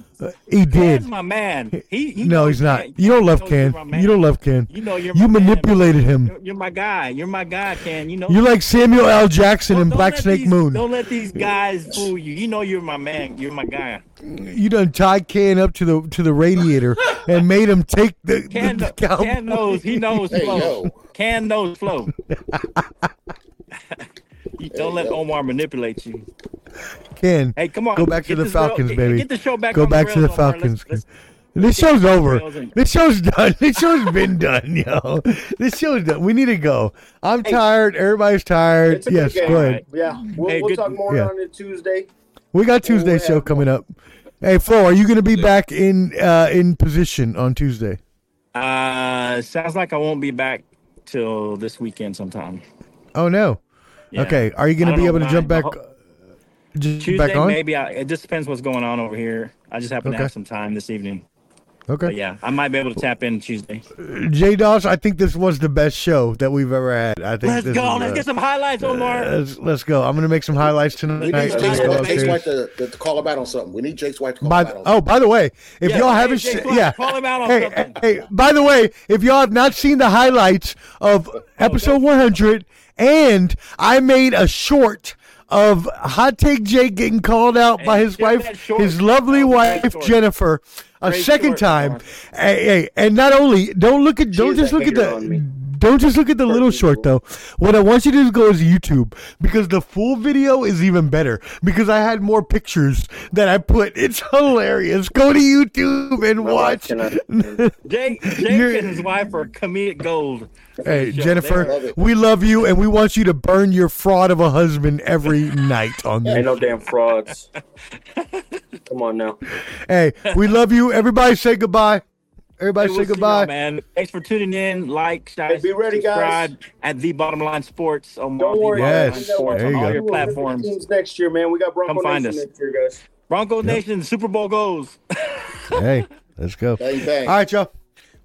Speaker 1: He did.
Speaker 6: Ken's my man. He, he
Speaker 1: no,
Speaker 6: knows
Speaker 1: he's not.
Speaker 6: Ken.
Speaker 1: You don't love
Speaker 6: knows you're
Speaker 1: Ken.
Speaker 6: my man.
Speaker 1: You don't love Ken.
Speaker 6: You know you're
Speaker 1: You
Speaker 6: my man.
Speaker 1: manipulated him.
Speaker 6: You're, you're my guy. You're my guy, Ken. You know.
Speaker 1: You're like Samuel L. Jackson in
Speaker 6: Don't
Speaker 1: Black
Speaker 6: let
Speaker 1: Snake
Speaker 6: these-
Speaker 1: Moon.
Speaker 6: Don't let these guys fool you. You know you're my man. You're my guy.
Speaker 1: You done tied Ken up to the to the radiator and made him take the, the-
Speaker 6: Ken,
Speaker 1: the,
Speaker 6: kno-
Speaker 1: cowboy.
Speaker 6: Ken knows. He knows
Speaker 7: Hey,
Speaker 6: flow.
Speaker 7: yo.
Speaker 6: Ken knows flow. you don't let
Speaker 7: yo.
Speaker 6: Omar manipulate you.
Speaker 1: Ken.
Speaker 6: Hey, come on.
Speaker 1: Go back to
Speaker 6: get
Speaker 1: the
Speaker 6: this rail-
Speaker 1: Falcons,
Speaker 6: get-
Speaker 1: baby.
Speaker 6: Get the show back.
Speaker 1: Go
Speaker 6: on
Speaker 1: back to the
Speaker 6: rails, Omar. Let's-
Speaker 1: Falcons.
Speaker 6: let's-
Speaker 1: This
Speaker 6: get
Speaker 1: show's
Speaker 6: the
Speaker 1: over.
Speaker 6: rails in.
Speaker 1: This show's done. This show's been done, yo. This show's done. We need to go. I'm tired. Everybody's tired.
Speaker 5: It's a good
Speaker 1: Yes,
Speaker 5: game.
Speaker 1: go ahead.
Speaker 5: Yeah, we'll,
Speaker 6: Hey,
Speaker 5: we'll
Speaker 6: good-
Speaker 5: talk more
Speaker 1: Yeah.
Speaker 5: on it Tuesday.
Speaker 1: We got
Speaker 5: we'll
Speaker 1: Tuesday's show
Speaker 5: have-
Speaker 1: coming up. Hey, Flo, are you going to be back in uh, in position on Tuesday?
Speaker 6: Uh, sounds like I won't be back till this weekend sometime.
Speaker 1: Oh no.
Speaker 6: Yeah.
Speaker 1: Okay. Are you going
Speaker 6: I
Speaker 1: to be
Speaker 6: don't
Speaker 1: able to
Speaker 6: know
Speaker 1: jump
Speaker 6: why.
Speaker 1: back? uh, Just
Speaker 6: Tuesday,
Speaker 1: back on.
Speaker 6: maybe. I, it just depends what's going on over here. I just happen
Speaker 1: Okay.
Speaker 6: to have some time this evening. But
Speaker 1: Okay.
Speaker 6: yeah, I might be able to tap in Tuesday.
Speaker 1: J. Doss, I think this was the best show that we've ever had. I think.
Speaker 6: Let's
Speaker 1: this
Speaker 6: go.
Speaker 1: is,
Speaker 6: Let's
Speaker 1: uh,
Speaker 6: get some highlights, Omar.
Speaker 1: Let's, let's go. I'm gonna make some highlights tonight.
Speaker 7: We need
Speaker 1: I'm
Speaker 7: Jake's
Speaker 1: gonna go
Speaker 7: White, Jake's
Speaker 1: upstairs.
Speaker 7: White to, to, to call him out on something. We need Jake's White to call
Speaker 1: By
Speaker 7: him out
Speaker 1: the,
Speaker 7: on something.
Speaker 1: oh, by the way, if
Speaker 6: Yeah,
Speaker 1: y'all
Speaker 6: hey,
Speaker 1: haven't,
Speaker 6: Jake
Speaker 1: se-
Speaker 6: White,
Speaker 1: yeah,
Speaker 6: call him out on
Speaker 1: hey,
Speaker 6: something.
Speaker 1: hey, by the way, if y'all have not seen the highlights of episode 100, and I made a short of Hot Take Jake getting called out by his
Speaker 6: share
Speaker 1: wife,
Speaker 6: that short.
Speaker 1: his lovely
Speaker 6: That was a great
Speaker 1: wife
Speaker 6: short.
Speaker 1: Jennifer, a
Speaker 6: Great
Speaker 1: second
Speaker 6: short,
Speaker 1: time.
Speaker 6: Mark.
Speaker 1: Hey, hey, and not only don't look at, don't
Speaker 5: is
Speaker 1: just
Speaker 5: a
Speaker 1: look at
Speaker 5: hater on me.
Speaker 1: the. Don't just look at the little short though. What I want you to do is go is YouTube because the full video is even better because I had more pictures that I put. It's hilarious. Go to YouTube and
Speaker 5: My wife
Speaker 1: watch.
Speaker 5: cannot-
Speaker 6: Jake, Jake
Speaker 1: You're-
Speaker 6: and his wife are comedic gold.
Speaker 1: Hey,
Speaker 6: Sure,
Speaker 1: Jennifer,
Speaker 6: they
Speaker 7: love it.
Speaker 1: we love you and we want you to burn your fraud of a husband every night on
Speaker 5: Ain't
Speaker 1: this.
Speaker 5: no damn frauds. Come on now.
Speaker 1: Hey, we love you. Everybody say goodbye. Everybody
Speaker 6: We'll
Speaker 1: say
Speaker 6: see y'all,
Speaker 1: goodbye.
Speaker 6: man. Thanks for tuning in. Like, share,
Speaker 5: Hey, be ready, guys.
Speaker 6: subscribe at the Bottom Line Sports. Omar,
Speaker 5: Don't worry.
Speaker 6: The Bottom Line
Speaker 1: Yes,
Speaker 6: Sports
Speaker 1: there
Speaker 6: on
Speaker 1: you
Speaker 6: all
Speaker 1: go.
Speaker 6: your platforms.
Speaker 5: Teams next year, man. We got Bronco
Speaker 6: Come find
Speaker 5: Nation
Speaker 6: us.
Speaker 5: next year, guys.
Speaker 6: Bronco Nation Super Bowl goes.
Speaker 1: Hey, let's go. All
Speaker 7: Bang, bang.
Speaker 1: right, y'all.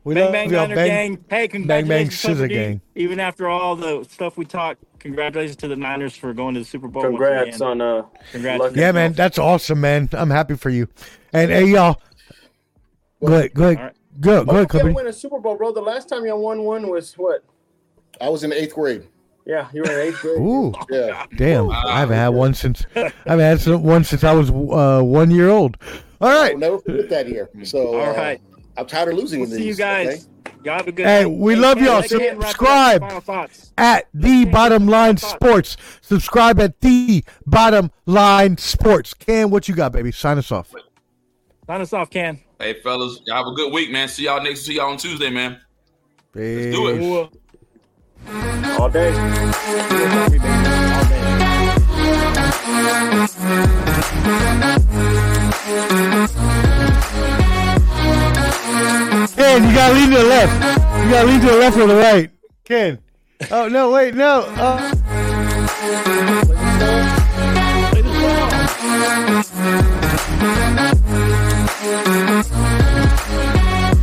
Speaker 1: We
Speaker 6: Bang
Speaker 1: love
Speaker 6: bang
Speaker 1: y'all.
Speaker 6: Niner
Speaker 1: Bang.
Speaker 6: gang. Hey, congratulations
Speaker 1: Scissor
Speaker 6: Coach D.
Speaker 1: Gang.
Speaker 6: Even after all the stuff we talked, congratulations to the Niners for going to the Super Bowl. once
Speaker 5: Congrats
Speaker 6: again.
Speaker 5: on uh.
Speaker 6: Congrats.
Speaker 5: lucky-
Speaker 1: Yeah, man, that's awesome, man. I'm happy for you. And hey, y'all. Go ahead, go
Speaker 6: All
Speaker 1: ahead,
Speaker 6: right.
Speaker 1: go, go
Speaker 5: Oh,
Speaker 1: ahead,
Speaker 5: you
Speaker 1: company.
Speaker 5: win a Super Bowl, bro. The last time y'all won one was what?
Speaker 7: I was in the eighth grade.
Speaker 5: Yeah, you were in eighth grade.
Speaker 1: Ooh,
Speaker 7: Yeah.
Speaker 1: damn! I haven't
Speaker 6: Ah,
Speaker 1: had one since I haven't had some- one since I was uh, one year old. All right,
Speaker 7: I'll never forget that year. So,
Speaker 6: All
Speaker 7: uh,
Speaker 6: right.
Speaker 7: I'm tired of losing
Speaker 6: We'll
Speaker 7: in
Speaker 6: see you
Speaker 7: these,
Speaker 6: guys. Y'all have a good
Speaker 1: Hey,
Speaker 6: night.
Speaker 1: we love
Speaker 6: Ken,
Speaker 1: y'all.
Speaker 6: let Ken wrap it up with
Speaker 1: Subscribe.
Speaker 6: final thoughts.
Speaker 1: at the bottom line sports. Subscribe at the bottom line sports. Can what you got, baby? Sign us off.
Speaker 6: Sign us off, Ken.
Speaker 3: Hey, fellas, y'all have a good week, man. See y'all next. See y'all on Tuesday, man. do it.
Speaker 1: Peace.
Speaker 6: Cool.
Speaker 5: All day.
Speaker 1: Ken, you gotta lean to the left. You gotta lean to the left or the right. Ken. Oh no, wait, no. Oh.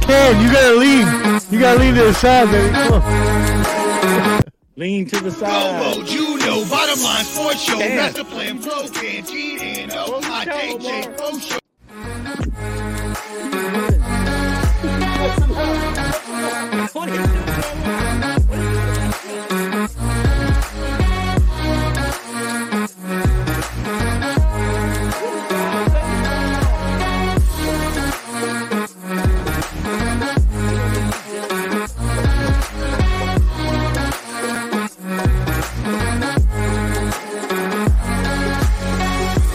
Speaker 1: Ken, you gotta lean. You gotta lean to the side, baby. Come on.
Speaker 6: Lean to the side.
Speaker 9: Judo, bottom line, sports show, wrestling, pro Benji and up my day, Jay Ocean.